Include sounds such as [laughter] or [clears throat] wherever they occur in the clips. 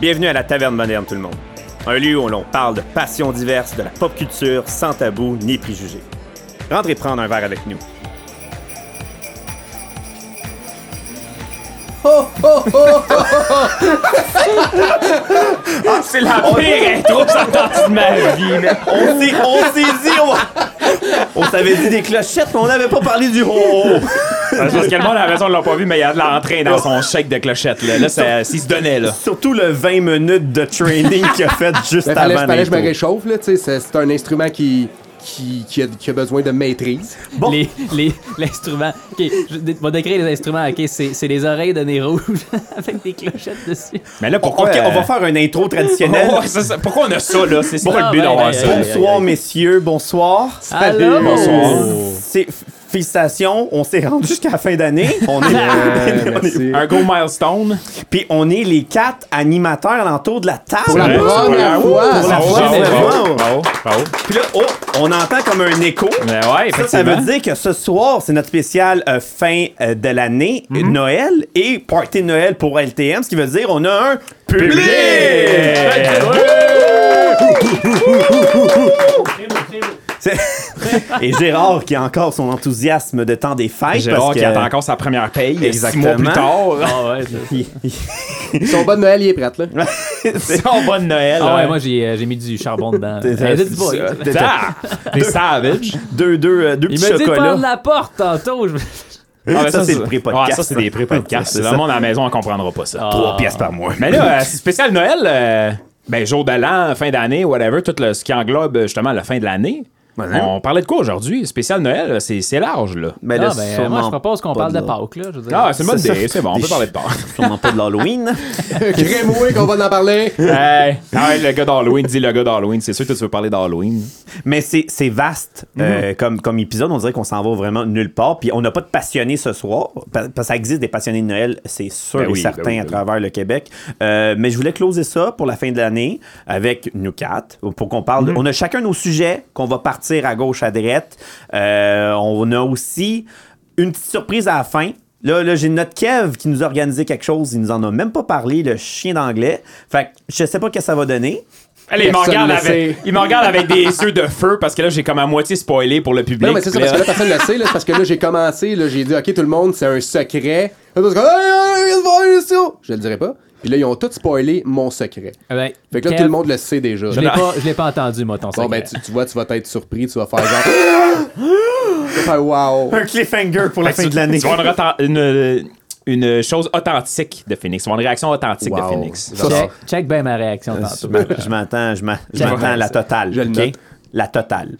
Bienvenue à la Taverne Moderne, tout le monde. Un lieu où l'on parle de passions diverses, de la pop culture, sans tabou ni préjugés. Rentrez prendre un verre avec nous. Ah, c'est la pire intro que j'ai entendue de ma vie, man. On s'est, on s'est dit, on, on s'avait dit des clochettes, mais on n'avait pas parlé du haut. Parce parce que le monde à la maison ne l'a pas vu, mais il a de l'entrain dans son chèque de clochette. Là, là ça- s'il se donnait, là. Surtout le 20 minutes de training qu'il a [laughs] fait juste Ben, fallait, avant. fallait que je me l'intro. réchauffe, là, tu sais, c'est c'est un instrument qui, qui, qui, a, qui a besoin de maîtrise. Bon. Les- les- L'instrument. Ok, je dé- vais décrire les instruments. Ok, c'est c'est les oreilles de nez rouge [laughs] avec des clochettes dessus. Mais là, Ok, pourquoi. on va faire une intro traditionnelle. Oh, ouais, c'est ça. Pourquoi on a ça, là? C'est ça Bon, le but ben, d'avoir ben, ça. ben, Bonsoir, messieurs, bonsoir. Allô? Bonsoir. C'est, félicitations, on s'est rendu jusqu'à la fin d'année. On [laughs] est, Euh, on est- merci. Un gros milestone. puis on est les quatre animateurs alentour de la table. Pour la Ouais, première fois! Pour la Bravo, première bravo, fois. bravo, bravo. Puis là, oh, on entend comme un écho. Mais ouais, Ça, ça effectivement. veut dire que ce soir, c'est notre spécial euh, fin euh, de l'année, Mm-hmm. euh, Noël et party de Noël pour LTM, ce qui veut dire on a un public. C'est- [laughs] et Gérard qui a encore son enthousiasme de temps des fêtes. Gérard parce qui que- attend encore sa première paye six Exactement. mois plus tard. [laughs] Ah ouais, ça- Son bon Noël, il est prêt, là. C'est [laughs] en bonne Noël. Ah ouais, moi j'ai euh, j'ai mis du charbon dedans. T'es- Eh, t'es- dites pas, t'es- il- t'es- Ah! Des savages. deux, deux, euh, deux Il petits me dit de chocolats. prendre la porte tantôt. je- Ah, ben ça, c'est le pré-podcast. Ouais, ça, c'est des pré-podcasts. C'est ça. Ah. Le monde à la maison, on comprendra pas ça. Trois pièces par mois. Mais là, euh, c'est spécial Noël, euh, ben, jour de l'an, fin d'année, whatever, tout le, ce qui englobe euh, justement la fin de l'année. Voilà. On parlait de quoi aujourd'hui? Spécial Noël, euh, c'est c'est large, là. Mais là, Ah, ben, sûrement moi je propose qu'on pas parle de là. Pâques, là. je veux dire. Ah, c'est une bonne C'est ça. idée, c'est bon, on Des peut parler de part. Sûrement pas de [laughs] l'Halloween. [laughs] Crémoué qu'on va en parler! [laughs] [laughs] hey, hey, le gars d'Halloween, dis le gars d'Halloween, c'est sûr que tu veux parler d'Halloween. Mais c'est c'est vaste euh, comme, comme épisode. On dirait qu'on s'en va vraiment nulle part. Puis on n'a pas de passionnés ce soir. pa- Parce que ça existe des passionnés de Noël, c'est sûr Ben et oui, certain ben oui, à ben oui. travers le Québec. Euh, mais je voulais closer ça pour la fin de l'année avec nous quatre pour qu'on parle. On a chacun nos sujets qu'on va partir à gauche, à droite. Euh, on a aussi une petite surprise à la fin. Là, là, j'ai notre Kev qui nous a organisé quelque chose. Il nous en a même pas parlé, le chien d'anglais. Fait que je sais pas ce que ça va donner. Allez, il me Personne regarde le avec, sait. il me regarde avec des yeux de feu parce que là, j'ai comme à moitié spoilé pour le public. Non, mais c'est ça, là. parce que là, personne ne le sait, là, c'est parce que là, j'ai commencé, là, j'ai dit, OK, tout le monde, c'est un secret. Là, tout le monde, Hey, hey, hey, c'est vrai, ça! Je le dirai pas. Puis là, ils ont tous spoilé mon secret. Eh ben, Fait que là, Kev, tout le monde le sait déjà. Je l'ai pas, je l'ai pas entendu, moi, ton Bon, ben, secret. tu, tu vois, tu vas être surpris, tu vas faire genre. [laughs] tu vas faire wow! Un cliffhanger pour la fin Fait que de tu- l'année. Tu vas avoir une, reta- une, une chose authentique de Phoenix. Tu vas avoir une réaction authentique Wow. de Phoenix. Ça, Check, check bien ma réaction Je tantôt. [laughs] m'att- je m'attends, je m'att- je m'attends à la totale. Je le ok? note. La totale.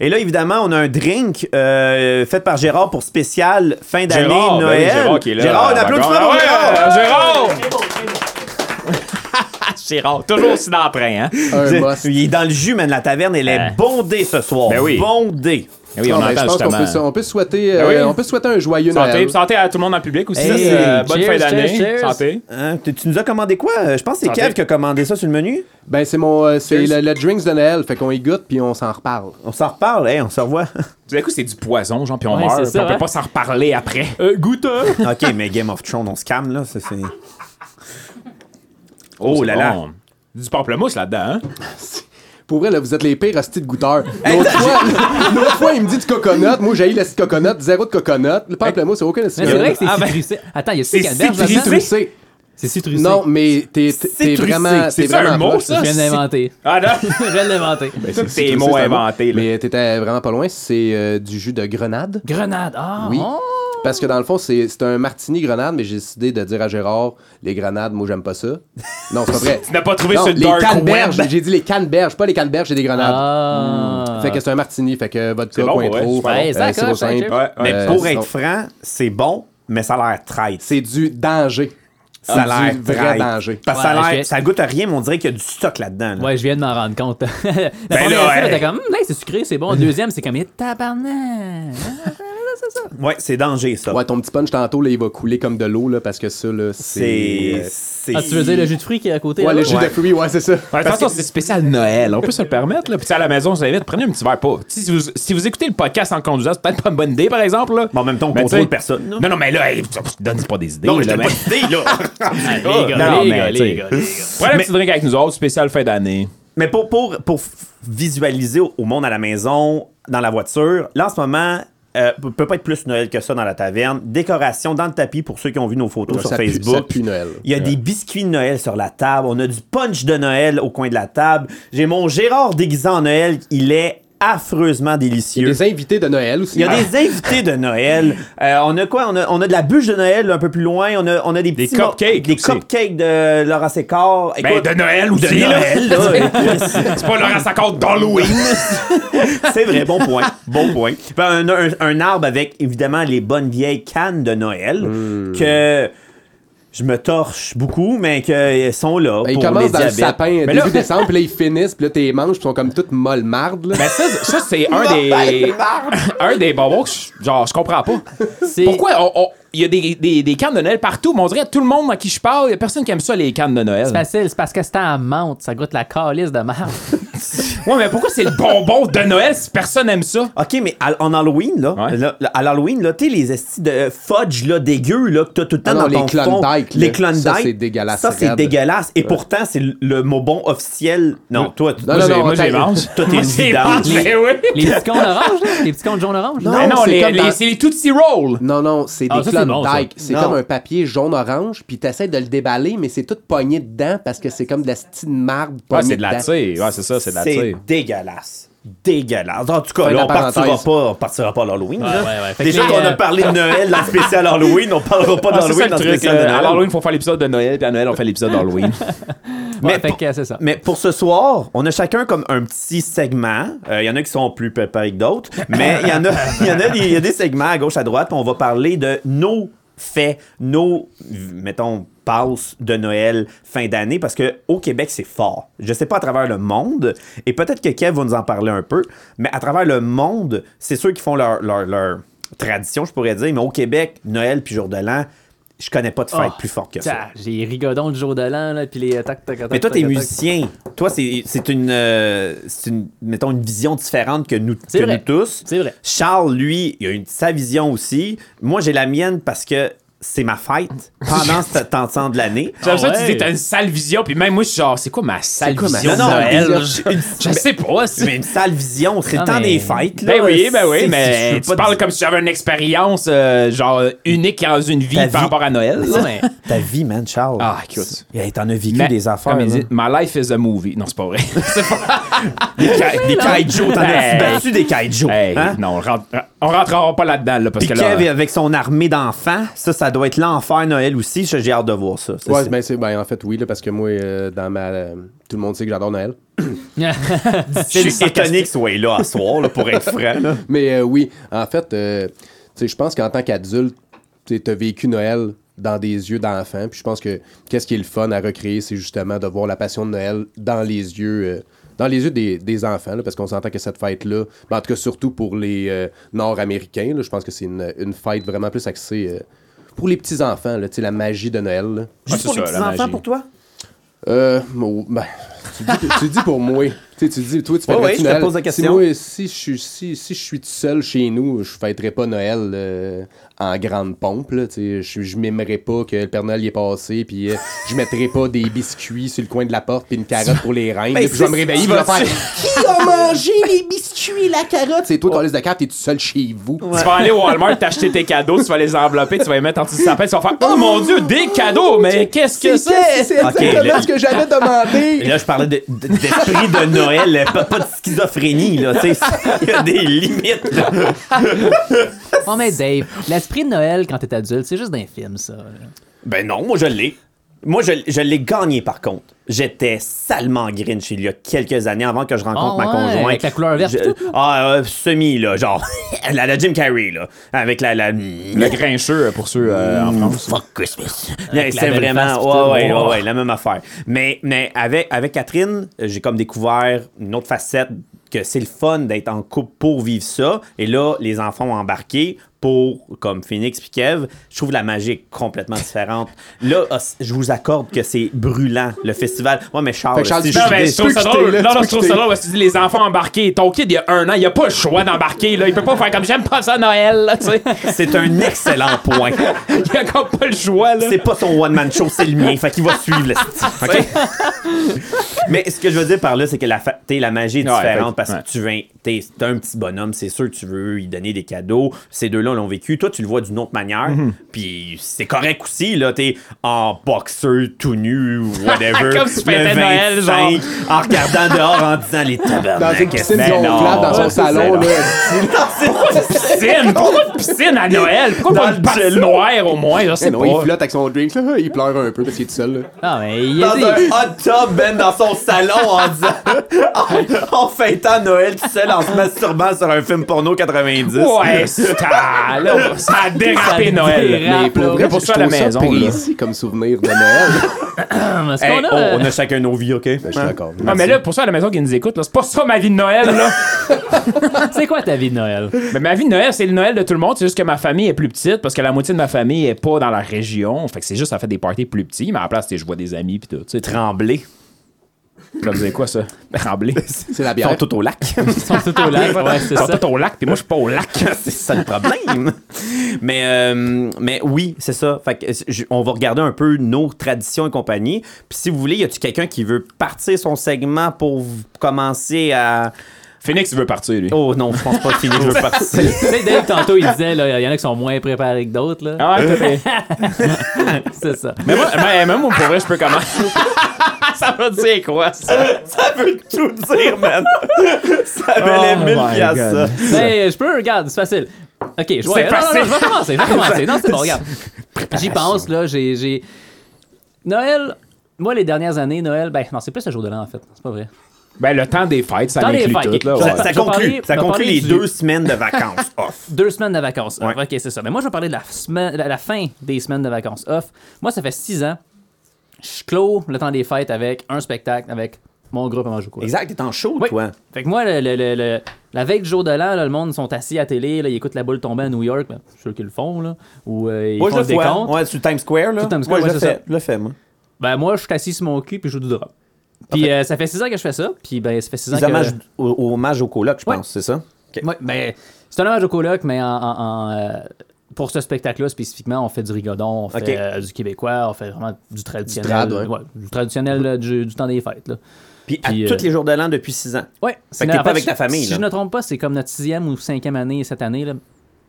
Et là, évidemment, on a un drink euh, fait par Gérard pour spécial fin d'année, Gérard, ben oui, Noël. Gérard qui est là. Gérard, un Ah, applaudissement ben, pour ouais, euh, Gérard. Gérard! [laughs] Gérard, toujours aussi dans le train, hein? [laughs] Un must. Il est dans le jus, man. La taverne, elle est Hein. bondée ce soir. Ben oui. Bondée. Eh oui, on Ah, ben, je entend pense qu'on justement. peut, se- on peut souhaiter, euh, Ben oui. on peut souhaiter un joyeux Santé, Noël. Puis santé à tout le monde en public aussi. Hey, Ça, c'est, euh, cheers, bonne fin cheers, d'année. cheers. Santé. Hein, tu tu nous as commandé quoi? Euh, Je pense que c'est Santé. Kev qui a commandé ça sur le menu. Ben c'est mon, euh, c'est Cheers. le, le drinks de Noël, fait qu'on y goûte puis on s'en reparle. On s'en reparle, hein, on se revoit. [laughs] Tout d'un coup, c'est du poison, genre, puis on Ouais, meurt. c'est puis ça, on peut hein? pas s'en reparler après. OK, mais Game of Thrones, on se calme, là. ça, c'est- Oh C'est là là. bon. Oh Du pamplemousse là-dedans, hein? Pour vrai, là, vous êtes les pires hosties de goûteurs. L'autre fois, [laughs] l'autre fois, il me dit du coconut. Moi, j'ai eu l'hostie de coconut, zéro de coconut. Le pamplemousse, c'est aucun hostie Mais de c'est vrai coconut. que c'est Ah, ben, citrussé. Attends, il y a c'est six canneberges citrussé. là-dedans? Citrussé. C'est citrussé. Non, mais t'es t'es- t'es Citrussé. vraiment. C'est t'es ça, un vraiment mot, proche, ça? là. Je viens de l'inventer. Ah Ben, non! [laughs] Je viens de l'inventer. C'est Citrussé, des mots c'est un mot. inventés, là. Mais t'étais vraiment pas loin. C'est euh, du jus de grenade. Grenade. Ah, Oui. oh. Parce que dans le fond, c'est c'est un martini grenade, mais j'ai décidé de dire à Gérard, les grenades, moi, j'aime pas ça. Non, c'est pas vrai. [laughs] Tu n'as pas trouvé Non, sur le les dark web. canneberges, j'ai dit les canneberges, pas les canneberges, j'ai des grenades. Ah. Fait que c'est un martini, fait que vodka, C'est bon, ouais, cointreau, c'est super euh, bon. Ouais, ça sirop coche, ça, simple. Jeff. Ouais, Mais ouais. Euh, pour sinon- être franc, c'est bon, mais ça a l'air traite. C'est du danger. Ça C'est a l'air du vrai traite. danger. Parce que ça, a Ouais, l'air, je- ça goûte à rien, mais on dirait qu'il y a du stock là-dedans. là. Ouais, je viens de m'en rendre compte. [laughs] la première là, fois, hey. t'es comme, Hum, hey, c'est sucré, c'est bon. Deuxième, c'est comme, Eh, tabarnak. ça? Ouais, c'est danger, ça. Ouais, ton petit punch tantôt, là, il va couler comme de l'eau, là, parce que ça, là, C'est. c'est. euh, c'est- Ah, tu veux dire le jus de fruits qui est à côté? Ouais, là? le jus de fruits, ouais, c'est ça. Ouais, attention, c'est spécial Noël. On peut se le permettre. Là. Puis tu sais, à la maison, je vous invite, prenez un petit verre. Pas. Si, si vous, si vous écoutez le podcast en conduisant, c'est peut-être pas une bonne idée, par exemple. Là. Bon, en même temps, on Mais contrôle tu sais- personne, là. Non, non, mais là, hey, pff, donne pas des idées. Non, mais je là, t'ai mais- pas d'idée, [laughs] là. Ah, Les gars, Non, non, les mais, gars, les t'sais. gars, les gars. Prenez un petit drink avec nous autres, spécial fin d'année. Mais pour, pour, pour f- visualiser au au monde à la maison, dans la voiture, là, en ce moment, euh, p- peut pas être plus Noël que ça dans la taverne. Décoration dans le tapis pour ceux qui ont vu nos photos Ouais, sur ça pue- Facebook. ça pue Noël. Il y a des biscuits de Noël sur la table. On a du punch de Noël au coin de la table. J'ai mon Gérard déguisé en Noël. Il est affreusement Il y délicieux. a des invités de Noël aussi. Ah. Il y Ah. a des invités de Noël. Euh, on a quoi? On a, on a de la bûche de Noël là, un peu plus loin. On a, on a des petits mor- cupcakes Des aussi. cupcakes de Laura Sécor. Ben, Écoute, de Noël ou de aussi, Noël. là. c'est pas Laurent Saccorde d'Halloween. [laughs] [laughs] C'est vrai, bon point. Bon point. Puis Un, un- un arbre avec, évidemment, les bonnes vieilles cannes de Noël Hmm. que je me torche beaucoup, mais qu'elles sont là Ben, Ils pour les commencent dans le diabètes. sapin Mais début là- [laughs] décembre, puis là, ils finissent, puis là, tes manches sont comme toutes molles mardes, là. Mais Ben, ça, ça c'est un ben, des. [laughs] un des bonbons que je, genre, je comprends pas. C'est- Pourquoi on- on- il y a des, des, des cannes de Noël partout, mais on dirait à tout le monde à qui je parle, il y a personne qui aime ça, les cannes de Noël. C'est facile, c'est parce que c'est à menthe, ça goûte la calice de marde. Ouais, mais pourquoi c'est le bonbon de Noël si personne aime ça? OK, mais à- en Halloween, là, Ouais. là, là, à l'Halloween, là, tu sais, les estis de fudge, là, dégueu, là, que t'as tout le temps Ah non, dans les ton fond. Klondike, là. Les Klondike. Ça, c'est dégueulasse, Ça, c'est raide. dégueulasse. Et pourtant, c'est le- le mot bon officiel. Non, toi, tu- Ah, Non, moi, non, j'ai- non, moi, t'as- j'ai- [laughs] Toi, t'es une vidange. mais oui. Les petits cons orange, là, les petits cons de jaune orange. là. Non, Mais non, c'est les- comme les- dans- c'est les Tootsie Roll. Non, non, c'est Ah, des ça, c'est bon, ça. Klondike. C'est Non. comme un papier jaune-orange, puis t'essaies de le déballer, mais c'est tout pogné dedans parce que c'est comme de la style marde. Ah, Ouais, pognée Ah, c'est de la dedans. tire. Ouais, c'est ça, c'est Ah, de la C'est tire. dégueulasse. Dégueulasse. En tout cas, Fin là, de on la partira parenthèse. pas, on partira pas à l'Halloween. là. ouais, ouais. Fait Déjà que les, qu'on a euh, parlé de Noël dans le spécial Halloween, on parlera pas Ah, c'est ça d'Halloween le dans le truc. spécial de euh, Noël. à Halloween, faut faire l'épisode de Noël, puis à Noël, on fait l'épisode d'Halloween. Ouais, mais fait pour- que c'est ça. Mais pour ce soir, on a chacun comme un petit segment. Euh, Il y en a qui sont plus préparés que d'autres, mais il y en a, [laughs] il y en a, des- il y a des segments à gauche, à droite. puis On va parler de nos faits, nos, mettons, passes de Noël, fin d'année, parce que au Québec, c'est fort. Je sais pas à travers le monde, et peut-être que Kev va nous en parler un peu, mais à travers le monde, c'est ceux qui font leur, leur, leur tradition, je pourrais dire, mais au Québec, Noël puis jour de l'an, je connais pas de fête Oh, plus forte que ça. tiens, J'ai rigodon le jour de l'an, là, puis les euh, tac, tac, tac. Mais toi, tac, t'es tac, tac. musicien. Toi, c'est c'est une, euh, c'est une, mettons, une vision différente que nous, C'est que vrai. nous tous. C'est vrai. Charles, lui, il a une, sa vision aussi. Moi, j'ai la mienne parce que c'est ma [laughs] fête pendant ce temps- temps de l'année. [laughs] J'aime ça, ouais. tu dis, t'as une sale vision, puis même moi, je suis genre, c'est quoi ma sale quoi ma vision de sale [laughs] Noël? vision? Je sais pas, c'est. Mais une sale vision, c'est le Ah, temps mais- des fêtes. Là. [laughs] Ben oui, ben C'est- oui, je mais veux tu pas parles dire- comme si j'avais une expérience euh, genre unique dans une vie Ta par vie. rapport à Noël. là. Non, mais- [laughs] Ta vie, man, Charles. Ah, écoute. Hey, T'en as vécu Mais, des affaires. Comme il là. dit, My life is a movie. Non, c'est pas vrai. [laughs] C'est pas- Des, ka- des kaijus. T'en as Hey. battu des kaijus. Hey, hein? Non, on, rentre- on rentrera pas là-dedans là, parce Puis que là. Kev avec son armée d'enfants, ça, ça doit être l'enfer Noël aussi. Ça, J'ai hâte de voir ça. Ça, Ouais, c'est- ben, c'est- ben, en fait, oui, là, parce que moi, euh, dans ma. euh, tout le monde sait que j'adore Noël. [laughs] Je suis étonné que soit là à soir, là, pour être franc. là. [laughs] Mais euh, oui, en fait, euh, tu sais, je pense qu'en tant qu'adulte, tu as vécu Noël dans des yeux d'enfant. Puis je pense que qu'est-ce qui est le fun à recréer, c'est justement de voir la passion de Noël dans les yeux. euh, dans les yeux des, des enfants, là, parce qu'on s'entend que cette fête-là, ben, en tout cas surtout pour les euh, Nord-Américains, là, je pense que c'est une, une fête vraiment plus axée euh, pour les petits-enfants, là, tu sais, la magie de Noël. là. Juste c'est pour les ça, la petits-enfants, magie. pour toi? Euh, mon- ben, tu, dis, tu dis pour moi. Tu sais, tu dis, toi, tu fêterais ouais, je te Noël. pose la Si question. moi, si je suis, si, si je suis tout seul chez nous, je fêterais pas Noël euh, en grande pompe. Là, tu sais, je, je m'aimerais pas que le Père Noël y est passé, puis euh, je mettrais pas des biscuits sur le coin de la porte, puis une carotte pour les reins. Ben, puis je vais c'est- me tu réveiller, puis je vas- vais faire [laughs] Qui a mangé les biscuits et la carotte C'est toi, liste de carte, t'es tout seul chez vous. Tu vas aller au Walmart, t'acheter tes cadeaux, tu vas les envelopper, tu vas les mettre en dessous du sapin, tu vas faire Oh mon dieu, des cadeaux, mais qu'est-ce que c'est? C'est Ok, exactement là- ce que j'avais demandé. Et [laughs] là, je parlais de- de- d'esprit de, Noël, euh, pas, pas de schizophrénie. Là, tu sais. Il y a des limites. là. Oh, mais Dave, l'esprit de Noël quand t'es adulte, c'est juste d'un film, ça. là. Ben non, moi, je l'ai. Moi, je, je l'ai gagné, par contre. J'étais salement grinch il y a quelques années avant que je rencontre Ah ma ouais, conjointe. avec la couleur verte Je- et tout, ah, euh, semi, là, genre. [laughs] la, la Jim Carrey, là. Avec la... la Le grincheux pour ceux euh, en France. Mmh, Fuck Christmas. Avec la C'est belle face pis vraiment. tout. Ouais, ouais, ouais, Oh. ouais, la même affaire. Mais, mais avec, avec Catherine, euh, j'ai comme découvert une autre facette que c'est le fun d'être en couple pour vivre ça. Et là, les enfants ont embarqué. pour, comme Phoenix puis Kev, je trouve la magie complètement différente. Là, ah, c- je vous accorde que c'est brûlant, le festival. Ouais, mais Charles, Fait que Charles, c'est tu Non, juste mais des- je trouve ça Tu peux drôle. quitter, là, Non, non, tu je trouve peux ça drôle. parce que Les enfants embarqués. Ton kid, il y a un an, il a pas le choix d'embarquer. là. Il peut pas faire comme j'aime pas ça Noël. Là, tu sais. C'est un excellent point. il a encore pas le choix. Là. C'est pas son one-man show, c'est le mien. Fait qu'il va suivre le style. OK? [laughs] Mais ce que je veux dire par là, c'est que la, fa- t'sais, la magie est Ouais, différente fait- parce ouais. que tu veux, t'es t'es un petit bonhomme, c'est sûr que tu veux lui donner des cadeaux. Ces deux-là l'ont vécu. Toi, tu le vois d'une autre manière. Mm-hmm. Puis c'est correct aussi. là T'es en boxeur tout nu ou whatever. [laughs] Comme si tu le fêtais Noël, genre. 25, En regardant dehors en disant les Dans tabernacles. une piscine mais ben non. gonflable dans son Ouais, salon, c'est là. piscine. Pourquoi une piscine à Noël? Pourquoi pas Dans une le piscine jello. noire au moins? Je sais Eh Non, il pas. flotte avec son drink, là. Il pleure un peu parce qu'il est tout seul, là. [laughs] Non, mais il y a dans des... un hot tub, Ben, dans son salon, en, disant- [laughs] en, en fêtant Noël tout seul, en se masturbant sur un film porno 90. Ouais, c'est ah, là, ça a dérapé Ça Noël. dérape. Mais Rap, pour là. vrai, Pour je ça, à la trouve ça maison, précis comme souvenir de Noël. Est-ce Hey, qu'on a... oh, on a chacun nos vies, OK? Ben, je suis d'accord. Ah, mais là, pour ça, à la maison qui nous écoute, là, c'est pas ça ma vie de Noël, là. [laughs] C'est quoi ta vie de Noël? mais ma vie de Noël, c'est le Noël de tout le monde. C'est juste que ma famille est plus petite parce que la moitié de ma famille est pas dans la région. Fait que c'est juste, ça fait des parties plus petits. Mais à la place, tu sais, je vois des amis pis tout. Tu sais, Tremblé. [laughs] ça faisait quoi, ça? Trembler. C'est la Ils sont bière. tout au lac. Ils sont tout [laughs] au lac, ouais, c'est Ils sont ça. tous au lac, puis moi, je suis pas au lac. c'est ça le problème. mais, euh, mais oui, c'est ça. Fait que, euh, je- on va regarder un peu nos traditions et compagnie. Puis si vous voulez, y a-tu quelqu'un qui veut partir son segment pour vous- commencer à. Phoenix veut partir, lui. Oh non, je pense pas que Fini [laughs] veut partir. Tu sais, Dave, tantôt, il disait, là, il y en a qui sont moins préparés que d'autres, là. Ah, tout à fait. C'est ça. mais moi, mais- même moi, pour vrai, je peux commencer. ça veut dire quoi, ça? Ça veut tout dire, man. Ça valait Oh 1000 my piastres, ça. God. Ben, je peux, regarde, c'est facile. Ok, je vois. C'est non, non, facile. non, je vais commencer, je vais commencer. Non, c'est bon, regarde. J'y pense, là, j'ai. j'ai- Noël, moi, les dernières années, Noël, ben, non, c'est plus le jour de l'an, en fait. C'est pas vrai. Ben, le temps des fêtes, ça Temps des inclut fêtes, tout, là. ok. ouais. Ça, ça Je vais conclut, parler- ça je vais conclut parler les du- deux semaines de vacances [laughs] off. Deux semaines de vacances off. Ouais. Ok, c'est ça. Mais moi, je vais parler de la, semaine, la, la fin des semaines de vacances off. Moi, ça fait six ans. Je clôt le temps des fêtes avec un spectacle, avec mon groupe à manger quoi. Exact, t'es en chaud, Oui. toi. Fait que moi, le, le- le- le- la veille du jour de l'an, là, le monde sont assis à télé, là, ils écoutent la boule tomber à New York, ben, je suis sûr qu'ils le font, là, ou euh, ils Moi, font je le le fais. décompte. Ouais, sur Times Square, là. Sur Times Square, moi, je ouais, le c'est fais. ça. Je le fais, moi. Ben moi, je suis assis sur mon cul puis je joue du drop. Puis euh, ça fait 6 ans que je fais ça, puis ben ça fait 6 ans C'est que... hommage au, au hommage au coloc, je Ouais. pense, c'est ça? Ok. Ouais, ben, c'est un hommage au coloc, mais en, en- en, euh, pour ce spectacle-là spécifiquement, on fait du rigodon, on fait Ok. euh, du québécois, on fait vraiment du traditionnel, trad, ouais. du traditionnel euh, du, du temps des fêtes. Là. Puis, Puis, à euh, tous les jours de l'an depuis 6 ans. Ouais, c'est que no- t'es en pas avec ta si- famille, Si là. je ne trompe pas, c'est comme notre sixième ou cinquième année cette année. Là.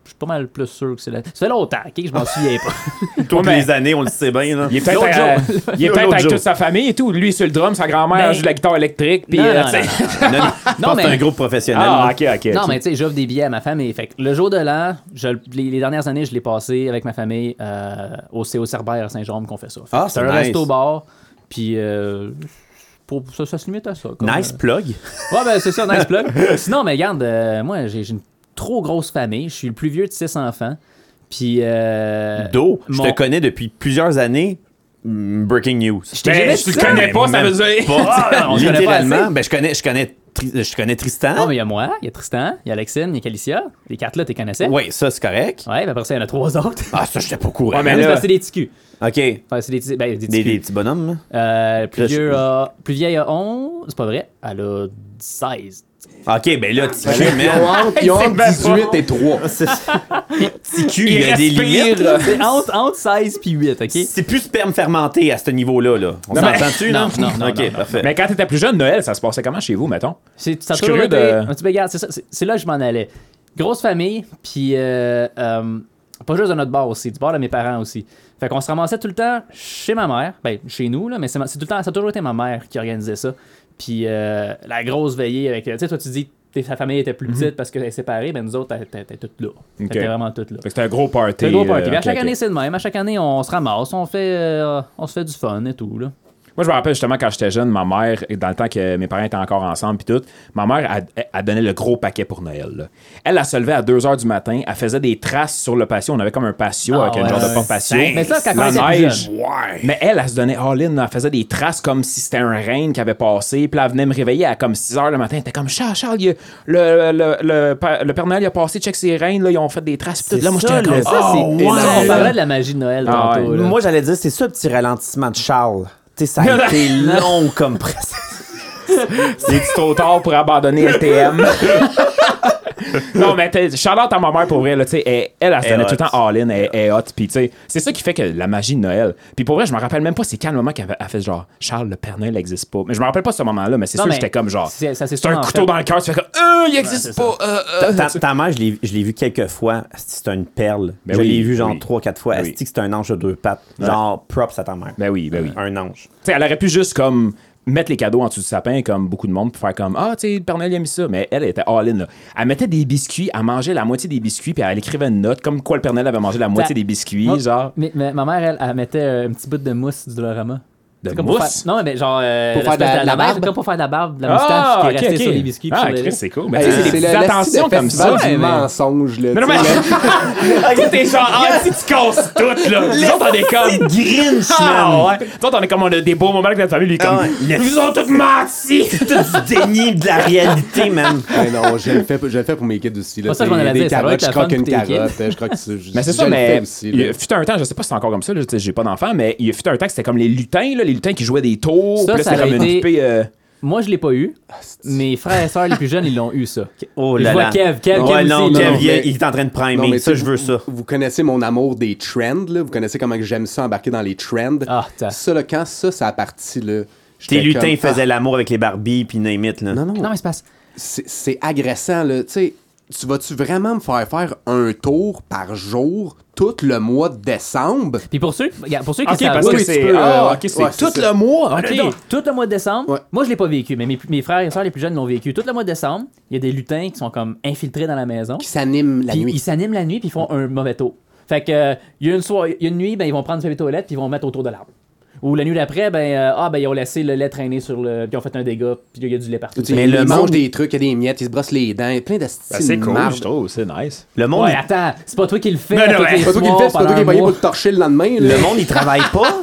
Je suis pas mal plus sûr que c'est la. Ça fait longtemps, ok? que Ah. Je m'en souviens [laughs] pas. Toutes mais- les années, on le sait bien, là. Il est peut-être L'autre euh, jour. [laughs] il est peut-être L'autre avec jour. toute sa famille et tout. Lui sur le drum, sa grand-mère Ben- joue de la guitare électrique. Puis, Non, euh, tu non, sais- non, Non, non, je pense mais- que c'est un groupe professionnel. Ah, là. ok, ok. [laughs] non, mais tu sais, j'offre des billets à ma famille. Fait que le jour de l'an, je le- les, les dernières années, je l'ai passé avec ma famille euh, au CO Cerbère à Saint-Jérôme qu'on fait ça. Fait que Ah, c'est un c'est nice. resto-bar. Puis. euh, pour, ça, ça se limite à ça. comme, Nice plug. Ouais, ben c'est ça, nice plug. [laughs] Sinon, mais regarde, euh, moi, j'ai j'ai une trop grosse famille. Je suis le plus vieux de six enfants. Puis. Euh, Do, je mon- te connais depuis plusieurs années. Mm, Breaking news. Je t'ai jamais Ben, dit tu le ça. connais pas, ça veut dire. Ah, non, on se connaît pas Littéralement, assez. ben, je connais, je connais, Tri- euh, je connais Non, Tristan. Ah, mais il y a moi, il y a Tristan, il y a Alexine, il y a Calicia. Les quatre-là, tu les connaissais? Oui, ça, c'est correct. Ouais, ben après ça, il y en a trois autres. Ah, ça, j'étais pas au courant. Ouais, mais Mais là- là, [laughs] c'est des ticus. OK. Des, Enfin, c'est des ticus. Ben, des ticus. des petits bonhommes, là. Euh, plus, Là, je- vieux a- plus vieille a 11. C'est pas vrai. Elle a 16. OK, ben là, TQ, Ils ont man. entre, ils ont C'est entre bien 18 bon. et Ah, 3. TQ, il y a des respire. limites. là. C'est entre, entre 16 puis 8, OK? C'est plus sperme fermenté à ce niveau-là, là. On Non, s'entend-tu, mais- là? non, non, non, OK, non, non. parfait. Mais quand t'étais plus jeune, Noël, ça se passait comment chez vous, mettons? C'est ça a Je suis toujours curieux été- de- un petit peu, regarde, c'est ça, c'est- c'est là que je m'en allais. Grosse famille, puis euh, euh, pas juste de notre bar aussi, du bar de mes parents aussi. Fait qu'on se ramassait tout le temps chez ma mère, ben chez nous là, mais c'est ma- c'est tout le temps, ça a toujours été ma mère qui organisait ça. Puis euh, la grosse veillée avec, tu sais, toi tu dis que ta famille était plus petite parce qu'elle est séparée, mais nous autres, t'es- t'es t'es toutes là. Fait que Mhm. Ok. T'es vraiment toutes là. Fait que c'était un gros party. C'est un gros party. euh, Puis à ok, chaque ok. année, c'est le même. À chaque année, on se ramasse, on fait, euh, on se fait du fun et tout là. Moi, je me rappelle justement quand j'étais jeune, ma mère, dans le temps que mes parents étaient encore ensemble, puis tout, ma mère, elle, elle- elle donnait le gros paquet pour Noël. là. Elle, elle se levait à 2 h du matin, elle faisait des traces sur le patio. On avait comme un patio Ah avec un ouais. genre de pompe patio. Mais ça, quand on La était plus neige. Mais elle, elle se donnait all-in. Elle faisait des traces comme si c'était un règne qui avait passé. Puis là, elle venait me réveiller à comme 6 h le matin. Elle était comme Charles, Charles, il y a- le, le, le, pa- le Père Noël il a passé, check ses règnes, là, ils ont fait des traces. Puis tout. Là, moi, ça, j'étais comme là, ça, oh, c'est ouais. On parlait de la magie de Noël Ah, tantôt. ouais. là. Moi, j'allais dire, c'est ça, le petit ralentissement de Charles. Tu sais, ça a été [laughs] long comme presque. C'est trop tard pour abandonner [laughs] LTM. non, mais t'es- shout-out à ma mère pour vrai, là, tu sais, elle, elle, elle se Elle donnait hot. tout le temps all-in, elle, elle est hot, puis tu sais, c'est ça qui fait que la magie de Noël. Puis pour vrai, je me rappelle même pas c'est quand le moment qu'elle avait- elle fait genre, Charles, le Père Noël n'existe pas. Mais je me rappelle pas ce moment-là, mais c'est Non, sûr que mais j'étais comme genre, c'est- ça s'est c'est un sûrement couteau fait. dans le cœur, tu fais comme, euh, il existe Ouais, c'est pas, euh, euh. [laughs] Ta, ta mère, je l'ai je l'ai vu quelques fois. Asti, C'est une perle. Ben je oui, l'ai vu genre oui. trois, quatre fois. Asti, Oui. que c'est un ange à deux pattes. Genre, props à ta mère. Ben oui, ben oui. Un ange. Tu sais, elle aurait pu juste comme mettre les cadeaux en dessous du sapin comme beaucoup de monde pour faire comme ah tu sais le Père Noël il a mis ça mais elle elle était all in là. elle mettait des biscuits elle mangeait la moitié des biscuits puis elle écrivait une note comme quoi le Père Noël avait mangé la moitié des biscuits Moi, genre Mais, mais ma mère, elle, elle mettait euh, un petit bout de mousse du Dolorama. de C'est comme pour mousse faire- non, mais genre. euh, Pour faire de la- l'espèce la barbe? Comme pour faire de la barbe, de la moustache qui est Ah, ok, restée ok. sur les biscuits. puis ah sur les- Chris, c'est cool mais tu sais, c'est des le- petites la- attentions le comme ça festival ouais, du mais- mensonge, là. mais non tu mais sais, [laughs] tu t'es genre [laughs] ah si tu casses tout là nous autres on est comme Grinch, ah ouais nous autres on est comme on a des beaux moments avec notre famille lui comme Ah ouais. ils nous ont tous menti Tout du déni de la réalité, man. Ben non, je le fais, je le fais pour mes kids aussi. Là. Moi, ça, je m'en allais Des dire, ça doit carottes, être je la croque fun une pour tes carotte. Je croque je- je- Mais c'est je ça, le mais fais aussi, là. il fut un temps, je sais pas si c'est encore comme ça, là, tu sais, j'ai pas d'enfant, mais il fut un temps que c'était comme les lutins, là, les lutins qui jouaient des tours, Ça, puis là, ça c'était aurait comme été- une poupée. euh, Moi, je l'ai pas eu. Mes frères et sœurs les plus jeunes, ils l'ont eu, ça. Oh Je là vois là. Kev, Kev, Ouais, Kev non, aussi, Kev, là. il, est- Mais- il est en train de primer. Non, mais ça, tu- je veux ça. Vous connaissez mon amour des trends, là. Vous connaissez comment que j'aime ça embarquer dans les trends. Ah, t'as- ça, là, quand ça, ça a parti, là. Tes j'étais lutins comme, faisaient l'amour avec les Barbies puis name it, là. ah, Non, non, Non, mais c'est pas. c'est c'est agressant, là. Tu sais, tu vas-tu vraiment me faire faire un tour par jour tout le mois de décembre? Puis pour ceux, regarde, pour ceux qui Ok, savent- parce Oui, que oui, c'est. tu peux, ah, euh, ok, c'est ouais, c'est tout ça. le mois. Ok, ok. donc, tout le mois de décembre, Ouais. moi je l'ai pas vécu, mais mes, mes frères et sœurs les plus jeunes l'ont vécu. Tout le mois de décembre, il y a des lutins qui sont comme infiltrés dans la maison. Qui s'anime la Puis nuit. ils s'animent la nuit puis ils font un mauvais tour. Fait que euh, il y a une soirée, il y a une nuit, ben ils vont prendre du papier toilette puis ils vont mettre autour de l'arbre. Ou la nuit d'après, ben euh, ah ben ils ont laissé le lait traîner sur le, puis ils ont fait un dégât, puis il y a du lait partout. Tu sais, Mais ils le mangent monde- des trucs, il y a des miettes, ils se brossent les dents, il y a plein de Ben, c'est de cool, marde. je trouve, c'est nice. Le monde, Ouais, attends, c'est pas toi qui le fais. Non, non, tous ouais. les C'est pas toi qui le soirs fais, c'est pas toi qui pendant es un payé mois. pour le torcher le lendemain. là. le monde, il travaille [laughs] pas.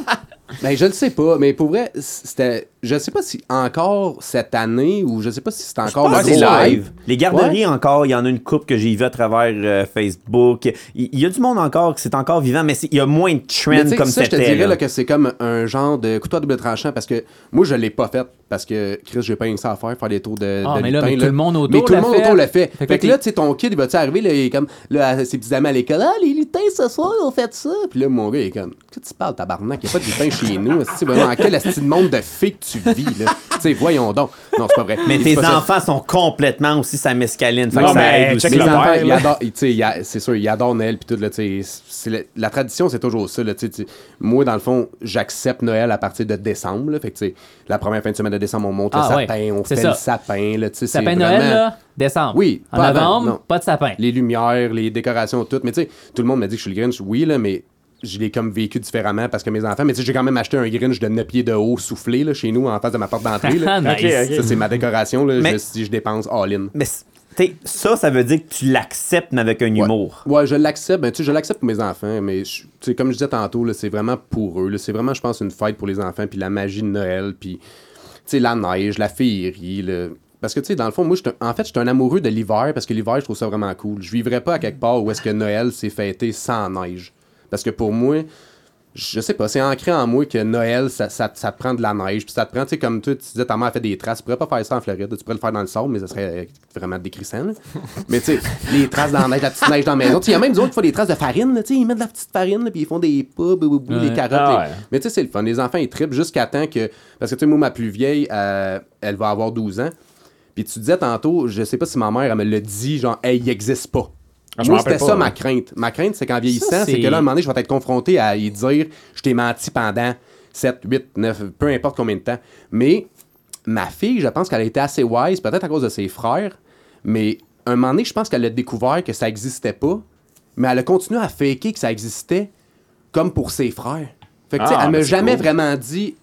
Ben, je le sais pas, mais pour vrai, c'était. Je sais pas si encore cette année ou je sais pas si c'est encore Ah, le c'est gros live. hype. Les garderies encore, il y en a une coupe que j'ai vue à travers euh, Facebook. Il il y, a du monde encore qui c'est encore vivant, mais c'est- il y a moins de Mais tu trends sais, comme ça, je te c'était. dirais là. là, que c'est comme un genre de couteau à double tranchant parce que moi, je l'ai pas fait parce que Chris, j'ai pas rien que ça à faire, faire des tours de. Ah, de mais là, lutin, mais tout le monde autour Mais tout le l'a monde fait. autour l'a fait. Fait que Fait que t'es- là, tu sais, ton kid, il va-tu arriver, là, il est comme. Là, à ses petits amis à l'école, ah, les lutins ce soir, ils ont fait ça. Puis là, mon gars, il est comme. Qu'est-ce que tu parles, tabarnak? Il n'y a pas de lutin chez nous. C'est vraiment, dans quel esti de monde de fées que tu vis, là? Tu sais, voyons donc. Non, c'est pas vrai. Mais Il dit tes pas ça. enfants sont complètement aussi sa mescaline. Fait Non, que ça mais aide aussi. check Mes le enfants, père, ils là. adorent- ils- tu sais, ils a- c'est sûr, ils adorent Noël puis tout là, tu sais, c'est la, la tradition c'est toujours ça là, tu sais, tu- moi dans le fond, j'accepte Noël à partir de décembre, là, fait que tu sais, la première fin de semaine de décembre on monte Ah, le sapin, ouais. on C'est fait ça. le sapin là, tu sais, c'est Sapin de Noël vraiment- là, décembre. Oui, En pas avant, novembre, non. pas de sapin. les lumières, les décorations tout, mais tu sais, tout le monde m'a dit que je suis le Grinch, oui là, mais je l'ai comme vécu différemment parce que mes enfants, mais tu sais, j'ai quand même acheté un Grinch de 9 pieds de haut soufflé là, chez nous en face de ma porte d'entrée là. [laughs] Nice. Ok, ok. Ça c'est ma décoration là, Mais- je me suis dit, je dépense all in. Mais c'est- t'sais, ça, ça veut dire que tu l'acceptes, mais avec un Ouais. humour. Ouais, je l'accepte. Ben, tu sais, je l'accepte pour mes enfants, mais je- tu sais, comme je disais tantôt, là, c'est vraiment pour eux. là. C'est vraiment, je pense, une fête pour les enfants, puis la magie de Noël, puis tu sais, la neige, la féerie. là. Parce que, tu sais, dans le fond, moi, je suis un- en fait, je suis un amoureux de l'hiver parce que l'hiver, je trouve ça vraiment cool. Je vivrais pas à quelque part où est-ce que Noël s'est fêté sans neige. Parce que pour moi, je sais pas, c'est ancré en moi que Noël, ça, ça, ça te prend de la neige, puis ça te prend, tu sais, comme toi, tu disais, ta mère a fait des traces. Tu pourrais pas faire ça en Floride, tu pourrais le faire dans le sable, mais ça serait euh, vraiment décrissant, [laughs] là. Mais tu sais, les traces dans la neige, la petite neige dans la maison. Tu sais, il y a même des autres qui font des traces de farine, là, tu sais, ils mettent de la petite farine, là, puis ils font des pas, bou, bou, bou, des carottes. Ah les- ouais. Mais tu sais, c'est le fun. Les enfants, ils tripent jusqu'à temps que. Parce que, tu sais, moi, ma plus vieille, euh, elle va avoir 12 ans. Puis tu disais tantôt, je sais pas si ma mère, elle me l'a dit, genre, hey, il existe pas. Ah, je m'en Moi, rappelle c'était pas, ça ma ouais. crainte. Ma crainte, c'est qu'en vieillissant, c'est c'est- que là, à un moment donné, je vais être confronté à y dire je t'ai menti pendant 7, 8, 9, peu importe combien de temps. Mais ma fille, je pense qu'elle a été assez wise, peut-être à cause de ses frères, mais un moment donné, je pense qu'elle a découvert que ça existait pas, mais elle a continué à faker que ça existait comme pour ses frères. Fait que, tu sais, Ah, elle ben, m'a c'est jamais cool. vraiment dit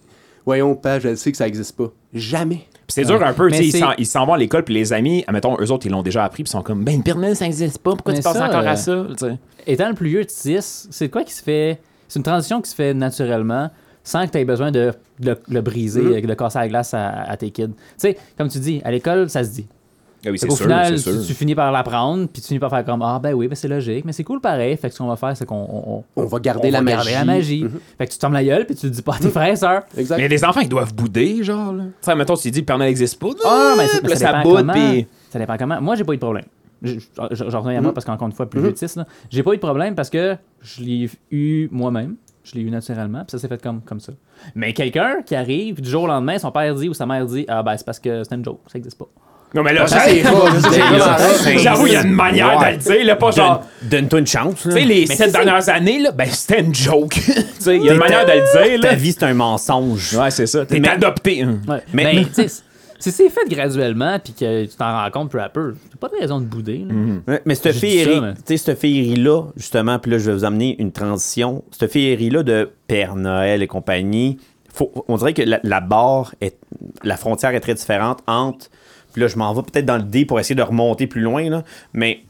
Voyons, pas, je le sais que ça existe pas. Jamais. Puis c'est dur un peu, Mais tu sais, ils c'est- s'en- ils s'en vont à l'école, puis les amis, admettons, eux autres, ils l'ont déjà appris, puis ils sont comme, ben, une pyramide, ça n'existe pas, pourquoi Mais tu penses ça, encore euh, à ça? Tu sais. Étant le plus vieux de 6, c'est quoi qui se fait. C'est une transition qui se fait naturellement sans que tu aies besoin de de le, le briser, Mm-hmm. de le casser à la glace à, à tes kids. Tu sais, comme tu dis, à l'école, ça se dit. Ah oui, c'est Fait qu'au sûr, final, c'est tu, sûr. tu finis par l'apprendre, puis tu finis par faire comme Ah, ben oui, ben c'est logique, mais c'est cool pareil. Fait que ce qu'on va faire, c'est qu'on on, on- On va garder on la va magie. garder la magie. Mhm. Fait que tu te tombes la gueule, puis tu le dis pas à tes frères et sœurs. Exact. Mais les enfants, ils doivent bouder, genre, là. Tu sais, mettons, tu dis, le Père Noël n'existe pas. Ah, mais, c'est- mais Là, ça, ça dépend boude, comment, puis- Mhm. ça dépend comment. Moi, j'ai pas eu de problème. Je, je- je- je reviens à moi parce qu'encore une fois, plus justice, là. J'ai pas eu de problème parce que je l'ai eu moi-même. Je l'ai eu naturellement, puis ça s'est fait comme, comme ça. Mais quelqu'un qui arrive, puis du jour au lendemain, son père dit ou sa mère dit Ah, ben c'est parce que c'est une joke, ça existe pas. Non, mais là, Ça, [laughs] Ah, c'est pas- c'est vraiment- j'avoue, il y a une manière de le dire, là, pas genre. Donne-toi une chance. Tu sais, les Mais sept c'est- dernières années, là, ben, c'était une joke. [laughs] tu sais, il y a une manière de le dire, là. Ta vie, c'est un mensonge. Ouais, c'est ça. T'es Mais- adopté. hein. Ouais. Mais- Mais tu sais, c- si c'est fait graduellement, puis que tu t'en rends compte peu à peu, t'as pas de raison de bouder. là. Mhm. Ouais, Mais cette J'ai dit ça, mais- féerie là justement, puis là, je vais vous amener une transition. Cette féerie-là de Père Noël et compagnie, faut, on dirait que la, la barre, est, la frontière est très différente entre. Puis là, je m'en vais peut-être dans le dé pour essayer de remonter plus loin, là. Mais,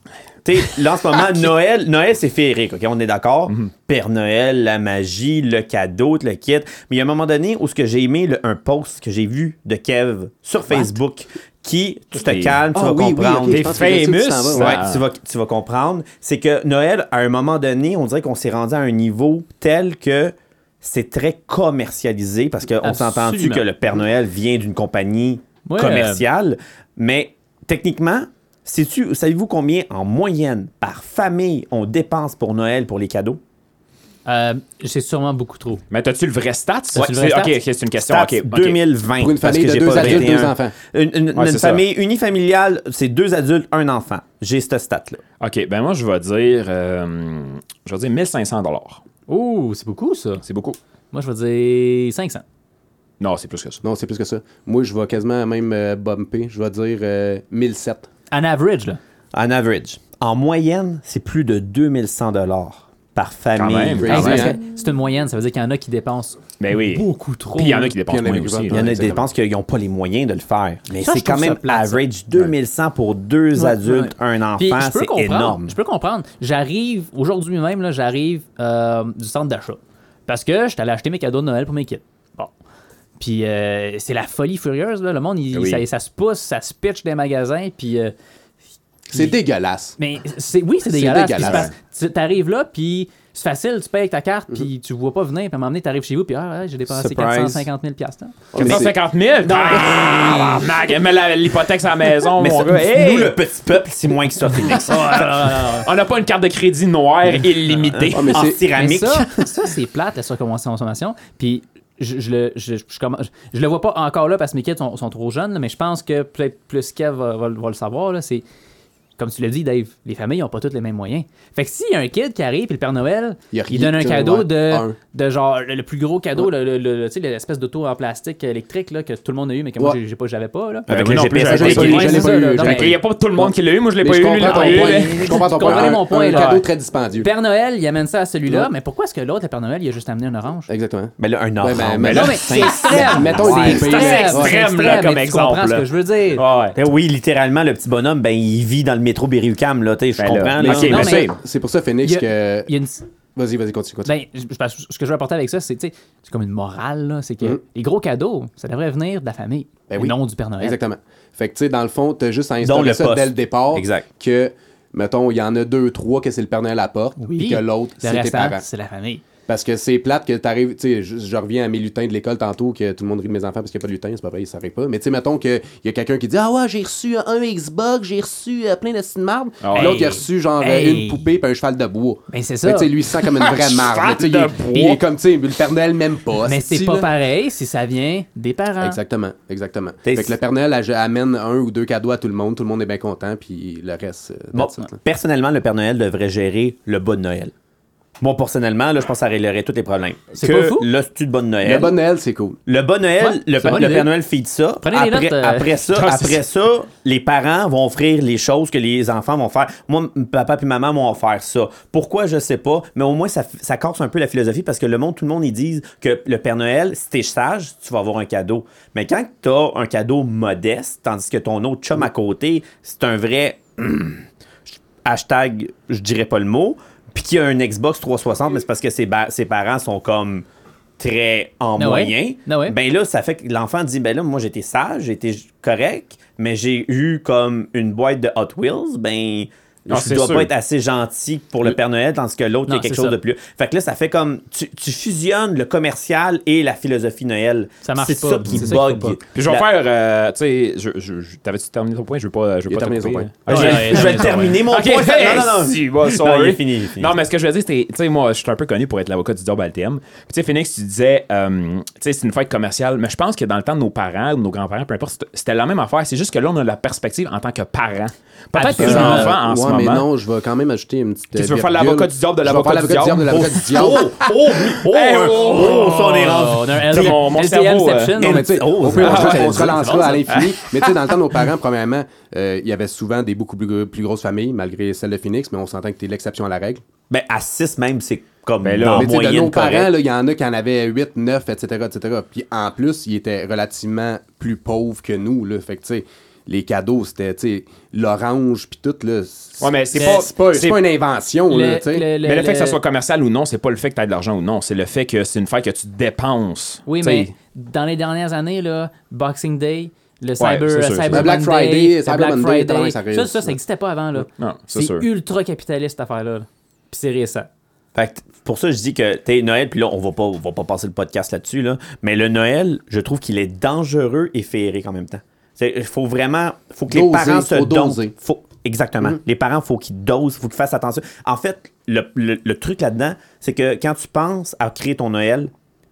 tu sais, là, en ce [laughs] moment, Noël, Noël, c'est féerique, OK? On est d'accord? Mhm. Père Noël, la magie, le cadeau, le kit. Mais il y a un moment donné où ce que j'ai aimé, le- un post que j'ai vu de Kev sur Facebook, qui, tu te Des- calmes, tu Ah vas oui, oui, comprendre. ok, je Des pense que je sais où tu t'en famous, vas, ouais. Ouais, tu vas, tu vas comprendre. C'est que Noël, à un moment donné, on dirait qu'on s'est rendu à un niveau tel que c'est très commercialisé parce qu'on Absolument. s'entend-tu que le Père Noël vient d'une compagnie Ouais, commerciale, mais techniquement, sais-tu- savez-vous combien en moyenne par famille on dépense pour Noël pour les cadeaux? Euh, c'est sûrement beaucoup trop. Mais t'as-tu le vrai stat? le C'est- vrai Ok, stat? ok, c'est une question. Stats ok, ok. 2020. Pour une parce famille que de j'ai deux pas adultes, deux 21. enfants. Une, une- Ouais, une c'est ça. famille unifamiliale, c'est deux adultes, un enfant. J'ai cette stat-là. Ok, ben moi, je vais dire. euh, je vais dire 1500 Oh, c'est beaucoup ça. C'est beaucoup. Moi, je vais dire 500. Non, c'est plus que ça. Non, c'est plus que ça. Moi, je vais quasiment même euh, bumper. Je vais dire euh, 1007. En average, là. En average. En moyenne, c'est plus de 2100 dollars par famille. même, Crazy, Hey, c'est parce hein? que c'est une moyenne, ça veut dire qu'il y en a qui dépensent Ah Ben oui. beaucoup trop. Puis il y en a qui Puis dépensent il y en a moins qui aussi. Il y en là. a Exactement. des dépenses qu'ils n'ont pas les moyens de le faire. Mais Ça, c'est je quand trouve même ça plate, ça. average 2100 pour deux Ouais, adultes, ouais. un Puis enfant, je peux c'est comprendre, énorme. Je peux comprendre. J'arrive, aujourd'hui même, là, j'arrive euh, du centre d'achat. Parce que je allé acheter mes cadeaux de Noël pour mes kids. Bon. Puis euh, c'est la folie furieuse, là. Le monde, il- Oui. ça, ça se pousse, ça se pitch des magasins, puis... euh, C'est dégueulasse. mais c'est, oui, c'est C'est dégueulasse. dégueulasse. Puis c'est parce- tu arrives là, puis c'est facile, tu payes avec ta carte, puis tu vois pas venir, puis à un moment donné, t'arrives chez vous, puis ah, ouais, j'ai dépensé Mm-hmm. Surprise. 450 000 piastres. hein. Mais c'est- 150 000? Ah, tabarnak, elle met la- l'hypothèque à la maison, Mais mon ça, gars. Hey! nous, le petit peuple, c'est moins que ça, Félix. [laughs] On n'a pas une carte de crédit noire illimitée. Ah, mais en c'est- Mais céramique. ça, ça c'est plate, la surconsommation. Puis je, je le, je, je- je commen- je le vois pas encore là parce que mes kids sont, sont trop jeunes, là, mais je pense que peut-être plus Kev va, va- va le savoir. là, C'est comme tu l'as dit, Dave, les familles n'ont pas tous les mêmes moyens. Fait que s'il y a un kid qui arrive et le Père Noël, Il y il, a rien, donne un tu cadeau vois, de, un. de genre le, le plus gros cadeau, le- le- le- tu sais, l'espèce d'auto en plastique électrique là, que tout le monde a eu, mais que moi Ouais. j'ai- j'ai pas- j'avais pas. Là. Avec le Ben oui, non plus, GPS j'avais intégré. pas eu, j'avais Ouais, pas c'est eu, ça, là, j'avais donc, pas Il eu. n'y a pas tout le monde qui l'a eu. Moi, je l'ai Mais pas je eu. comprends lui, ton non plus, point. mais- Je comprends ton Vous comprenez point. mon point, Un là. cadeau très dispendieux. Père Noël, il amène ça à celui-là, Ouais. mais pourquoi est-ce que l'autre, le Père Noël, il a juste amené un orange? Exactement. Ben là, un Ouais, ben, enfant. mais là, là, Non, Ah, mais c'est extrême. Mettons, Ouais, il est c'est payé. très Ouais. extrême. là, comme mais exemple, Tu comprends ce là. que je veux dire. Ouais. ben oui, littéralement, le petit bonhomme, ben il vit dans le métro Berry-UQAM, là, tu sais, je Ben là, comprends. mais là. c'est- Non, mais mais- c'est- C'est pour ça, Phoenix, Il y a- que. il y a une- Vas-y, vas-y, continue. continue. ben, je- je pense- ce que je veux apporter avec ça, c'est tu sais, c'est comme une morale, là, c'est que les gros cadeaux, ça devrait venir de la famille, Mm. Ben et oui. non du Père Noël. Exactement. Fait que, tu sais, dans le fond, t'as juste à Dont le instaurer ça poste. dès le départ. Exact. Que, mettons, il y en a deux, trois que c'est le Père Noël à la porte, Oui. puis que l'autre, Le c'est tes restant, parents. c'est la famille. Parce que c'est plate que t'arrives, tu sais, je, je reviens à mes lutins de l'école tantôt, que tout le monde rit de mes enfants parce qu'il n'y a pas de lutin, c'est pas vrai, ils savent pas. Mais tu sais, mettons qu'il y a quelqu'un qui dit Ah ouais, j'ai reçu un Xbox, j'ai reçu euh, plein de cinémas. marbre. ouais. L'autre, il a reçu genre euh, Ah Hey. une poupée puis un cheval de bois. Ben, c'est Fait ça. que, tu sais, lui, il se sent [laughs] comme une vraie marde. là, tu sais, il, Cheval de il bois. est comme, tu sais, le Père Noël même pas. Mais c'est c'ti, pas Ah, là. pareil si ça vient des parents. Exactement, exactement. T'es- Fait que le Père Noël elle, amène un ou deux cadeaux à tout le monde, tout le monde est bien content, puis le reste. euh, Bon, that's it, là. personnellement, le Père Noël devrait gérer le bas de Noël. Moi, personnellement, là, je pense que ça réglerait tous les problèmes. C'est que pas fou. L'hostie de Bonne Noël. Le bon Noël, c'est cool. Le bon Noël, Ouais, le, c'est une bonne le idée. Père Noël fait ça. Prenez des après, notes, euh. après [laughs] ça, Ah, c'est après ça, les parents vont offrir les choses que les enfants vont faire. Moi, m- papa puis maman m'ont offert ça. Pourquoi, je sais pas, mais au moins, ça, f- ça corse un peu la philosophie parce que le monde, tout le monde, ils disent que le Père Noël, si t'es sage, tu vas avoir un cadeau. Mais quand t'as un cadeau modeste, tandis que ton autre chum à côté, c'est un vrai hashtag, je dirais pas le mot, puis qu'il y a un Xbox 360, mais c'est parce que ses, ba- ses parents sont comme très en No way. moyen. No way. Ben là, ça fait que l'enfant dit, ben là, moi j'étais sage, j'étais j- correct, mais j'ai eu comme une boîte de Hot Wheels, ben... Ah, je c'est dois sûr. pas être assez gentil pour le Père Noël, tandis que l'autre, il y Non, a quelque c'est chose ça. de plus. Fait que là, ça fait comme. Tu, tu fusionnes le commercial et la philosophie Noël. Ça marche C'est pas. ça qui C'est ça qu'il faut bug. pas. Puis je vais La- faire. euh, tu sais, je, je, je- t'avais-tu terminé ton point Je veux pas, je veux Il a pas te terminé son couper, là. point. Je [laughs] vais- Ouais, ouais, je vais ouais, terminer mon Ok, point. [laughs] Non, non, non. si, bon, sorry. Non, il est fini, il est fini. Non, mais ce que je veux dire, c'est, tu sais, moi, je suis un peu connu pour être l'avocat du diable à LTM. Puis, tu sais, Phoenix, tu disais, euh, tu sais, c'est une fête commerciale, mais je pense que dans le temps de nos parents ou de nos grands-parents, peu importe, c'était- c'était la même affaire. C'est juste que là, on a la perspective en tant que parents. Peut-être que les Absolument. enfants, en Euh, ouais, ce mais moment. non, je vais quand même ajouter une petite. Qu'est-ce que tu veux euh, faire, virgule. l'avocat du diable de Je vais l'avocat faire du l'avocat du diable? diable de l'avocat du Oh, diable. oh, [laughs] oh, Hey, oh, oh, oh, ça, on est rendu. on a un L- Mon- mon LTM cerveau, euh, Inception. Non, mais tu sais, Oh, au pire, on ah se- ouais, on se relancera à l'infini. Mais tu sais, dans le temps de nos parents, premièrement, euh, il y avait souvent des beaucoup plus, gros- plus grosses familles, malgré celle de Phoenix, mais on s'entend que t'es l'exception à la règle. Ben, à 6 même, c'est comme là, dans Ben mais tu sais, de moyenne nos parents, correcte. là, il y en a qui en avaient 8, 9, etc., etc. Puis en plus, ils étaient relativement plus pauvres que nous. Là. Fait que, tu sais, les cadeaux, c'était, tu sais, l'orange, puis tout, là. c'est- Ouais, mais c'est c'est pas- c'est pas, c'est- c'est pas une invention, là, Le- tu sais. le- Mais le fait que ça soit commercial ou non, c'est pas le fait que t'aies de l'argent ou non, c'est le fait que c'est une fête que tu dépenses. Oui, tu sais. mais dans les dernières années, là, Boxing Day, le Ouais, Cyber, c'est sûr, Cyber c'est sûr. Black Monday, Friday, le Cyber Black Monday, Friday, tabarnak, ça arrive. ça, ça, ça n'existait pas avant. là. Non, c'est c'est sûr. ultra capitaliste cette affaire-là. là. Puis c'est récent. Fait que pour ça, je dis que t'es Noël, puis là, on va pas, on va pas passer le podcast là-dessus, là, mais le Noël, je trouve qu'il est dangereux et féerique en même temps. Il faut vraiment. faut que les Doser, parents se faut dosent. doser. Mm. Faut- exactement. Les parents, faut qu'ils dosent, faut qu'ils fassent attention. En fait, le, le- le truc là-dedans, c'est que quand tu penses à créer ton Noël,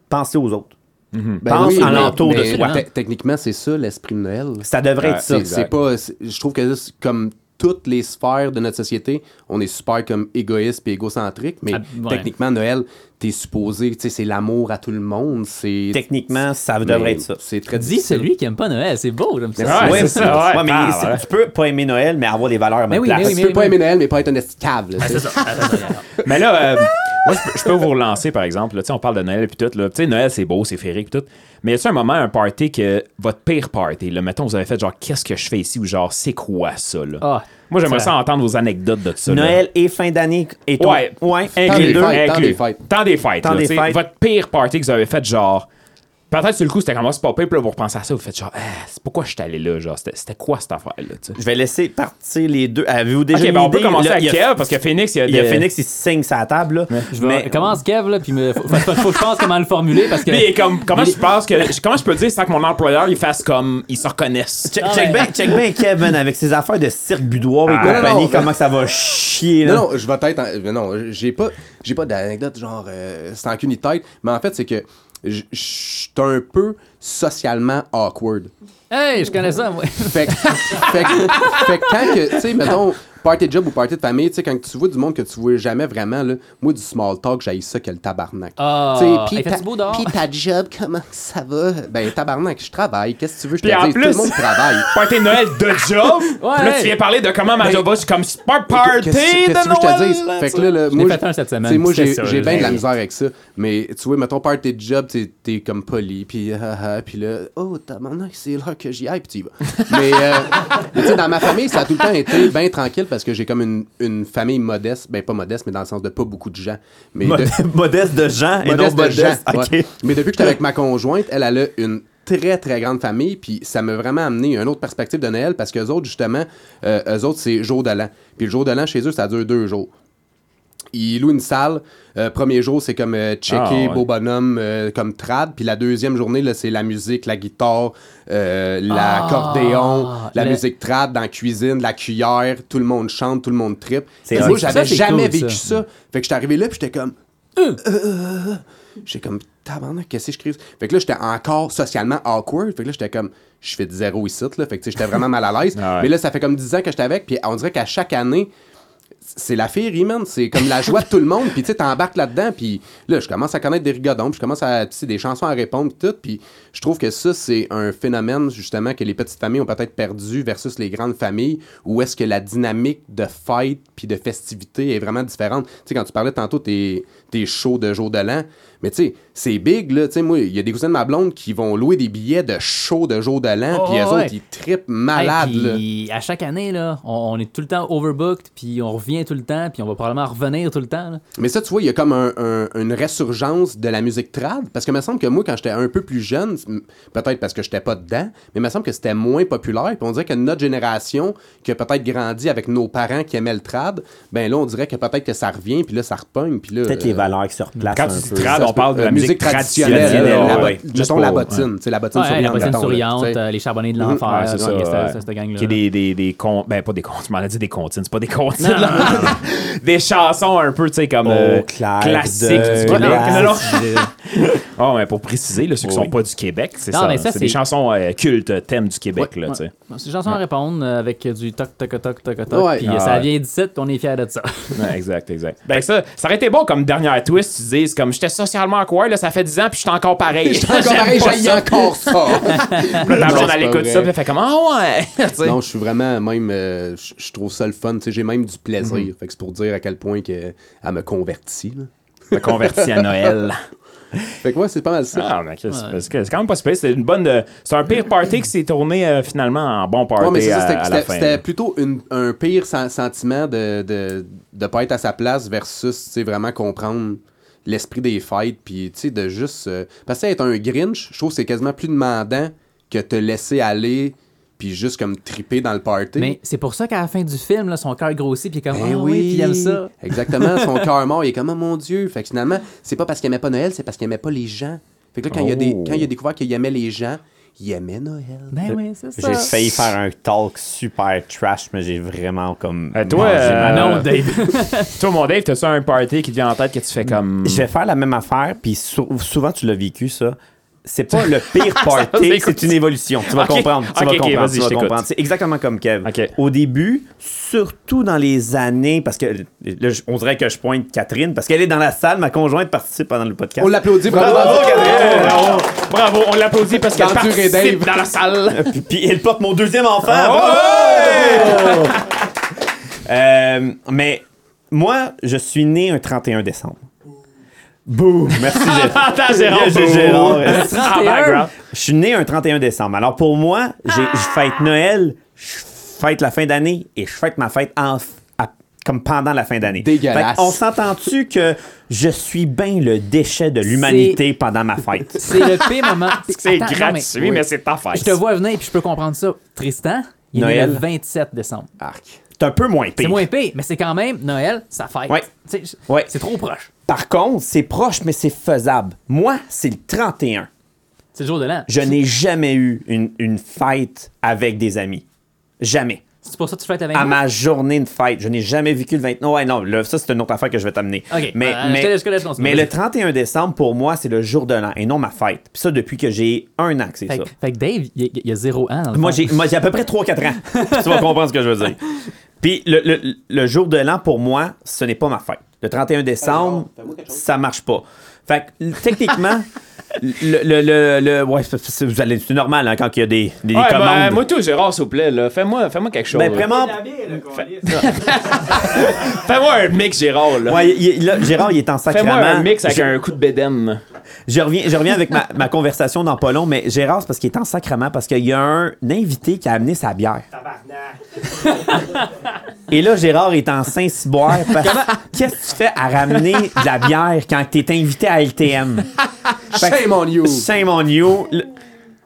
pensez aux autres. Ben Pense oui, à mais- l'entour de mais toi. te- Techniquement, c'est ça, l'esprit de Noël. Ça devrait Ouais, être ça. C'est c'est pas. c'est- Je trouve que c'est comme toutes les sphères de notre société, on est super comme égoïste et égocentrique, mais Ah, ouais. techniquement, Noël, t'es supposé, tu sais, c'est l'amour à tout le monde. C'est Techniquement, ça mais devrait être ça. C'est très Dis difficile. celui qui aime pas Noël, c'est beau, j'aime ça. Ouais, Ouais, c'est ça, ouais. ouais, mais Ah, c'est- ouais. tu peux pas aimer Noël, mais avoir des valeurs à Mais ma oui, place. mais oui, Tu peux pas aimer Noël, mais pas être un escave. là, tu sais. Mais là, euh, moi, je peux- je peux vous relancer, par exemple. là, tu sais, on parle de Noël puis tout. là. Tu sais, Noël, c'est beau, c'est féerique puis tout. Mais y a-tu un moment, un party que votre pire party, là, mettons, vous avez fait genre, qu'est-ce que je fais ici ou genre, c'est quoi ça, là? Ah, moi, j'aimerais ça- ça entendre vos anecdotes de ça. là. Noël et fin d'année et toi. Ouais, ouais Temps inclus des deux. fêtes, temps inclus. des fêtes. Temps des fêtes. Temps là, des tu sais, fêtes. Votre pire party que vous avez fait, genre. Peut-être sur le coup, c'était quand même pas pire, puis là, vous repensez à ça, vous faites genre, Ah, c'est pourquoi je suis allé là, genre, c'était c'était quoi cette affaire-là, tu sais? Je vais laisser partir les deux. Avez-vous déjà Ok, une ben on idée? peut commencer Là, à il y a- Kev, parce que Phoenix, il y a, Il y a des- [laughs] Phoenix, il signe sa table. Là. je vais- Commence Euh, Kev, là, puis me... faut, faut- faut- faut que je pense comment le formuler parce que. Lui, il est comme, comment je pense que, comment je peux dire sans que mon employeur, il fasse comme, il se reconnaisse? Check, Ah, check ouais. bien check bien Kevin avec ses affaires de cirque boudoir et Ah, compagnie, non, non, comment que ça va chier. Là. Non, non, je vais être. en- mais Non, j'ai pas, j'ai pas d'anecdote genre euh, sans qu'une tête, mais en fait, c'est que je je suis un peu socialement awkward. Hey, je connais ça, moi. Fait que, fait que- fait que quand que, tu sais, mettons, party de job ou party de famille, tu sais, quand tu vois du monde que tu vois jamais vraiment, là, moi, du small talk, j'aille ça que le tabarnak. Ah, Tu sais, pis hey, ta- fait-tu beau dehors? pis ta job, comment ça va? Ben, tabarnak, je travaille. Qu'est-ce que tu veux que je Puis en te dise? plus- Tout le monde travaille. Party de Noël de job. Puis là, tu viens parler de comment Ben, ma job va. Je suis comme, c'est pas un party Qu'est-ce que de qu'est-ce que tu veux que je te dise? Noël. Fait que là, là, l'ai moi, fait un cette semaine, t'sais, moi, c'était j'ai ça, j'ai bien de la j'ai- misère avec ça. Mais tu vois, mettons, party de job, t'es t'es comme poli, puis [laughs] ah, ah, puis là, oh, tabarnak, c'est l'heure que j'y aille, puis tu y vas. Mais, euh, mais tu sais, dans ma famille, ça a tout le temps été bien tranquille parce que j'ai comme une, une famille modeste, ben pas modeste, mais dans le sens de pas beaucoup de gens. Mais de- Mod- [laughs] modeste de gens et non modeste de gens. modeste. ok. ouais. Mais depuis que j'étais avec ma conjointe, elle, elle a une très très grande famille puis ça m'a vraiment amené une autre perspective de Noël parce que autres justement euh, eux autres c'est jour de l'an puis le jour de l'an chez eux ça dure deux jours ils louent une salle Euh, premier jour c'est comme euh, checker Ah, ouais. beau bonhomme euh, comme trad puis la deuxième journée là c'est la musique la guitare euh, l'accordéon Ah, la le- musique trad dans la cuisine la cuillère tout le monde chante tout le monde tripe C'est moi hot. j'avais Ça, c'est jamais cool, ça. vécu ça fait que j'étais arrivé là puis j'étais comme J'étais comme, tabarnak, qu'est-ce que je crie? Fait que là, j'étais encore socialement awkward. Fait que là, j'étais comme, je fais de zéro ici, là. Fait que, tu sais, j'étais vraiment mal à l'aise. Ah ouais. Mais là, ça fait comme 10 ans que j'étais avec. Puis on dirait qu'à chaque année, c'est la féerie, man. C'est comme la joie de tout le monde. Puis, tu sais, t'embarques là-dedans. Puis, là, je commence à connaître des rigodons. Puis, je commence à, tu sais, des chansons à répondre. Puis, tout. Puis, je trouve que ça, c'est un phénomène, justement, que les petites familles ont peut-être perdu versus les grandes familles. Où est-ce que la dynamique de fête puis de festivité est vraiment différente. Tu sais, quand tu parlais tantôt, tes, tes shows de jour de l'an. Mais, tu sais, c'est big, là. Tu sais, moi, il y a des cousins de ma blonde qui vont louer des billets de show de jour de l'an. Oh, puis, eux ouais. autres, ils trippent malade, Hey, là. puis à chaque année, là, on, on est tout le temps overbooked, puis on revient tout le temps, puis on va probablement revenir tout le temps. là. Mais ça, tu vois, il y a comme un- un- une résurgence de la musique trad. Parce que me semble que moi, quand j'étais un peu plus jeune, c'est- m- peut-être parce que j'étais pas dedans, mais me semble que c'était moins populaire. Puis on dirait que notre génération, qui a peut-être grandi avec nos parents qui aimaient le trad, ben là, on dirait que peut-être que ça revient, puis là, ça repogne, puis là. Peut-être euh, les valeurs qui se replacent Quand un tu dis peu. trad, ça se on parle peut. Euh, de la musique traditionnelle, la, ouais, bo- ouais. mettons Juste pour- la bottine, tu sais, la bottine Ouais, souriante. la bottine mettons, là, souriante, tu sais. euh, les charbonnets de l'enfer, Ouais, euh, c'est ça. ouais, ouais. cette- cette gang-là. Qui est des, des, des con- Ben, pas des cons. Je m'en ai dit des comptines. C'est pas des comptines. Non, là. non, non, [laughs] des chansons un peu, tu sais, comme. Au euh, clair classiques de du Québec. la [laughs] Non, non. Ah, mais pour préciser, là, ceux qui Oui. sont pas du Québec, c'est Non, ça. mais hein. ça, C'est des c'est- chansons euh, cultes, thèmes du Québec, là, Ouais. tu sais. C'est une chanson à répondre euh, avec du toc toc toc toc toc. Ouais. Puis euh, Ah ça ouais. vient d'ici, puis on est fiers de ça. Ouais, exact, exact. Fait que ça, ça aurait été bon comme dernière twist, tu dises, comme j'étais socialement awkward, là, ça fait 10 ans, puis je suis encore [laughs] pareil. [laughs] Encore pareil, J'aime pas j'haïs ça. encore ça. Puis là, ta blonde, Non, c'est elle pas écoute vrai. ça, puis elle fait comme, ah ouais! Tu sais. Non, je suis vraiment même. euh, je je trouve ça le fun. tu sais, J'ai même du plaisir. Mhm. Fait que c'est pour dire à quel point que, elle me convertit. là. Je me convertis à [laughs] Noël. Fait que ouais, c'est pas mal ça. Ah, mais Chris, parce que c'est quand même pas super. C'est une bonne. euh, C'est un pire party qui s'est tourné euh, finalement en bon party Ouais, mais c'est ça, à- c'était- à, la c'était fin. c'était plutôt une- un pire sen- sentiment de, de, de pas être à sa place versus tu sais, vraiment comprendre l'esprit des fêtes. Puis, tu sais, de juste. euh, parce que être un Grinch, je trouve que c'est quasiment plus demandant que te laisser aller puis juste comme triper dans le party. Mais c'est pour ça qu'à la fin du film, là, son cœur grossit, puis il est comme, Ben ah oui, puis il aime ça. Exactement, son cœur mort, il est comme, oh mon Dieu. Fait que finalement, c'est pas parce qu'il aimait pas Noël, c'est parce qu'il aimait pas les gens. Fait que là, quand, il, a des, Oh. quand il a découvert qu'il aimait les gens, il aimait Noël. Ben oui, c'est ça. J'ai failli faire un talk super trash, mais j'ai vraiment comme. Euh, toi, mangé euh, ma- Non, Dave. Toi, mon Dave, t'as-tu un party qui te vient en tête que tu Mm. fais [laughs] comme. Je vais faire la même affaire, puis sou- souvent tu l'as vécu ça. C'est pas le [laughs] pire party, s'écoute. c'est une évolution. Tu vas Ok. comprendre. Tu Ok, vas ok, comprendre. vas-y, tu je vas t'écoute. comprendre. C'est exactement comme Kev. Ok. Au début, surtout dans les années, parce que là, je- on dirait que je pointe Catherine, parce qu'elle est dans la salle, ma conjointe participe pendant le podcast. Oh, On l'applaudit, bravo! Bravo, Euh, Catherine! bravo. Bravo, on l'applaudit parce qu'elle Arthur et participe Dave. dans la [laughs] salle. Euh, puis, puis elle porte mon deuxième enfant. Oh! [laughs] Bravo! Euh, mais moi, je suis né un 31 décembre. Boum! Merci, [laughs] Gérard. Attends, Gérard. Ah, ben, J'ai Gérard. [laughs] En background. Je suis né un 31 décembre. Alors pour moi, j'ai- je fête Noël, je fête la fin d'année et je fête ma fête en, à- comme pendant la fin d'année. Fait Dégueulasse. qu'on s'entend-tu que je suis bien le déchet de l'humanité pendant ma fête? [laughs] C'est le pire moment. [laughs] C'est Attends, non, gratuit, mais- mais, c'est ta fête. Je te vois venir, puis je peux comprendre ça. Tristan, il est né Noël. le 27 décembre. Arc. C'est un peu moins pire. C'est moins payé, mais c'est quand même Noël, ça fête. Ouais. Tu sais, Ouais. C'est trop proche. Par contre, c'est proche, mais c'est faisable. Moi, c'est le 31. C'est le jour de l'an. Je n'ai jamais eu une, une fête avec des amis. Jamais. C'est pour ça que tu fêtes avec À moi. Ah, ma journée de fête, je n'ai jamais vécu le 29. Ouais, non, là, ça, c'est une autre affaire que je vais t'amener. Ok, Mais, euh, mais, je te laisse- je te laisse continuer. mais le 31 décembre, pour moi, c'est le jour de l'an et non ma fête. Puis ça, depuis que j'ai un an que c'est Fait, ça. que- fait que Dave, il y a- il y a zéro an. dans le Moi, fond. j'ai moi, j'ai à peu près 3-4 ans. tu vas comprendre ce que je veux dire. Puis le, le- le jour de l'an, pour moi, ce n'est pas ma fête. Le 31 décembre, ça marche pas. Fait que techniquement, [laughs] le. le, le, le- ouais, c'est- c'est vous allez- c'est normal hein, quand il y a des, des Ouais, commandes. ben, moi, tout, Gérard, s'il vous plaît, là. Fais-moi fais quelque chose. Ben, là. vraiment. Fais-moi un mix, Gérard, là. Ouais, il- il- là, Gérard, il est en sacrement. Fais-moi un mix avec Je- un coup de bédaine. Je reviens, je reviens avec ma, [laughs] ma conversation dans pas long, mais Gérard, c'est parce qu'il est en sacrement, parce qu'il y a un invité qui a amené sa bière. Et là, Gérard est en [laughs] Saint-Cyboire. parce- Qu'est-ce que tu fais à ramener de la bière quand t'es invité à LTM? Shame on you! Shame on you. Le,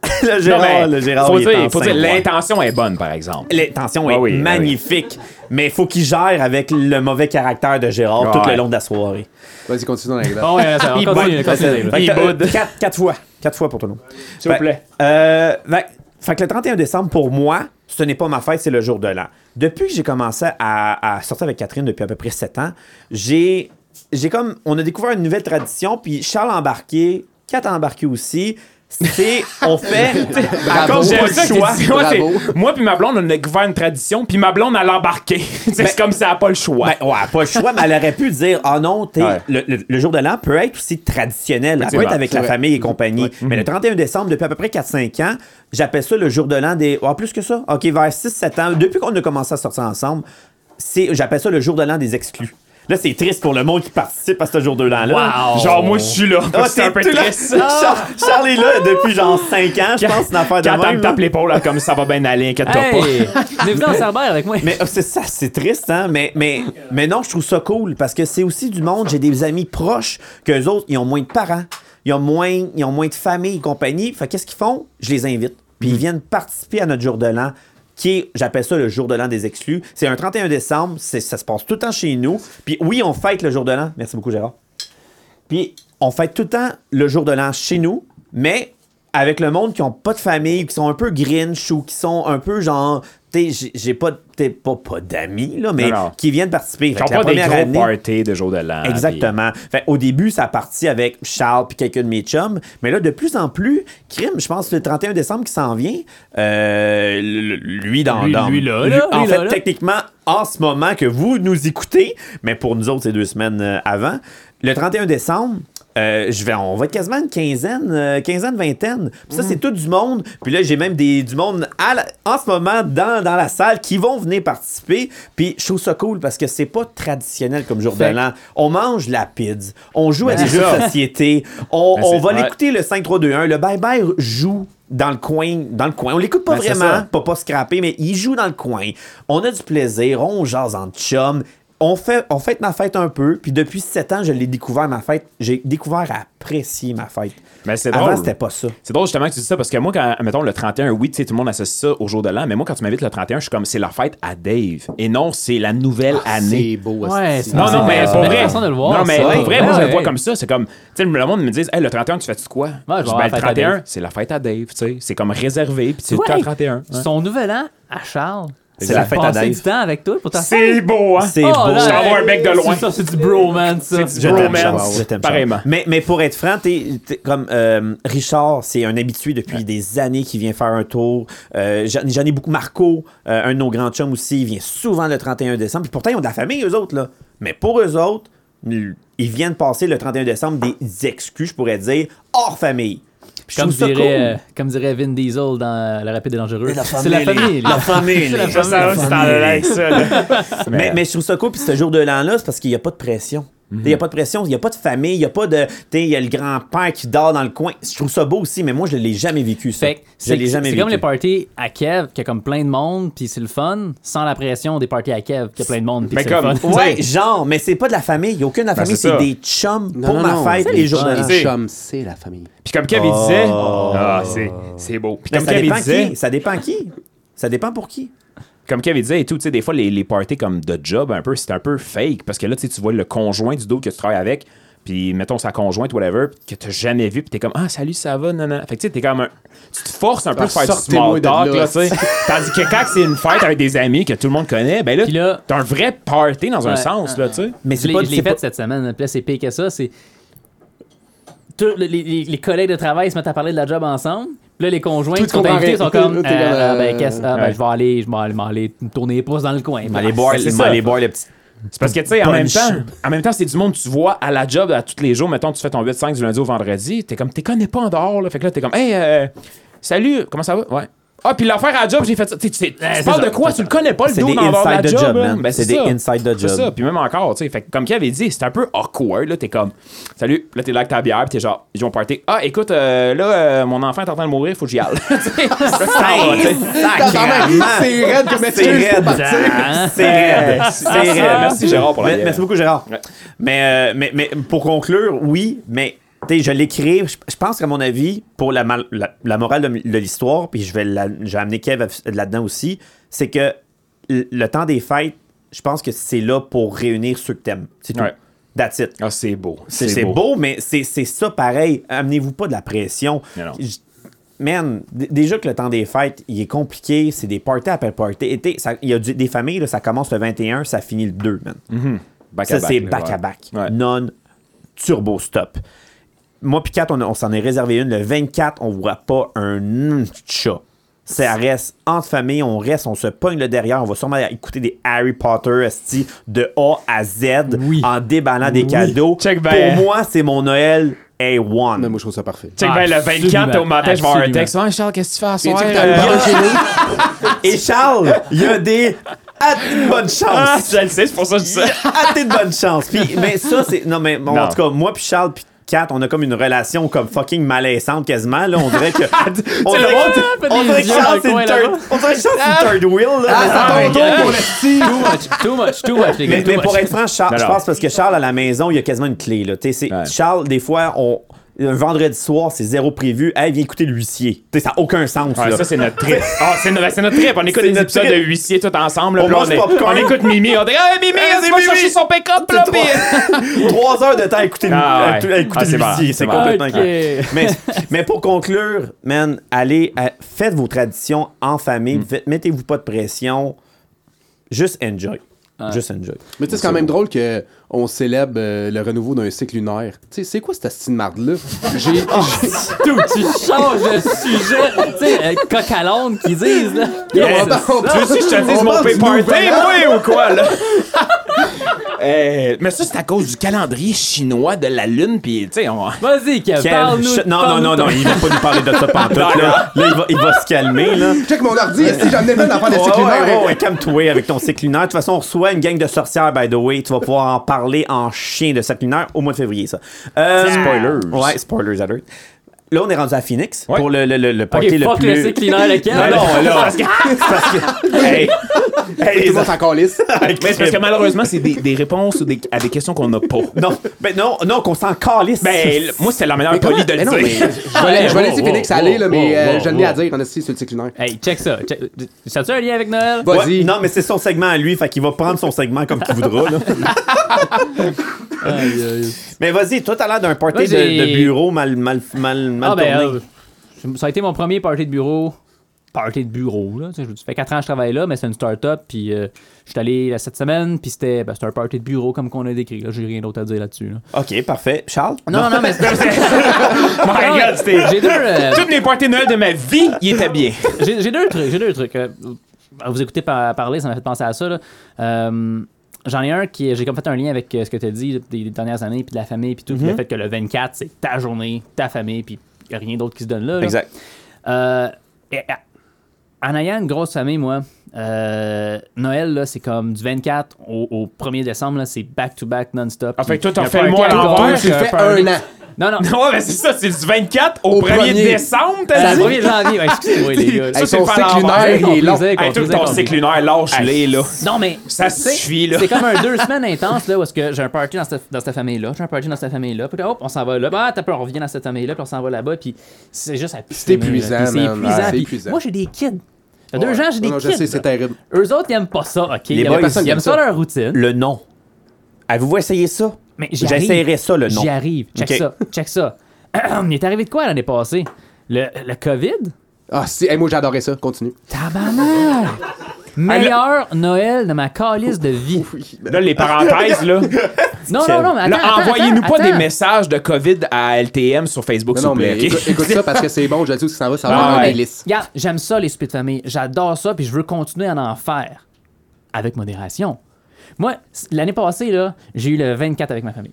[laughs] le Gérard, Non, mais le Gérard, faut il est en dire, faut dire, Saint-Cyboire. l'intention est bonne, par exemple. L'intention est Ah oui, ah oui. magnifique, mais il faut qu'il gère avec le mauvais caractère de Gérard tout Ah Ouais. le long de la soirée. Vas-y, continue dans l'anecdote. Bon, ouais, ça, on Il continue, boit. continue, Dave. Fait Il que, euh, boude. Quatre, quatre fois. Quatre fois pour tout le monde. S'il vous Fait- plaît. euh, fait, fait que le 31 décembre, pour moi, ce n'est pas ma fête, c'est le jour de l'an. Depuis que j'ai commencé à, à sortir avec Catherine depuis à peu près 7 ans, j'ai, j'ai comme. On a découvert une nouvelle tradition, puis Charles a embarqué, Kat a embarqué aussi. c'est on fait à Bravo. cause J'aime Ah pas le ça que choix. tu dis, moi, c'est- Bravo. moi puis ma blonde, on a couvert une tradition, puis ma blonde, elle a embarqué. [laughs] Tu sais, c'est comme ça, elle a pas le choix. Ben, ouais, pas le choix, mais elle aurait pu dire Ah non, t'es- Ouais. le, le- le jour de l'an peut être aussi traditionnel. Elle peut être vrai, avec c'est la vrai. famille et compagnie. Mais le 31 décembre, depuis à peu près 4-5 ans, j'appelle ça le jour de l'an des. Ah, plus que ça. OK, vers 6-7 ans, depuis qu'on a commencé à sortir ensemble, c'est j'appelle ça le jour de l'an des exclus. Là, c'est triste pour le monde qui participe à ce jour de l'an-là. Wow. Genre, moi, je suis là. Ah, c'est un peu t'es là. triste. Char- Charles est là depuis genre 5 ans, je pense, une affaire [laughs] de Quand elle même, me là. tape l'épaule, elle est comme ça va bien aller, inquiète-toi Hey! [laughs] Venez vous en Cerbère avec moi. Mais euh, c'est ça, c'est triste, hein? Mais, mais, mais non, je trouve ça cool parce que c'est aussi du monde. J'ai des amis proches qu'eux autres, ils ont moins de parents, ils ont moins, ils ont moins de famille et compagnie. Fait qu'est-ce qu'ils font? Je les invite. Puis ils viennent participer à notre jour de l'an qui est, j'appelle ça le jour de l'an des exclus. C'est un 31 décembre, c'est- ça se passe tout le temps chez nous. Puis oui, on fête le jour de l'an. Merci beaucoup, Gérard. Puis on fête tout le temps le jour de l'an chez nous, mais avec le monde qui ont pas de famille, qui sont un peu grinch ou qui sont un peu genre, tu sais, j'ai- j'ai pas, t'es pas, pas d'amis, là, mais Non, non. qui viennent participer. Fait pas. que la Ils font pas des première gros année. parties hein, de jour de l'an. Exactement. Fait, au début, ça partit avec Charles puis quelqu'un de mes chums. Mais là, de plus en plus, Crime, je pense le 31 décembre qui s'en vient, euh, l- lui dans... Lui- dans- lui là, là, en lui fait, là, là. techniquement, en ce moment que vous nous écoutez, mais pour nous autres, c'est deux semaines euh, avant. Le 31 décembre, euh, je vais, on va être quasiment une quinzaine, euh, quinzaine, vingtaine. Puis ça, Mhm. c'est tout du monde. Puis là, j'ai même des, du monde à la- en ce moment dans, dans la salle qui vont venir participer. Puis je trouve ça cool parce que c'est pas traditionnel comme jour Fait de l'an. On mange la pizza, on joue à Ben, des c'est jeux de ça. société, on, Ben, on c'est- va ouais. l'écouter le 5-3-2-1. Le bye-bye joue dans le coin, dans le coin. On l'écoute pas Ben, c'est vraiment, ça. pas pas scraper, mais il joue dans le coin. On a du plaisir, on jase en chum. On fait, on fête ma fête un peu, puis depuis 7 ans, je l'ai découvert, ma fête. J'ai découvert à apprécier ma fête. Mais Ben, c'est Avant, drôle. c'était pas ça. C'est drôle justement que tu dis ça parce que moi, quand, mettons, le 31, oui, tu sais, tout le monde associe ça au jour de l'an, mais moi, quand tu m'invites le 31, je suis comme, c'est la fête à Dave. Et non, c'est la nouvelle Ah, année. C'est beau. Ouais, hostie. c'est- Non, Ah, non, mais c'est pour une vrai. façon de le voir, non, mais ça. pour vrai, moi, Ouais, je le ouais. vois comme ça. C'est comme, tu sais, le monde me dit, hey, le 31, tu fais-tu quoi? Ouais, je vais je dis, avoir Ben, la le fête à 31, Dave. c'est la fête à Dave, tu sais. C'est comme réservé, puis c'est le Ouais. temps le 31. ouais. Son nouvel an à Charles. C'est la fête à Passer Dave. du temps avec toi pour ta C'est beau, hein? C'est beau. là, Je t'envoie hey, un bec de loin. c'est Ça, c'est du bromance, ça. Je C'est du t'aime, Romance, Charles. Je t'aime, Charles. pareillement. Mais, mais pour être franc, t'es- t'es comme euh, Richard, c'est un habitué depuis des années qui vient faire un tour. Euh, J'en j'en ai beaucoup. Marco, euh, un de nos grands chums aussi, il vient souvent le 31 décembre. Puis pourtant, ils ont de la famille, eux autres. Là. Mais pour eux autres, ils viennent passer le 31 décembre des excuses, je pourrais dire, hors famille. Puis je Comme trouve ça dirait, cool. comme dirait Vin Diesel dans Le Rapide et Dangereux. C'est famille. la famille. La famille. C'est la Ça, ça, famille. c'est en lien avec ça, là. Mais, mais je trouve ça cool, puis ce jour de l'an-là, c'est parce qu'il n'y a pas de pression. Il n'y a pas de pression, il n'y a pas de famille, il n'y a pas de. Tu il y a le grand-père qui dort dans le coin. Je trouve ça beau aussi, mais moi, je ne l'ai jamais vécu, ça. Fait que je c'est l'ai jamais c'est vécu. comme les parties à Kev, qui a comme plein de monde, puis c'est le fun, sans la pression des parties à Kev, qui a plein de monde, puis Mais c'est le fun. comme- Ouais, genre, mais c'est pas de la famille. Il n'y a aucune de la famille, c'est c'est ça. des chums Non, pour non, ma non, fête c'est et les jours de l'an. les C'est- chums, c'est la famille. Puis comme Kev, il disait, ah, c'est- c'est beau. Puis Mais comme Ben, ça Kev, il dépend disait, qui. Ça dépend qui. Ça dépend pour qui. comme Kev il disait et tout, tu sais, des fois, les, les parties comme de job, un peu, c'est un peu fake parce que là, tu sais, tu vois le conjoint du dos que tu travailles avec, puis mettons sa conjointe, whatever, que t'as jamais vu, puis t'es comme, ah, salut, ça va, non, non. Fait que tu sais, t'es comme un. Tu te forces un peu Ah, à faire du sortez-moi small de talk, là. là, tu [laughs] sais. Tandis que quand c'est une fête avec des amis que tout le monde connaît, ben là, Puis là- t'as un vrai party dans Ouais. un sens, là, tu sais. Mais Je c'est l'ai pas. je l'ai c'est fait pas- cette semaine. Puis là, c'est pire que ça. C'est. Tous les, les- les collègues de travail se mettent à parler de la job ensemble. Puis là, les conjoints Tout qui sont comparé. invités sont Tout- comme. tout est euh, comme, euh, ben, qu'est-ce. Ah, ben, ouais. je vais aller, je vais aller, m'en aller tourner les pouces dans le coin. Ben, Aller boire, c'est aller ça. aller boire les petits. C'est parce que, tu sais, en même Punch. temps, en même temps, c'est du monde que tu vois à la job à tous les jours. Mettons, tu fais ton 8-5 du lundi au vendredi. T'es comme, t'es connais pas en dehors, là. Fait que là, t'es comme, hey, euh, salut, comment ça va? Ouais. Ah, puis l'affaire à la job, j'ai fait ça. Tu sais, tu sais, tu c'est parles ça, de quoi? Tu le connais pas, le C'est dos des dans le dehors de la inside the job, job, là. man. Ben, C'est des ça. inside the C'est job. ça. Puis même encore, tu sais. Fait que comme Kev avait dit, c'est un peu awkward, là. T'es comme, salut, là, t'es là avec ta bière, puis t'es genre, ils vont partir. Ah, écoute, euh, là, euh, mon enfant est en train de mourir, faut que j'y aille. Tu sais, là, tu t'en vas, tu sais. C'est raide comme C'est raide. C'est raide. C'est Ah, raide. Merci, Gérard, pour la Mais- bière. Merci beaucoup, Gérard. Mais, euh, mais, mais pour conclure, oui, mais tu sais, je l'écris. Je je pense qu'à mon avis, pour la, mal- la, la morale de, de l'histoire, puis je vais, la- je vais amener Kev à- là-dedans aussi, c'est que le, le temps des fêtes, je pense que c'est là pour réunir ceux que t'aimes. C'est tout. Ouais. That's it. Ah, c'est beau. C'est c'est beau. mais c'est c'est ça pareil. Amenez-vous pas de la pression. Non, non. J- Man, d- déjà que le temps des fêtes, il est compliqué, c'est des parties après parties. Et t'sais, ça- Il y a du- des familles, là, ça commence le 21, ça finit le 2, man. Back à Ça, back, c'est là, back ouais. à back. Ouais. Non, turbo stop. moi puis Kat, on, a- on s'en est réservé une. Le 24, on voit pas un chat. Ça reste entre famille, on reste, on se pogne le derrière. On va sûrement écouter des Harry Potter esti, de A à Z Oui. en déballant des cadeaux. Check ben. Pour moi, c'est mon Noël A1. Non, moi, je trouve ça parfait. Check bien, ben, le 24 Absolument, au matin, je vais avoir un absolument. texte. Ouais, Charles, qu'est-ce que tu fais à soir? Viens-tu que t'as Euh, le parle chez nous? Et Charles, il y a des hâtés de bonne Ah, [laughs] chance. je le sais, c'est pour ça que je [laughs] dis ça. Hâtés Ah, de bonne chance. Puis, mais ça, c'est. Non, mais bon, Non. en tout cas, moi, puis Charles, puis Kat, on a comme une relation comme fucking malaisante quasiment. Là, on dirait que. on, le dirait monde que fait on des dirait que yeux dans Charles, le c'est coin, une third. là-bas. On dirait que Charles, c'est une third wheel. Là, Mais- Ah, my c'est ton God. tour, mon esti. Too much, too much, too much, les gars. mais, too mais pour much. être franc, Charles, je Alors. pense parce que Charles à la maison, il y a quasiment une clé. Là. Tu sais, c'est- Ouais. Charles, des fois, on, un vendredi soir, c'est zéro prévu. Hey, viens écouter l'huissier. Tu sais, Ça n'a aucun sens. Ouais, là. ça, c'est notre trip. Ah, c'est no- c'est notre trip. On C'est écoute des notre épisodes trip. de huissiers tout ensemble. On puis mange est- popcorn. on écoute Mimi. On dit Hey, Mimi, Hey, elle va Mimi. chercher son pick-up. là, trois, puis- trois heures de temps à écouter, Ah ouais. à- à écouter Ah, c'est l'huissier. bon, C'est c'est complètement Ok. correct. mais, mais pour conclure, man, allez, à- faites vos traditions en Mm. famille. Faites- Mettez-vous pas de pression. Juste enjoy. Juste enjoy. Mais tu sais, c'est quand même drôle que on célèbre euh, le renouveau d'un cycle lunaire. Tu sais, c'est quoi cette astuce de marde-là? J'ai. [laughs] Tout, tu changes de sujet. tu sais, euh, coq à l'âne qu'ils disent, là. on Yes. va- on va- Tu veux que je te dise on mon parle du pay party, nouvel an. moi, ou quoi, là? Eh, mais ça, c'est à cause du calendrier chinois de la Lune, puis, tu sais, on... Vas-y, Kev, Quel- parle-nous. non, non, non, non, il va pas nous parler de ça pantoute. [laughs] là. Là, il va, il va se calmer. Là. Check mon ordi, si j'amenais même l'enfant de Ah, Ouais, cycle ouais, ouais, lunaire. ouais, calme-toi avec ton cycle lunaire. De toute façon, on reçoit une gang de sorcières, by the way. Tu vas pouvoir en parler en chien de cycle lunaire au mois de février, ça. Euh, Spoilers. Ouais, spoilers alert. Là, on est rendu à Phoenix Ouais. pour le, le, le, le party Ok, le fuck plus... le cycle lunaire, lequel? Non, non, là. Parce que- C'est parce que... Hey! [laughs] Hey, Tout les le monde s'en calisse. Mais c'est parce que malheureusement, c'est des, des réponses ou des- à des questions qu'on n'a pas. Non, ben non, non, qu'on s'en calisse. Ben, l- moi, c'est la meilleure polie de le Mais non, mais dire. je vais la- je vais laisser Phoenix aller, là, mais euh, j'ai rien à dire, en esti, sur le cycle lunaire. Hey, check ça. Check... Ça tu un lien avec Noël? Ouais, Vas-y. non, mais c'est son segment à lui, fait qu'il va prendre son segment comme qu'il voudra. là. mais vas-y, toi, t'as l'air d'un Moi, party de, j'ai- de bureau mal, mal, mal, mal Ah, ben, tourné. euh, ça a été mon premier party de bureau. Party de bureau, là. Tu sais, je veux dire, Ça fait 4 ans que je travaille là, mais c'est une start-up. Puis euh, je suis allé là, cette semaine, puis c'était ben, c'était un party de bureau comme qu'on a décrit. Là, j'ai rien d'autre à dire là-dessus. là. Ok, parfait. Charles? Non, non, mais [laughs] My Non, God, c'était... J'ai deux, euh, Toutes les parties de Noël de ma vie, il était bien. [laughs] j'ai j'ai deux trucs. J'ai deux trucs. euh, à vous écouter par- parler, ça m'a fait penser à ça. là. Euh, J'en ai un qui est- j'ai comme fait un lien avec euh, ce que tu as dit des, des dernières années puis de la famille puis tout puis le fait que le 24 c'est ta journée, ta famille puis y a rien d'autre qui se donne là. là. Exact. Euh, et- et- en ayant une grosse famille, moi, euh, Noël, là, c'est comme du 24 au, au 1er décembre, là, c'est back-to-back non-stop. En Ah, fait, Puis toi, t'en y a fais pas le un mois à cadeau. l'envers. Tu le euh, fais party. un an. Non, non, Ouais, mais c'est ça, c'est du 24 au, Au 1er premier. décembre, c'est t'as le dit? 1er janvier. Ouais, Excusez-moi, [laughs] les gars. Ça, Hey, c'est son pas cycle l'envers. lunaire, il est long. Compris, Hey, toi, compris, ton compris. cycle lunaire, lâche-les, là. Non, mais Ça suffit, là. c'est comme un deux semaines intense, là, où est-ce que j'ai un party dans cette, dans cette famille-là, j'ai un party dans cette famille-là, puis là, hop, on s'en va là, bah, t'as peur, on revient dans cette famille-là, puis on s'en va là-bas, puis c'est juste à plus C'est finir, là. épuisant, Puis man. Ouais, c'est C'est épuisant. puis épuisant. Moi, j'ai des kids. Fait Deux gens, j'ai des Non, non, kids. je sais, c'est terrible. Eux autres, ils aiment pas ça, OK? ils, boys, aiment, personne ils qui aiment aime ça, ça. leur routine. Le nom. Avez-vous essayé ça? Mais j'y arrive. J'essayerai ça, le nom. J'y arrive. Check Ok. ça. Check ça. [clears throat] Il est arrivé de quoi l'année passée? Le, le COVID? Ah, si, hey, moi, j'adorais ça. Continue. Tabarnak! Meilleur Noël de ma calice de vie. Là, les parenthèses, là. Non, non, non, mais attends, Là, attends, envoyez-nous attends, pas des attends. messages de COVID à LTM sur Facebook, Non, s'il vous non, mais plaît. ok? écoute, écoute ça parce que c'est bon, je le dis où ça va, ça va Ah, dans ouais. les listes. Regarde, j'aime ça, les soupers de famille. J'adore ça, puis je veux continuer à en faire. Avec modération. Moi, c- l'année passée, là, j'ai eu le 24 avec ma famille.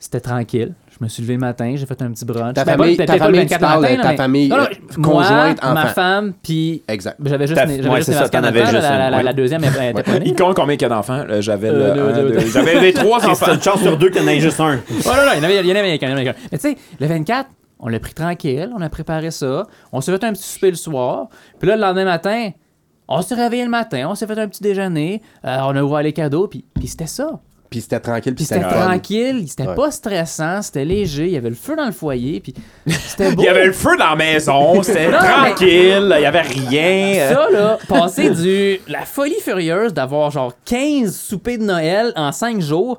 C'était tranquille. Je me suis levé le matin, j'ai fait un petit brunch. Ta Ben, famille- peut-être ta pas le famille, tu 24 le parles, matin, là, ta mais- famille, Non, non, euh, moi, conjointe, ma enfant. femme, puis... Exact. J'avais juste, Ta- j'avais ouais, juste c'est les ça, masques en t'en avais attente, juste la, la- une, la- ouais. la deuxième, elle elle était pas née. [laughs] Il compte combien qu'il y a d'enfants? Euh, J'avais le. Euh, deux, un, deux, deux. deux. J'avais les trois Ah, C'est enfants. une chance sur deux qu'il y en ait juste un. Oh non, non, il y en avait, il y en avait quand même. il y en avait quand même. Mais tu sais, le 24, on l'a pris tranquille, on a préparé ça, on s'est fait un petit souper le soir, puis là, le lendemain matin, on s'est réveillé le matin, on s'est fait un petit déjeuner, euh, on a ouvert les cadeaux, puis, puis c'était ça. Puis c'était tranquille, puis Puis c'était c'était fun. tranquille, c'était Ouais. pas stressant, c'était léger, il y avait le feu dans le foyer, puis [laughs] c'était beau. Il y avait le feu dans la maison, c'était [laughs] Non, tranquille, il y avait rien. Euh, Ça, [laughs] là, passer du la folie furieuse d'avoir genre 15 soupers de Noël en 5 jours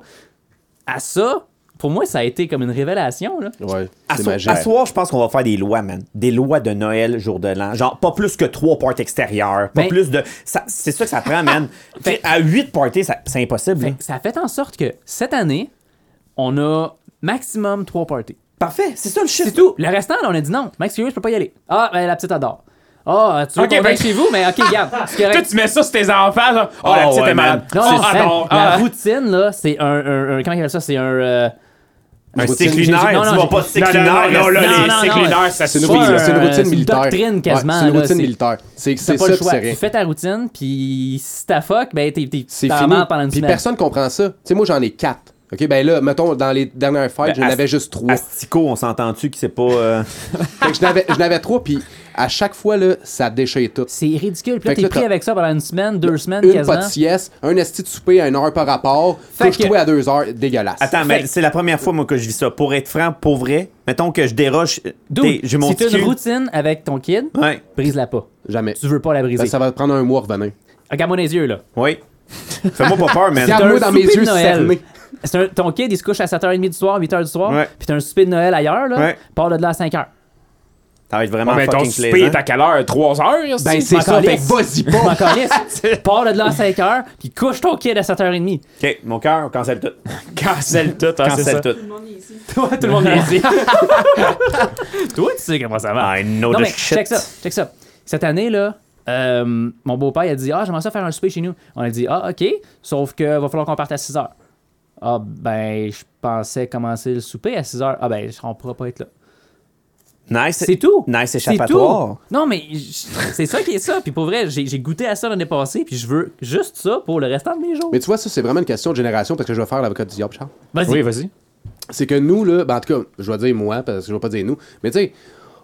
à ça, pour moi, ça a été comme une révélation, là. Ouais, À, c'est so- magique. à soir, je pense qu'on va faire des lois, man. Des lois de Noël, jour de l'an. Genre, pas plus que trois portes extérieures. Pas Mais- plus de. ça- C'est ça que ça prend, [laughs] man. Tu sais, à huit parties, ça- c'est impossible. Ben, Fait là. que ça a fait en sorte que cette année, on a maximum trois parties. Parfait, c'est ça le C'est chiffre. tout. Le restant, là, on a dit non. M'excuse, je peux pas y aller. Ah, ben la petite adore. Ah, tu veux Ok, qu'on ben- vienne chez vous, mais [laughs] ok, garde. C'est correct. Toi, tu mets ça sur tes enfants, là. Oh, la Oh, petite ouais, est malade. Non, Oh, non, ah, man, non, la ah. routine, là, c'est un, un, un- Comment ils appellent ça? C'est un. euh, Un j'ai- cycle j'ai- lunaire, non, non, tu vas j'ai- pas cycle Non, non, lunaire. non, là, non, les non, cycles non. lunaire, ça C'est une, pas routine- un- c'est une c'est routine une militaire. doctrine quasiment, Ouais, c'est une là, routine c'est- militaire. C'est T'as c'est pas le ça, puis choix. c'est Tu rien. fais ta routine, puis si ta fuck, ben t'es t'es C'est t'en fini. manges pendant une Puis semaine. personne comprend ça. Tu sais, moi, j'en ai quatre. OK, ben là, mettons, dans les dernières Ben, fights, j'en ast- avais juste trois. Astico, on s'entend-tu que c'est pas. euh, Fait que je n'avais- je n'avais trois, puis à chaque fois, là, ça déchire tout. C'est ridicule. Puis là, Fait que t'es là, pris t'as- avec ça pendant une semaine, deux semaines, Une pas de quasiment. sieste, un esti de souper à une heure par rapport, Fait touche-toi que- à deux heures, dégueulasse. Attends, mais c'est la première fois, moi, que je vis ça. Pour être franc, pour vrai, mettons que je déroge. t'es- Dude, J'ai mon si t'as petit une cul. routine avec ton kid, Ouais, brise-la pas. Jamais. Tu veux pas la Ben, briser. ça va te prendre un mois à revenir. Regarde-moi dans les yeux, là. oui. Fais-moi pas peur, [laughs] man. Regarde-moi T'as un dans mes souper de yeux Noël. fermés. C'est un- ton kid, il se couche à 7h30 du soir, 8h du soir, Ouais. puis t'as un souper de Noël ailleurs, là, Ouais. part de là à 5h. Ça va être vraiment Bon, ben, ton fucking souper est plaisant. à quelle heure? 3 heures? Ben, si? c'est ça, fait que calisse. vas-y pas. M'en calisse. Part de là à 5h, puis couche ton kid à 7h30. Ok, mon cœur, on cancelle tout. [laughs] Cancel tout, hein, c'est ça. Cancelle tout. Tout le monde est ici. Toi, tout le monde l'a dit. [laughs] Toi, tu sais comment ça va. I know non, the mais Ah, shit. check ça, check ça. Cette année, là, euh, mon beau-père, il a dit Ah, j'aimerais ça faire un souper chez nous. On a dit Ah, OK, sauf que va falloir qu'on parte à 6 h. Ah, ben, je pensais commencer le souper à 6 h. Ah, ben, on pourra pas être là. Nice. C'est tout. Nice C'est échappatoire. tout. Non, mais j- c'est ça qui est ça. Puis pour vrai, j'ai j'ai goûté à ça l'année passée, puis je veux juste ça pour le restant de mes jours. Mais tu vois, ça, c'est vraiment une question de génération, parce que je vais faire l'avocat du diable, Charles. ben, [laughs] Vas-y. Oui, vas-y. c'est que nous, là, ben, en tout cas, je vais dire moi, parce que je vais pas dire nous, mais tu sais,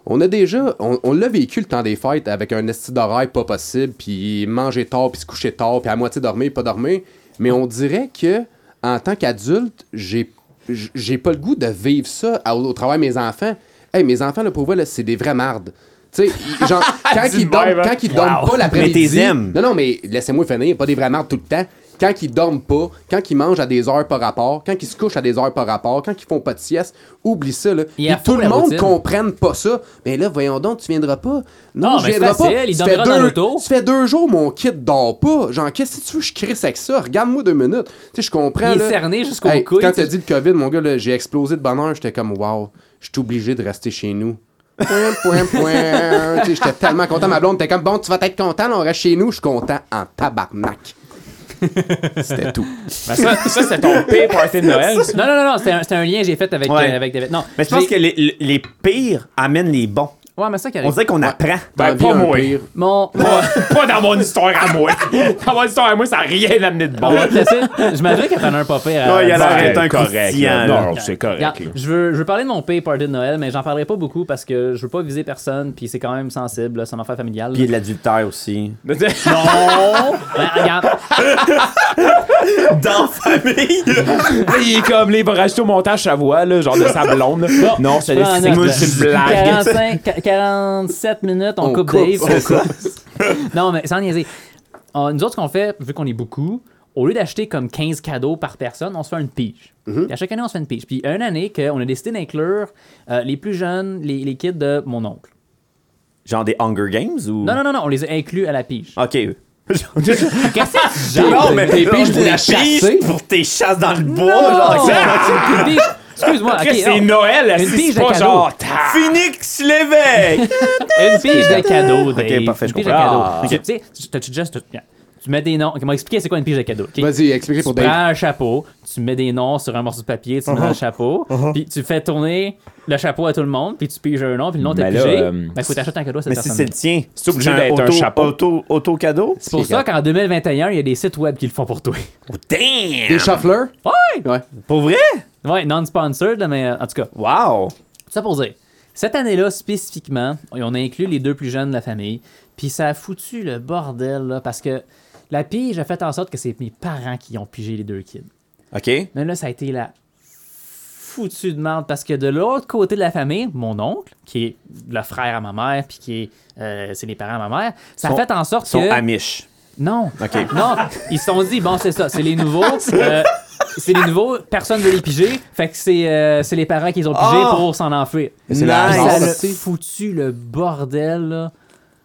on a déjà, on, on l'a vécu le temps des fêtes avec un esti d'horaire pas possible, puis manger tard, puis se coucher tard, puis à moitié dormir, pas dormir. Mais on dirait que, en tant qu'adulte, j'ai j- j'ai pas le goût de vivre ça à- au, au travers de mes enfants. Hey, mes enfants, là, pour vous, là, c'est des vrais mardes. Tu sais, ils- genre, quand Dis ils de même, dorment, hein. quand ils Wow. dorment pas Mais t'es l'après-midi. aimes. Non, non, mais laissez-moi finir, pas des vrais mardes tout le temps. Quand ils dorment pas, quand ils mangent à des heures par rapport, quand ils se couchent à des heures par rapport, quand ils font pas de sieste, oublie ça, là. Il y Puis a tout faux le la monde routine. comprenne pas ça. Mais là, voyons donc, tu viendras pas. Non, Ah, je mais c'est viendrai pas. facile, il ça fait dormira dans deux- l'auto. Ça fait deux jours, mon kit dort pas. Genre, qu'est-ce que tu veux, que je crisse avec ça? Regarde-moi deux minutes. Tu sais, je comprends. Il est là. cerné jusqu'aux Hey, couilles, Quand tu- t'as dit le COVID, mon gars, là, j'ai explosé de bonheur. J'étais comme, wow, je suis obligé de rester chez nous. Point, point, [laughs] point. Tu sais, J'étais tellement content. Ma blonde était comme, bon, tu vas être content, là, on reste chez nous. Je suis content en tabarnak. C'était tout. Ben, ça, ça c'est ton pire party [laughs] de Noël. Non, non, non, non, c'était un, c'était un lien que j'ai fait avec, Ouais. euh, avec David. Non, Mais je pense que j'ai- les, les- les pires amènent les bons. Ouais, mais ça qui On arrive. dirait qu'on apprend. Ben, T'en vis pas un moi. pire. Mon. Pas, pas dans mon histoire à moi. [laughs] Dans mon histoire à moi, ça n'a rien amené de [laughs] bon. On va te laisser. Je m'adorais qu'elle prenne un pas pire. à- Ouais, il y a l'air Ouais, d'être un croustillant, hein, là. là. Non, c'est Regarde, correct. là. je, veux, je veux parler de mon pay party de Noël, mais j'en parlerai pas beaucoup parce que je veux pas viser personne, puis c'est quand même sensible, là, c'est un affaire familiale. Puis il y a de l'adultère aussi. Non! Ben, regarde, Dans famille. Il est comme, les il va rajouter au montage sa voix, là, genre de sa blonde. là. Non, c'est des prends c'est note, là. une blague. 45, qu- 47 minutes, on, On coupe, coupe, Dave. on On coupe. [laughs] non, mais sans niaiser. On- nous autres, ce qu'on fait, vu qu'on est beaucoup, au lieu d'acheter comme 15 cadeaux par personne, on se fait une pige. Puis À chaque année, on se fait une pige. Puis une année qu'on a décidé d'inclure euh, les plus jeunes, les, les kids de mon oncle. Genre des Hunger Games ou. Non, non, non, non, on les a inclus à la pige. Ok. [laughs] Qu'est-ce que tu non, mais tes piges pour tes la piges chasser. pour tes chasses dans le bois. Non! genre, Oh! Une pige- Excuse-moi, ok, oh. Chris, C'est non. Noël, Une si pige c'est de pas cadeau. genre. ta- Phoenix Lévesque! une pige de cadeau, Dave. parfait, je Une pige de comprends. cadeau. Ah. Tu tu sais, t'as- tu juste- tu- tu mets des noms. Ok, on va expliquer c'est quoi une pige de cadeau. ok? Vas-y, expliquez pour tu prends Dave. un chapeau, tu mets des noms sur un morceau de papier, tu mets dans le chapeau, puis tu fais tourner le chapeau à tout le monde, puis tu piges un nom, puis le nom t'es Mais là, pigé. euh, Ben, écoute, t'achètes un cadeau à cette Mais si personne. c'est le tien, C'est obligé d'être un auto- chapeau. Auto, auto cadeau? C'est pour ça qu'en 2021, il y a des sites web qui le font pour toi. [laughs] Des Damn! shufflers? Ouais! Ouais. Pour vrai? Ouais, non-sponsored, là, mais euh, en tout cas, Wow! ça pour dire. Cette année-là, spécifiquement, on a inclus les deux plus jeunes de la famille, puis ça a foutu le bordel, là, parce que la pige a fait en sorte que c'est mes parents qui ont pigé les deux kids. Ok. Mais là, ça a été la foutue de merde parce que de l'autre côté de la famille, mon oncle, qui est le frère à ma mère, puis qui est. euh, c'est les parents à ma mère, ça a Sont- fait en sorte Ils sont que. amish. Non. Ok. [laughs] Non, ils se sont dit, bon, c'est ça, c'est les nouveaux. euh, c'est les nouveaux, personne ne veut les piger. Fait que c'est, euh, c'est les parents qui les ont pigés Ah! pour s'en enfuir. c'est Puis la ça raison, a là, tu sais. foutu le bordel, là.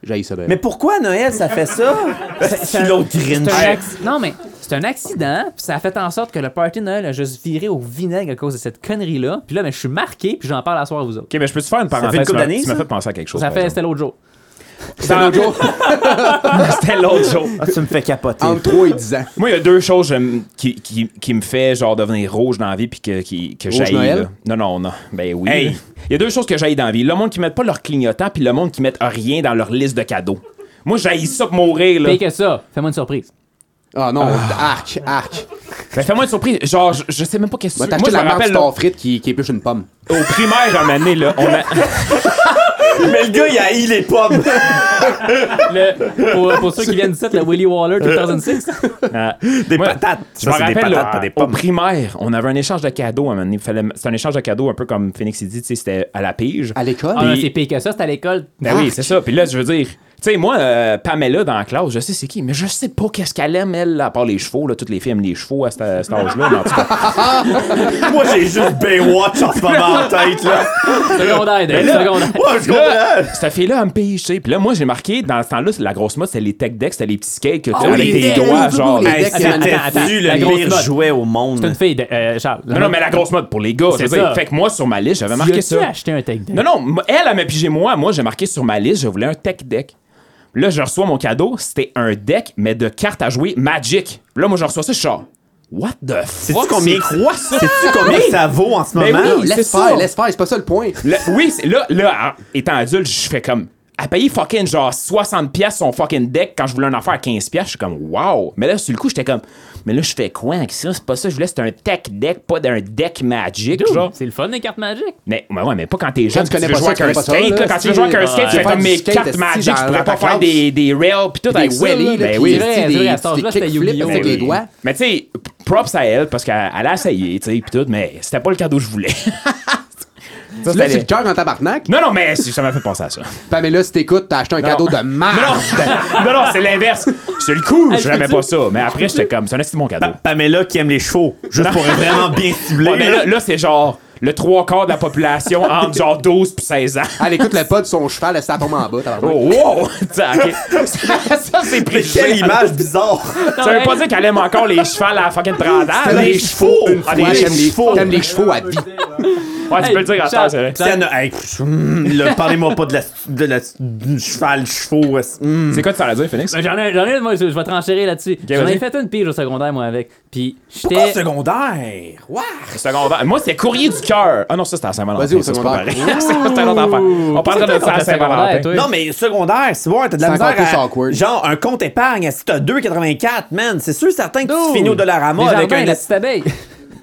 J'ai ça Noël. Mais pourquoi Noël, ça fait ça? [laughs] C'est l'autre C'est un Grinch. acc- Non, mais c'est un accident, puis ça a fait en sorte que le party de Noël a juste viré au vinaigre à cause de cette connerie-là. Puis là, mais je suis marqué, puis j'en parle à soir à vous autres. Ok, mais je peux te faire une parenthèse. fait une couple Tu m'as- d'années, tu m'as ça? fait penser à quelque chose. Ça par fait, exemple. c'était l'autre jour. C'était l'autre jour, C'était l'autre jour. Ah, tu me fais capoter. entre 3 et 10 ans. Moi, il y a deux choses j'aime, qui, qui, qui me fait genre devenir rouge dans la vie puis que, qui, que Rouge j'haïs, Noël? là. Non, non, non. Ben oui. Hey! Il y a deux choses que j'aille dans la vie. Le monde qui met pas leur clignotant puis le monde qui met rien dans leur liste de cadeaux. Moi, j'haïs ça pour mourir, là. Pire que ça, fais-moi une surprise. Ah non, arc, arc. Ben, fais-moi une surprise. Genre, je, je sais même pas qu'est-ce que Moi, tu- t'as Moi, je acheté la me marque rappelle, là, Star Frite qui, qui épluche une pomme. au primaire, un année, là, on a... Mais le gars, il haït les pommes. [laughs] Le- pour, pour ceux qui viennent d'ici, le Willy Waller 2006. [laughs] Des Moi, patates. Je me Ça, c'est des patates, rappelle, là, pas des au pommes. primaire, on avait un échange de cadeaux. à un moment donné. Fallait- C'était un échange de cadeaux un peu comme Phoenix il dit, tu sais, c'était à la pige. À l'école? Ah non, Puis- c'est pire que ça, c'était à l'école. Ben oui, c'est ça. Puis là, je veux dire, tu sais, moi, euh, Pamela dans la classe, je sais c'est qui, mais je sais pas qu'est-ce qu'elle aime, elle, à part les chevaux. Là, toutes les filles aiment les chevaux à cet, à [laughs] cet âge-là. mais en tout cas. Moi, j'ai juste Baywatch en ce moment en tête, là. Secondaire, Dave, secondaire. Ouais, je Là, comprends. cette fille-là, elle me pige, tu sais. Puis là, moi, j'ai marqué, dans ce temps-là, la grosse mode, c'était les tech decks, c'était les petits skates Ah que tu oui, avec les tes decks, doigts, oui, genre. oui, les Hey, decks, attends, attends, C'était-tu la le grosse pire note. jouet au C'est une monde? fille, de, euh, Charles. Non, non, mais la grosse mode pour les gars, C'est je veux dire. ça. Fait que moi, sur ma liste, j'avais marqué Tu as ça. acheté un take down? Non, non, m- elle, elle m'a pigé moi. Moi, j'ai marqué sur ma liste, je voulais un tech deck. Là, je reçois mon cadeau, c'était un deck, mais de cartes à jouer Magic. Là, moi, je reçois ça, je suis genre, What the fuck? combien- C'est quoi ça? Sais-tu combien ça vaut en ce Ben moment? oui, c'est Laisse ça. faire, laisse faire, c'est pas ça le point. Le- oui, c'est- là, là, en- étant adulte, je fais comme. À payer fucking genre 60$ piastres son fucking deck quand je voulais un affaire à 15$, piastres, je suis comme wow! Mais là, sur le coup, j'étais comme, mais là, je fais quoi avec ça? C'est pas ça, je voulais, c'est un tech deck, pas d'un deck magic, Dude, genre. C'est le fun, les cartes magiques. Mais, mais ouais, mais pas quand t'es jeune, puis tu tu connais veux pas jouer ça, avec un tu connais pas ça, skate, là. là. Ah, Quand tu veux jouer avec un skate, tu fais faire comme du mes skate, cartes esti, magic, dans je la pourrais pas faire classe. des, des rails pis tout, Des avec Welly, wheelies, là, ben qui oui. C'est vrai, esti, c'est vrai, des- à cet des âge-là, c'était kickflips Yu-Gi-Oh! avec les doigts. Mais tu sais, p- props à elle, parce qu'elle elle a essayé, tu sais, pis tout, mais c'était pas le cadeau que je voulais. Ça, Là, c'était- c'est le cœur en tabarnak. Non, non, mais ça m'a fait penser à ça. Pamela, si t'écoutes, t'as acheté un cadeau de [laughs] Non, merde. non, non, c'est l'inverse. Sur le coup, je je n'aimais peux-tu? pas ça. Mais après, j'étais comme, c'est un estime mon cadeau. Pamela qui aime les chevaux, juste pour être vraiment bien ciblé. Ouais, mais là, là, c'est genre le trois quarts de la population entre genre 12 puis 16 ans. Elle écoute le pas de son cheval, laisse ça tombe en bas. tabarnak. Oh, wow! [laughs] Ça, ok. ça, ça, c'est Quelle préjugé. image bizarre! Ça veut pas dire qu'elle aime encore les chevaux à la fucking 30 ans. Ah, ben, les chevaux! Une fois, Ah, Ouais, les T'aimes les chevaux. t'aimes les chevaux à vie. Ouais, tu peux le dire à terre, c'est vrai. Tiens, hey, pff, hum, là, parlez-moi pas de la, de la du cheval, chevaux. hum. C'est quoi tu allais dire, Phoenix? Ben, J'en ai, j'en ai, moi, je, je vais trancher là-dessus. j'en ai vas-y. fait une pige au secondaire, moi, avec. Puis, Pourquoi j'étais. secondaire? What? Secondaire. Moi, c'était courrier du cœur. Ah non, ça, c'était à Saint-Valentin. Vas-y, au ça, c'est secondaire. pas pareil. [laughs] C'est un autre affaire. On parlera de ça à Pourquoi Saint-Valentin. secondaire, toi? Non, mais secondaire, c'est voir, t'as de la C'est encore misère plus à- awkward. Genre, un compte épargne, si t'as 2,84, man, c'est sûr certain que tu Dude, finis au Dollarama les avec jardins, un... la petite abeille.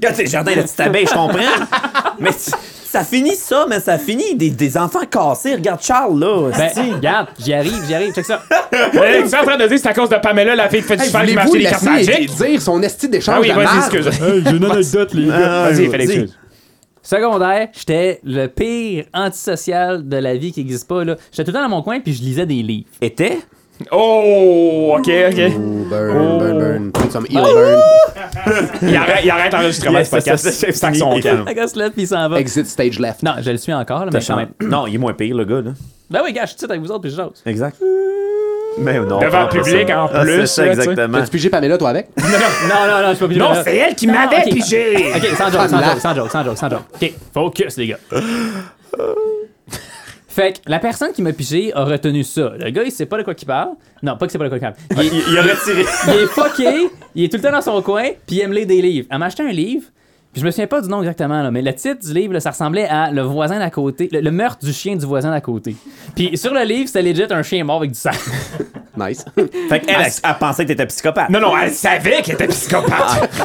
Ah, c'est le jardin de la petite abeille, je comprends. mais c- ça finit ça, mais ça finit des, des enfants cassés. Regarde Charles, là. Ben, hostie. regarde, j'y arrive, j'y arrive, check ça. Hey, Tu es en train de dire que c'est à cause de Pamela, la fille qui fait du Hey, cheval qui m'a acheté Voulez-vous les cartes laisser magiques? dire son esti d'échange Ah oui, de vas-y, merde? excuse. j'ai une anecdote, les gars. Ah, Vas-y, Félix. dis. Secondaire, j'étais le pire antisocial de la vie qui existe pas, là. J'étais tout le temps dans mon coin, puis je lisais des livres. Était? Oh, ok, ok. Ooh, Oh. Burn, burn, burn. Put some heel burn. Il arrête, il arrête l'enregistrement Yes, du podcast. ça, ça, c'est C'est avec son fini. camp. La gosse là, puis il s'en va. Exit stage left. Non, je le suis encore, là, mais quand même. Non, il est moins pire, le gars, là. Ben oui, gars, je suis tout avec vous autres, puis je [laughs] jase. Exact. Mais non. Devant on le prend public, ça. en Ah, plus, c'est ça, là, tu sais. exactement. T'as-tu pigé Pamela, toi, avec? Non, non, non, je suis pas obligé de Non, le- c'est elle qui Non, m'avait Ah, ok. pigé. Ok, sans joke, sans là. joke, sans joke, sans joke, sans joke. Ok, focus, les gars. Fait que la personne qui m'a pigé a retenu ça. Le gars, il sait pas de quoi qu'il parle. Non, pas que c'est pas de quoi qu'il parle. Il est- Il, il a retiré. il est fucké, il est tout le temps dans son coin, puis il aime lire des livres. Elle m'a acheté un livre, puis je me souviens pas du nom exactement, là, mais le titre du livre, là, ça ressemblait à Le voisin d'à côté, le, le meurtre du chien du voisin d'à côté. Puis sur le livre, c'était legit un chien mort avec du sang. [laughs] Nice. [laughs] Fait qu'elle, elle, elle pensait que t'étais psychopathe. Non, non, elle savait qu'elle était Ah. psychopathe.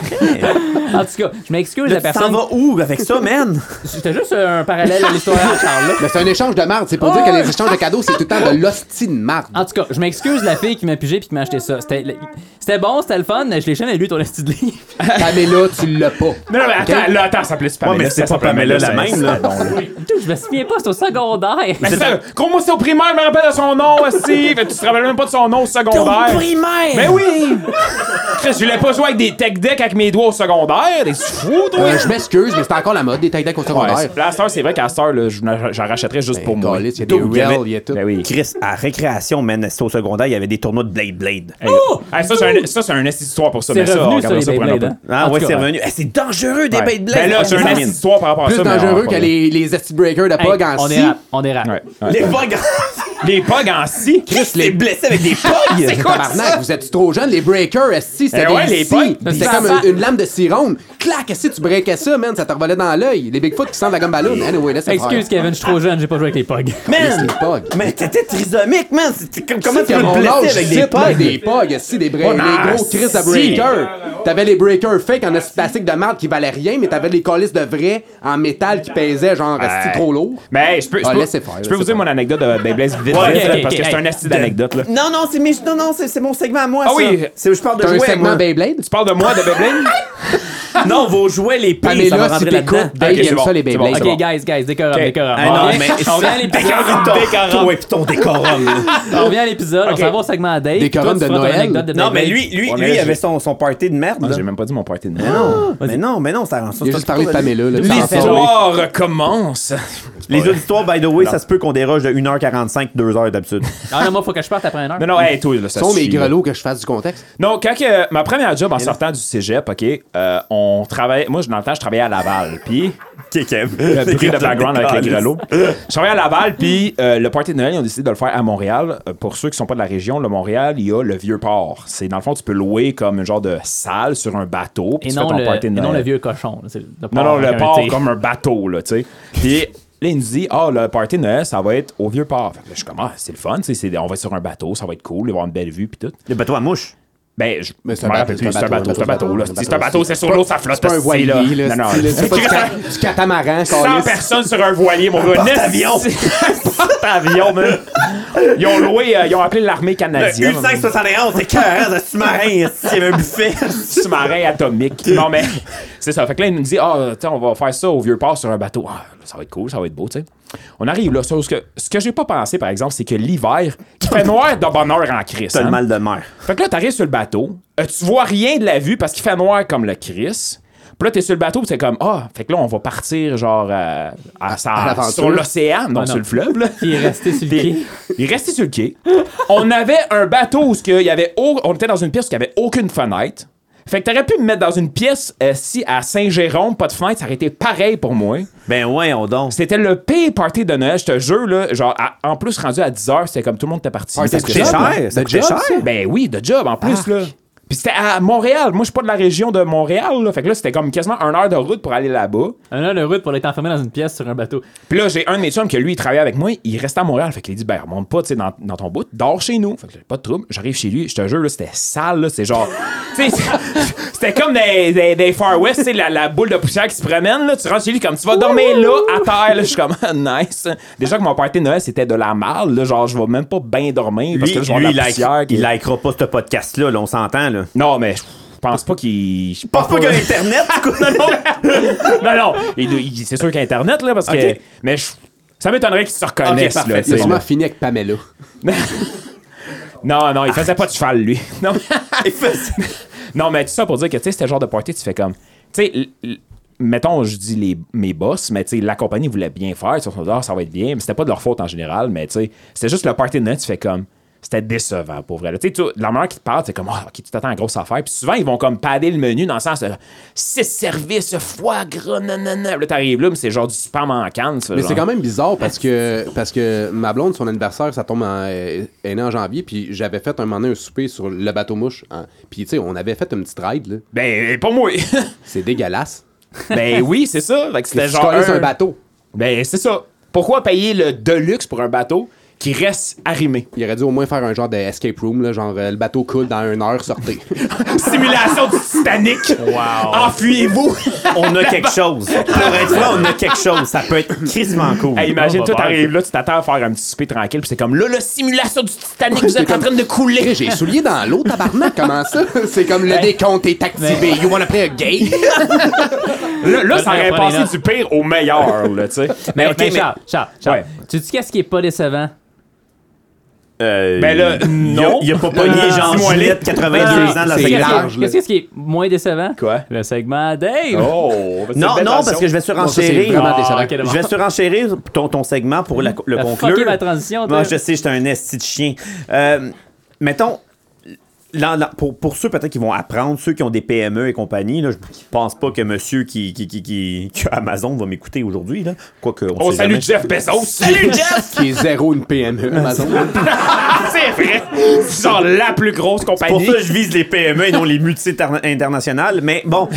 en tout cas, je m'excuse, la Là, tu t'en personne. vas où avec ça, man? C'était juste un parallèle à l'histoire de Charles, là. Mais c'est un échange de merde. C'est pour dire que les échanges de cadeaux, c'est tout le temps de l'hostie de merde. Ah. En tout cas, je m'excuse la fille qui m'a pigé puis qui m'a acheté ça. C'était, le- c'était bon, c'était le fun, mais je l'ai jamais lu ton esti de livre. [laughs] Pamela, tu l'as pas. Non, non, mais attends, là, attends, ça s'appelait pas Ouais, Pamela. mais c'est pas Pamela la même, là. Dude, je me souviens pas, c'est au secondaire. Comment c'est au primaire, je me rappelle de son nom [laughs] aussi. Fait que tu te rappelles même pas de son nom au secondaire. primaire! Mais oui! Chris, je voulais pas jouer avec des tech decks avec mes doigts au secondaire. T'es fou, toi? Euh, je m'excuse, mais c'est encore la mode des tag decks au Ouais, secondaire. c'est- là, à cette heure, c'est vrai qu'à cette heure, là, je- j'en rachèterais juste pour moi. Caliste, Ben, il y a des Dude, il y avait- Reels, il y a tout. Ben oui. Chris, à récréation, man, c'était au secondaire, il y avait des tournois de Blade Blade. Hey, hey, Ah, ça, c'est un, ça, c'est un esti d'histoire pour ça. C'est mais ça, on revenu sur regardera les ça pour un autre- Beyblades. hein. Ah En ouais, tout c'est cas, revenu. Eh, c'est dangereux des Ouais. Blade Blade! Ben là, c'est un esti d'histoire par rapport à Plus Ah, ça. mais on dangereux va que pas- les, les esti breakers de hey, Pog en on scie. dérape, on dérape. Ouais, ouais. Les bugs! Les pogs en scie. Chris, les blessés [laughs] avec des bugs! C'est quoi Tabarnak, ça? vous êtes trop jeune, les breakers, esti, c'était Eh ouais, des les scies. pogs. C'était Ça, comme ça- une, une lame de scie ronde. Clac, esti, tu breakais ça, man, ça te revolait dans l'œil. Les Bigfoot qui sentent la gomme ballon. Anyway, laisse Excuse Kevin, je suis trop jeune, j'ai pas joué avec les pogs. Man! les pogs. Mais t'étais trisomique, man! C'était comme- Comment tu Qu'à peux mon me âge, blesser avec des zip, là, bugs? des pogs, esti, des, bra- Oh, des gros si. crises de breakers. T'avais les breakers fake en esti plastique de marde qui valaient rien, mais t'avais les colisses de vrais en métal qui pesaient genre esti Ouais. trop lourd. Mais hey, Ben, je peux, je Ah, peux- laissez faire, je peux vous laissez dire mon anecdote de Beyblade vite, vite, Ouais, vite, ok, ok, parce que ok, c'est hey. un esti d'anecdote. là. Non, non, c'est mes- non, non, c'est c'est mon segment à moi, Ah ça. oui. C'est- Je parle de T'as un jouets, segment moi. Beyblade? Tu parles de moi, de Beyblade? Non, vos jouets, les pires, ça va Pamela, si rentrer t'écoutes, là-dedans. Dave Ok, c'est aime bon, ça, les c'est bon, Beyblades. Ok, c'est bon. guys, guys, décorum, Ok. décorum. Ah On non, revient- mais on revient à l'épisode. Ah, Toi et puis ton décorum, [laughs] là. [laughs] On revient à l'épisode, on s'en va au segment à Dave. Décorum Toi, tu de feras ton Noël. anecdote de Non, Beyblade. mais lui, lui, Ouais, mais lui, il là, avait j'ai- son, son party de merde, Ah, là. J'ai même pas dit mon party de Mais non, mais non, mais non, ça rend ça. Il a ça- juste parlé de Pamela, là. t'en fais, là. L'histoire commence. Les auditoires, by the way, ça se peut qu'on déroge de 1h45, 2h [laughs] d'habitude. Ah non, moi, faut que je parte après un heure. Non, non, hey, toi, là, ça Ce sont mes suffit, là. grelots que je fasse du contexte. Non, quand que- ma première job en sortant du cégep, OK, euh, on travaillait. Moi, je- dans le temps, je travaillais à Laval. Puis. Kekev. [laughs] Le bruit de background avec les grelots. Je travaillais à Laval, puis euh, le party de Noël, ils ont décidé de le faire à Montréal. Euh, Pour ceux qui sont pas de la région, le Montréal, il y a le vieux port. C'est dans le fond, tu peux louer comme un genre de salle sur un bateau, puis Et tu non, fais ton le, party de et Noël. non le vieux cochon. là, c'est le Non, porc non, avec le un port thé. comme un bateau, là, tu sais. Puis là, il nous dit, ah, le party de Noël, ça va être au vieux port. Fait que là, je suis comme, ah, c'est le fun, tu sais, c'est- on va être sur un bateau, ça va être cool, il va y avoir une belle vue, puis tout. Le bateau à mouche. Ben, je Mais je c'est un me bateau, rappelle plus, c'est un c'est un bateau, bateau, c'est un bateau, là. c'est un C'est bateau. un bateau, c'est sur l'eau, ça flotte, C'est pas un voilier, là. là. Non, non, c'est- C'est pas du ca- Christ, du catamaran, 100 câlisse. personnes sur un voilier, [laughs] mon gars. [laughs] porte-avions. porte-avions, man. Ils ont loué, euh, ils ont appelé l'armée hein, canadienne. U-571, c'est 40 de sous-marin, [laughs] s'il y avait un buffet. Sous-marin atomique. Non, mais [laughs] c'est ça. Fait que là, ils nous disent, ah, tiens, on va faire ça au vieux port sur un bateau. Ah, là, ça va être cool, ça va être beau, tu sais. On arrive là. Sauf que ce que j'ai pas pensé, par exemple, c'est que l'hiver, il fait noir de bonheur en Christ. T'as hein. le mal de mer. Fait que là, t'arrives sur le bateau, euh, tu vois rien de la vue parce qu'il fait noir comme le Chris. Puis là, t'es sur le bateau, pis t'es comme, ah, fait que là, on va partir, genre, euh, à, ça- À l'aventure. sur l'océan, non, sur le fleuve, là. Il est resté sur le quai. Il est resté sur le quai. On avait un bateau où ce que il y avait au- on était dans une pièce où il n'y avait aucune fenêtre. Fait que t'aurais pu me mettre dans une pièce euh, si à Saint-Jérôme, pas de fenêtre, ça aurait été pareil pour moi. Ben ouais, on donne. C'était le pire party de Noël, je te jure, là. Genre, à- en plus, rendu à 10h, c'était comme tout le monde était parti. Ouais, Parce c'est que- job, cher, hein. ça De coûtait job, cher. Ah. ça. ben oui, de job en plus, là. Puis c'était à Montréal. Moi, je suis pas de la région de Montréal, là. Fait que là, c'était comme quasiment une heure de route pour aller là-bas. Un heure de route pour être enfermé dans une pièce sur un bateau. Puis là, j'ai un de mes chums que lui, il travaillait avec moi. Il restait à Montréal. Fait qu'il dit, ben, remonte pas, tu sais, dans, dans ton bout. Dors chez nous. Fait que là, pas de trouble. J'arrive chez lui. Je te jure, là, c'était sale, là. [laughs] C'est genre. tu sais, [laughs] c'était comme des, des, des Far West, tu sais, la, la boule de poussière qui se promène, là. Tu rentres chez lui comme tu vas dormir là, à terre, là. Je suis comme, [laughs] ah, nice. Déjà que mon party de Noël, c'était de la malle, là. Genre, je vais même pas bien dormir. Parce Lui, que là, je vais lui, avoir il, de la like- poussière. qui- il likera pas ce podcast-là, là, on s'entend, là. Non, mais je pense pas qu'il. Je Pense pas qu'il y a [laughs] Internet, du coup, non, non. [laughs] Non, non. Il- il- c'est sûr qu'Internet, là, parce Ok. que. Mais je- ça m'étonnerait qu'ils se reconnaissent, Ok, parfait. là, Il tu a sais, sûrement là. fini avec Pamela. Non, non, il faisait pas de cheval, lui. [laughs] Non, mais, non, mais tout ça pour dire que, tu sais, c'était le genre de party, tu fais comme. Tu sais, l- l- mettons, je dis les, mes boss, mais tu sais, la compagnie voulait bien faire. Ils se sont dit, Ah, ça va être bien. Mais c'était pas de leur faute en général, mais tu sais, c'était juste le party de Noël, tu fais comme. C'était décevant, pour vrai. là. Tu sais, tu- la manière qu'ils te parlent, c'est comme, ah, ok, tu t'attends à une grosse affaire. Puis souvent, ils vont comme padder le menu dans le sens, euh, six services, foie gras, nanana. Puis Là, t'arrives là, mais c'est genre du spam en canne. Mais c'est quand même bizarre [laughs] parce que, parce que ma blonde, son anniversaire, ça tombe en, euh, est né en janvier. Puis j'avais fait un moment donné un souper sur le bateau mouche. hein. Puis tu sais, on avait fait une petite ride. Là. Ben, pour moi. [laughs] C'est dégueulasse. ben oui, c'est ça. Fait que c'était C'est genre. genre un un- bateau. Ben, c'est ça. Pourquoi payer le deluxe pour un bateau qui restent arrimés. Il aurait dû au moins faire un genre de escape room, là, genre euh, le bateau coule dans une [laughs] heure, sortez. Simulation du Titanic! Wow. Enfuyez-vous! on a quelque chose. Pour être là, on a quelque chose. Ça peut être crissement cool. Hey, imagine, On va toi, faire t'arrives là, tu t'attends à faire un petit souper tranquille, puis c'est comme là, la simulation du Titanic, vous êtes en train de couler. Hey, J'ai les souliers dans l'eau, tabarnak, [laughs] comment ça? C'est comme Ben, le décompte est activé. You wanna play a game? Là, là, ça aurait Prenez passé notes. du pire au meilleur, là, tu sais. Mais, ok, mais Charles, Charles, Charles, Ouais. tu dis qu'est-ce qui est pas décevant? Euh, Ben là, il a- non. Euh, Il a pas pogné genre Dis-moi, Juliette, Non, 82 ans, dans non, la Euh, qu'est-ce c'est qui est- secondaire. large, là. Qu'est-ce qui est moins décevant? Quoi? Le segment Dave! Oh! Non, non, parce que je vais c'est surenchérir. vraiment Ah, décevant. ok, Je vais surenchérir ton, ton segment pour la- le T'as conclure. fucké ma transition, toi. Moi, je sais, j'étais un esti de chien. Euh, mettons, là, là, pour, pour ceux peut-être qui vont apprendre, ceux qui ont des PME et compagnie, là, je pense pas que monsieur qui, qui, qui, qui- que Amazon va m'écouter aujourd'hui. là. Quoique, on, On sait salue jamais. Jeff Bezos! Salut Jeff! Qui est zéro une E, PME, Amazon. [laughs] C'est vrai! C'est genre la plus grosse Pour compagnie. ça, je vise les PME et non les multi-internationales. Mais [laughs] bon,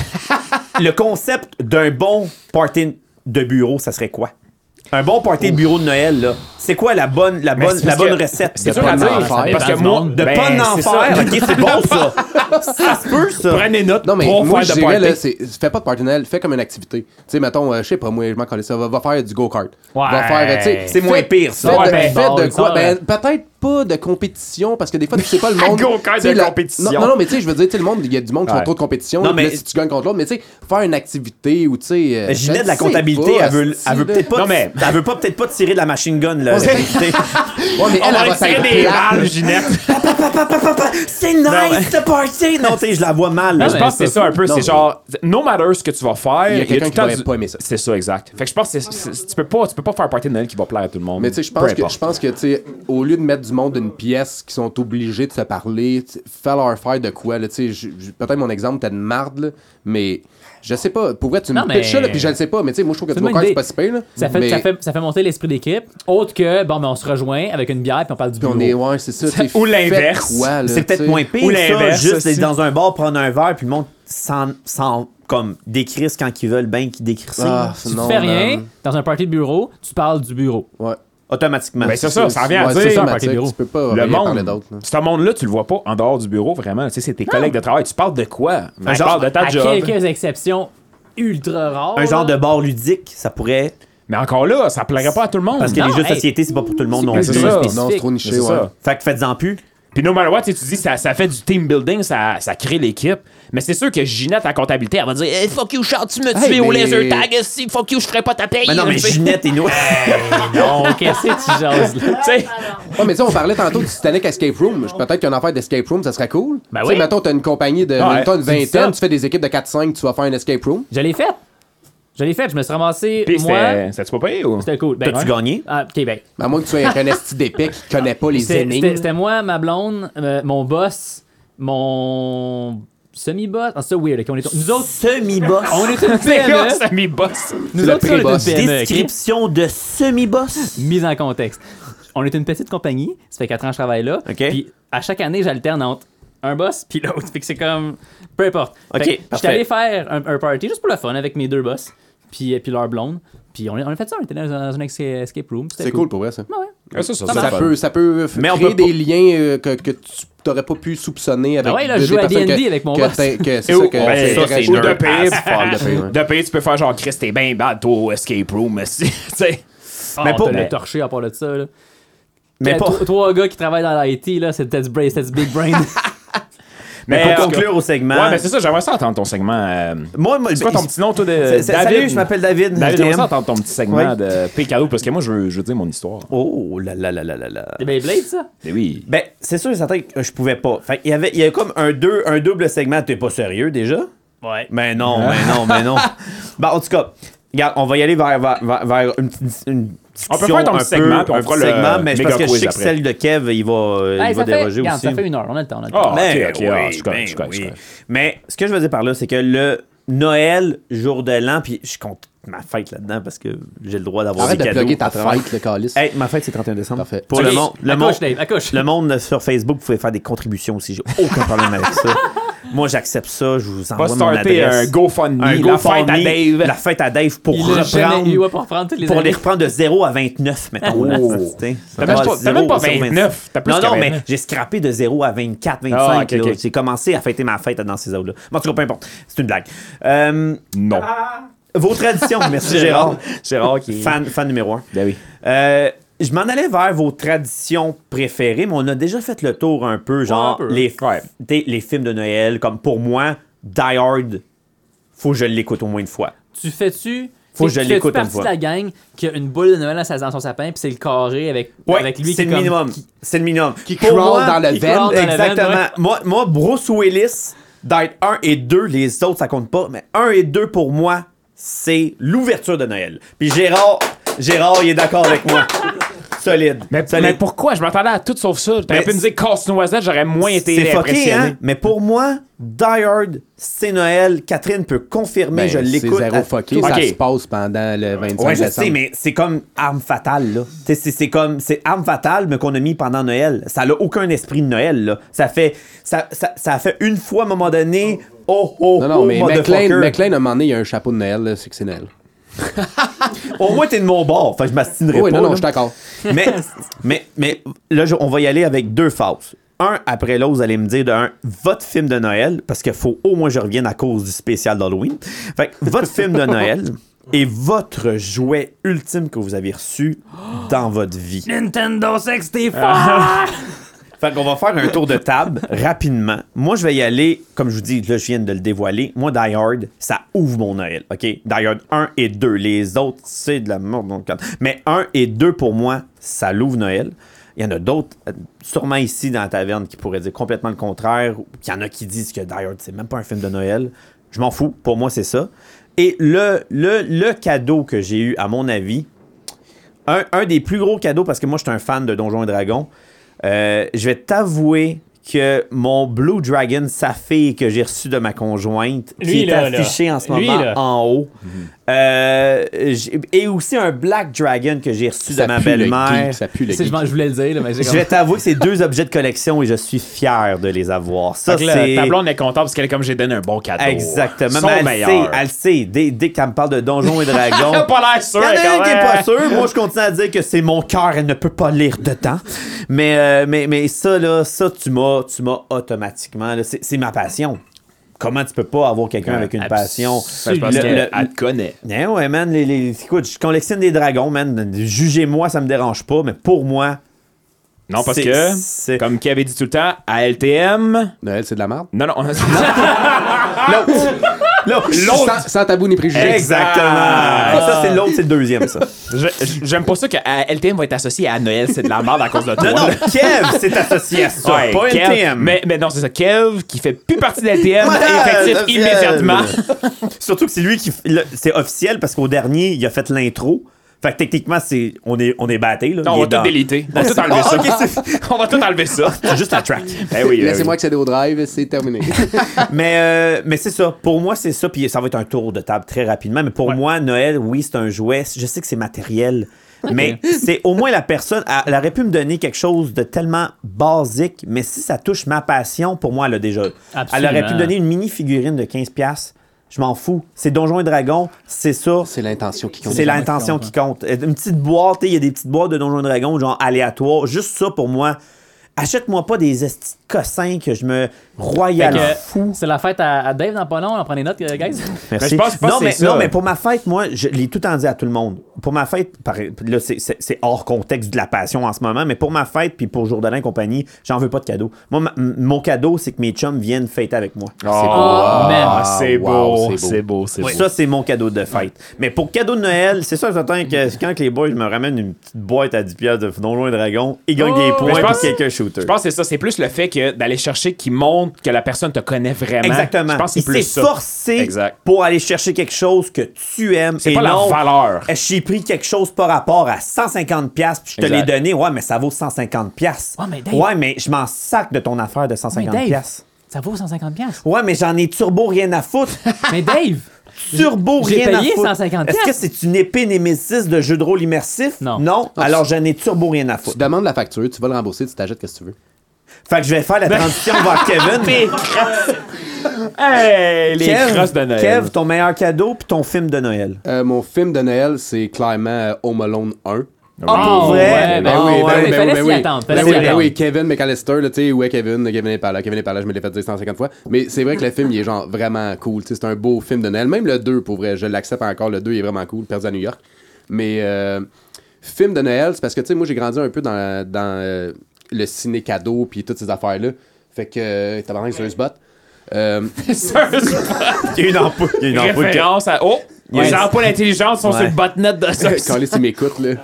le concept d'un bon party de bureau, ça serait quoi? Un bon party de bureau de Noël, là. C'est quoi la bonne, la Mais bonne, c'est la parce bonne que- recette? C'est De dur à pas dire, en faire. parce que dans moi, le monde. De ben, pas en c'est ça. faire. OK, c'est bon, ça. ça se peut, ça. Prenez note Non, mais pour moi, je faire de dirais, party. là, c'est- fais pas de partenariat, fais comme une activité. Tu sais, mettons, euh, je sais pas, moi, je m'en connais ça, va, va faire du go-kart. Va Ouais. faire, euh, tu sais, C'est fais- moins pire, ça. Fais Ouais, de, ben, fais bon, de ça, quoi? ouais. Ben, peut-être pas de compétition, parce que des fois, tu sais [laughs] pas le monde. Go-kart tu sais, de la- compétition. Non, non, non, mais tu sais, je veux dire, tu sais, le monde, il y a du monde qui Ouais. ont trop de compétition. Non, puis là, mais- si tu gagnes contre l'autre, mais tu sais, faire une activité ou tu sais. euh, Ginette, je la sais comptabilité, pas, elle veut, asti, elle veut là. peut-être pas, Non, mais- elle veut pas peut-être pas tirer de la machine gun, là. Ouais, Ouais, mais On elle, va elle va tirer s'être des plate. balles, Ginette. C'est nice, the party! Non, tu sais, je la vois mal, là. je pense que c'est ça un peu. Non, C'est mais- genre, no matter ce que tu vas faire, Il y a quelqu'un tout le qui temps va du- pas aimer ça. C'est ça, exact. Fait que je pense que c'est- c'est- tu peux pas, tu peux pas faire un party de Noël qui va plaire à tout le monde. Mais tu sais, je Peu pense que, importe. je pense que, tu sais, au lieu de mettre du monde d'une pièce qui sont obligés de se parler, tu sais, fais leur faire de quoi, là, tu sais, je- je- peut-être mon exemple, t'as de marde, là, mais je sais pas, pour vrai, tu me Non, mais- pitches ça, là, puis je le sais pas, mais tu sais, moi, je trouve que C'est du une bonne go-kart, idée. c'est pas si pire, là. Ça fait, mais- ça, fait, ça fait monter l'esprit d'équipe. Autre que, bon, mais on se rejoint avec une bière puis on parle du puis bureau. on est, ouais, c'est ça, tu sais, Ou fais l'inverse. quoi, là, C'est peut-être tu sais. moins Ou pire, ça, l'inverse, juste aussi. d'être dans un bar, prendre un verre, puis le monde s'en, s'en- comme, décrisse quand ils veulent, ben qu'ils décrissent. Ah, Tu non, fais man. rien, dans un party de bureau, tu parles du bureau. Ouais. Automatiquement. Ben, c'est ça, ça revient à Ouais, dire. c'est ça, un Mathieu, party de bureau. Tu peux pas le rien parler monde, d'autre, là. ce monde-là, tu le vois pas en dehors du bureau, vraiment. Tu sais, c'est tes collègues de travail. Tu parles de quoi? Ben, genre, je parle de ta à job. quelques exceptions ultra rares. un genre là. de bar ludique, ça pourrait. Mais encore là, ça plairait pas à tout le monde. Parce que Non, les jeux de hey. société, c'est pas pour tout le monde non Ben, plus. c'est ça. spécifique. Non, c'est trop C'est niché, ouais. ça. Fait que faites-en plus. Puis no matter what, tu sais, tu dis, ça, ça fait du team building, ça, ça crée l'équipe. Mais c'est sûr que Ginette, en comptabilité, elle va dire Hey, fuck you, Charles, tu me tues Hey, au mais- laser tag, si, fuck you, je ferai pas ta paye. Mais non, mais Tu sais. Ginette et nous. [laughs] Donc, qu'est-ce que tu jases là? Tu sais, Ouais, mais tu sais, on parlait tantôt du Titanic Escape Room. Je- Peut-être qu'une affaire d'escape room, ça serait cool. Ben Tu sais, oui. mettons, t'as une compagnie de, Ouais, mettons, une tu dis ça. vingtaine, tu fais des équipes de 4-5, tu vas faire un escape room. Je l'ai faite. Je l'ai faite. Je me suis ramassé, Puis moi. c'était. C'était pas payé ou? [laughs] C'était cool. Ben, T'as-tu gagné? Ah, ok, ben. À moins que tu sois [laughs] un esti d'épée qui connaît pas les C'était- C'était énigmes. c'était moi, ma blonde, euh, mon boss, mon semi-boss. Ah, c'est weird. ok, on est nous autres, Semi-boss. on est une Gars, PME. ça m'y bosse. hein? Nous le autres, on est pré-boss. une E, PME. ok? Description de semi-boss. Mise en contexte. On est une petite compagnie. Ça fait 4 ans que je travaille là. Ok. Puis à chaque année, j'alterne entre un boss puis l'autre. Fait que c'est comme. Peu importe. Ok, Fait que J'étais parfait. allé faire un, un party juste pour le fun avec mes deux boss. Puis, euh, puis leur blonde. Puis on, a- on a fait ça. On était dans un, dans un escape room. C'est cool pour vrai, ça. Ouais, ouais. Ah, ça, ça, Ça c'est Ça fun. peut, ça peut f- Mais on créer peut des liens euh, que, que tu t'aurais pas pu soupçonner avec Ah ouais, là, de- je des joue à personnes D&D que- avec mon que boss. t'in- que c'est Et ça ou- que ben, c'est ça, vrai, c'est ou Ou nerd. de [laughs] de- payer, Ah, de payer, ouais. de payer, tu peux faire genre Chris, t'es bien bad, toi, au escape room, [laughs] aussi. tu sais. mais pour- pour le mais- torcher à part de ça. Là. Mais T'as pas. tro- Trois gars qui travaillent dans l'IT, là, c'était du, brain- c'était du big [laughs] brain. Mais en tout pour cas- conclure au segment. Ouais, mais c'est ça, j'aimerais ça entendre ton segment. euh, Moi, moi, C'est quoi ton petit nom, toi, de. C'est- c'est- David? salut, je m'appelle David. Je David, j'aimerais t'aime. ça entendre ton petit segment Ouais. de Pécado, parce que moi, je veux, je veux dire mon histoire. Oh là là là là là là. C'est Beyblade, ça? Mais oui. Ben, c'est sûr et certain que je pouvais pas. Fait qu'il y avait, il y avait comme un, deux, un double segment. T'es pas sérieux déjà? Ouais. Mais non, Ah. mais non, mais [laughs] non. ben, en tout cas, regarde, on va y aller vers, vers, vers- vers une petite. une On peut discussion faire ton un petit segment, puis on un fera petit le segment, mais je pense que méga je quiz sais que après. celle de Kev, il va, euh, il va ça, fait, déroger regarde, aussi. ça fait une heure. On a le temps. On a le temps. Ah, Mais ok, ok, ah, oui, je suis correct, je ben suis correct, je suis oui. correct. Mais ce que je veux dire par là, c'est que le Noël, jour de l'an, puis je compte ma fête là-dedans parce que j'ai le droit d'avoir Arrête des de cadeaux. plugger ta à travers. fight, le calice. Hey, ma fête, c'est 31 décembre. Parfait. Pour le monde, le accouche, monde, Dave, accouche. le monde sur Facebook, vous pouvez faire des contributions aussi. J'ai aucun problème avec ça. Moi, j'accepte ça. Je vous Va envoie mon starter un adresse. GoFundMe, Un la GoFundMe, fête à Dave. La fête à Dave pour Il l'a reprendre. jamais eu ouais, pour reprendre toutes les pour années. les reprendre de 0 à 29, mettons. Oh. là, t'sais. T'as même Ah, pas- t'as 0, même pas 0, 29, t'as plus Non, que non, 29. mais j'ai scrappé de 0 à 24, 25. Ah, ok, là. ok. J'ai commencé à fêter ma fête dans ces eaux-là. Bon, en tout cas, peu importe. C'est une blague. Euh, Non. vos [laughs] traditions. Merci, Gérard. Gérard qui est- Fan, fan numéro 1. Ben oui. je m'en allais vers vos traditions préférées, mais on a déjà fait le tour un peu, genre un peu. Les, f- Ouais. des- les films de Noël, comme pour moi, Die Hard, faut que je l'écoute au moins une fois. Tu fais-tu. Faut que tu je fais-tu l'écoute partie une de fois. la gang qui a une boule de Noël dans sa- dans son sapin, puis c'est le carré avec, Ouais, avec lui qui c'est est le comme- minimum. C'est le minimum. Qui Pour crawl dans le qui veine. crawl dans le Exactement. veine, ouais. moi, moi, Bruce Willis, d'être 1 et 2, les autres, ça compte pas, mais 1 et 2 pour moi, c'est l'ouverture de Noël. Puis Gérard, Gérard, il est d'accord avec [laughs] moi. Solide. Mais, Solide. mais pourquoi? Je m'attendais à tout sauf ça. T'aurais Mais pu me dire casse-noisette, j'aurais moins été C'est fucké, impressionné. hein? Mais pour moi, Die Hard, c'est Noël. Catherine peut confirmer, Ben, je l'écoute. C'est à- zéro fucké, ça Ok. se passe pendant le 25 Ouais, je décembre. sais, mais c'est comme arme fatale, là. T'sais, C'est, c'est comme, c'est arme fatale, mais qu'on a mis pendant Noël. Ça n'a aucun esprit de Noël, là. Ça fait, ça, ça, ça fait une fois, à un moment donné, oh, oh, Non, non, oh, mais motherfucker. McLean, McLean, à un moment donné, il y a un chapeau de Noël, là, c'est que c'est Noël. Au moins, t'es de mon bord. Fait que je m'astinerai Oui, pas. non, non, là. je suis d'accord. mais, mais, mais là, je- on va y aller avec deux phases. Un après l'autre, vous allez me dire de un, votre film de Noël, parce qu'il faut au moins que je revienne à cause du spécial d'Halloween. Fait que votre film de [laughs] Noël et votre jouet ultime que vous avez reçu dans votre vie. Nintendo 64! Ah. [laughs] Fait qu'on va faire un tour de table rapidement. Moi, je vais y aller, comme je vous dis, là, je viens de le dévoiler. Moi, Die Hard, ça ouvre mon Noël, OK? Die Hard 1 et 2. Les autres, c'est de la mort. dans le cadre. Mais 1 et 2, pour moi, ça l'ouvre Noël. Il y en a d'autres, euh, sûrement ici dans la taverne, qui pourraient dire complètement le contraire. ou Il y en a qui disent que Die Hard, c'est même pas un film de Noël. Je m'en fous. Pour moi, c'est ça. Et le, le, le cadeau que j'ai eu, à mon avis, un, un des plus gros cadeaux, parce que moi, je suis un fan de Donjons et Dragons. Euh, je vais t'avouer que mon Blue Dragon Saphir que j'ai reçu de ma conjointe, Lui, qui là, est là. affiché en ce Lui, moment là. en haut, euh, j'ai- et aussi un Black Dragon que j'ai reçu de Ça ma pue le belle-mère. geek, Ça pue le Tu sais, geek. je m'en- je voulais le dire, là, mais j'ai Je comme- vais t'avouer que c'est deux objets de collection et je suis fier de les avoir. Ça, Fait que là, c'est ta blonde est contente parce qu'elle est comme j'ai donné un bon cadeau. exactement. Son mais elle meilleur. [laughs] sait, elle sait. Dès, dès qu'elle me parle de Donjons et Dragons, Elle a pas l'air sûre. Il y en a quand un qui est même. pas sûr. Moi, je continue à dire que c'est mon cœur, elle ne peut pas lire dedans. Mais, euh, mais, mais ça, là, ça, tu m'as, tu m'as automatiquement. là, c'est, c'est ma passion. Comment tu peux pas avoir quelqu'un avec une passion? Ben, c'est parce Le- qu'elle le- elle te connaît. Eh ouais, man, les, les- écoute, je collectionne des dragons, man. Jugez-moi, ça me dérange pas, mais pour moi, Non, parce C'est- que, c'est- comme qui avait dit tout le temps, à LTM. Noël, c'est de la merde. Non, [laughs] non, on a. là, Sans, sans tabou ni préjugé. Exactement! Ah. Ça, c'est l'autre, c'est le deuxième, ça. Je- J'aime pas ça que euh, LTM va être associé à Noël, c'est de la merde à cause de toi. Non, non, Kev, c'est associé à ça, [laughs] Ouais, pas Kev- NTM. Mais, mais non, c'est ça. Kev, qui fait plus partie de LTM, Ouais, est effectif officiel. immédiatement. Surtout que c'est lui qui. f- le- C'est officiel parce qu'au dernier, il a fait l'intro. Fait que techniquement, c'est, on est, on est batté. Là. Non, Il est on va tout dans- déléter. On va tout enlever Ah, ça. ok, [laughs] On va tout enlever ça. C'est juste la [laughs] track. Ben Eh oui, eh oui. Laissez-moi accéder au drive, c'est terminé. mais euh, mais c'est ça. Pour moi, c'est ça. Puis ça va être un tour de table très rapidement. Mais pour moi, Noël, oui, c'est un jouet. Je sais que c'est matériel. Mais c'est au moins la personne, elle, elle aurait pu me donner quelque chose de tellement basique, mais si ça touche ma passion, pour moi, elle a déjà. Elle aurait pu me donner une mini figurine de 15$. Je m'en fous. C'est Donjons et Dragons, c'est ça. c'est l'intention qui compte. C'est l'intention qui compte. Euh, Une petite boîte, tu sais, il y a des petites boîtes de Donjons et Dragons, genre aléatoires. Juste ça pour moi. Achète-moi pas des estis de cossins que je me Fait royal que, fou. C'est la fête à, à Dave dans pas long, on prend des [laughs] notes, euh, guys. Merci. je pense pas que non, c'est mais, ça. non, mais pour ma fête, moi, je l'ai tout en dit à tout le monde. Pour ma fête, par- là, c'est- c'est c'est hors contexte de la passion en ce moment, mais pour ma fête, puis pour Jourdain et compagnie, j'en veux pas de cadeau. Moi, ma- m- mon cadeau, c'est que mes chums viennent fêter avec moi. Ah, man. c'est Wow, beau, c'est beau. c'est beau, c'est beau. Ça, c'est mon cadeau de fête. Mais pour cadeau de Noël, c'est ça, j'attends que quand que les boys me ramènent une petite boîte à 10 piastres de Donjons et Dragons, ils gagnent des Oh! Mais je points pense- pour quelqu'un shooter. Je pense que c'est ça. C'est plus le fait que d'aller chercher qui montre que la personne te connaît vraiment. Exactement. Je pense que Il c'est plus s'est ça. forcé Exact. pour aller chercher quelque chose que tu aimes. C'est et pas la non, euh, valeur. J'ai pris quelque chose par rapport à 150 pièces puis je te l'ai Exact. donné. Ouais, mais ça vaut 150 pièces. Ouais, mais Dave- ouais, mais je m'en sac de ton affaire de Mais 150 Dave, pièces. ça vaut 150$. piastres. Ouais, mais j'en ai turbo rien à foutre. [laughs] Mais Dave! turbo J'ai rien à payé foutre. 150 Est-ce que c'est une épée Némésis de jeu de rôle immersif? Non. Non? Alors j'en ai turbo rien à Tu foutre. demandes la facture, tu vas le rembourser, tu t'achètes ce que tu veux. Fait que je vais faire la transition vers Kevin. Hey, les Eh, Kev, crosses de Noël. [laughs] Kev, ton meilleur cadeau puis ton film de Noël. Euh, mon film de Noël, c'est clairement euh, Home Alone 1. Ah, pour vrai? ouais, ben Ah, oui, ouais. ben oui, ben fallait ben s'y attendre, fallait Ben s'y oui, ben attendre. oui, Kevin McAllister, là, tu sais, ouais, Kevin, Kevin est par là, Kevin est par là, je me l'ai fait dire 150 fois. Mais c'est vrai que le film, il est genre vraiment cool. tu sais, C'est un beau film de Noël. Même le 2, pour vrai, je l'accepte encore. Le 2, il est vraiment cool, perdu à New York. Mais euh, film de Noël, c'est parce que, tu sais, moi, j'ai grandi un peu dans, dans euh, le ciné-cadeau puis toutes ces affaires-là. Fait que, euh, tabarnak, c'est un spot. Euh, [laughs] [laughs] Sérieusement, [laughs] Il y a une ampoule. Il y a une ampoule. référence à. Oh! Les Ouais. gens pas l'intelligence sont sur Ouais. le botnet de [laughs] quand ça. les tu m'écoutes, là.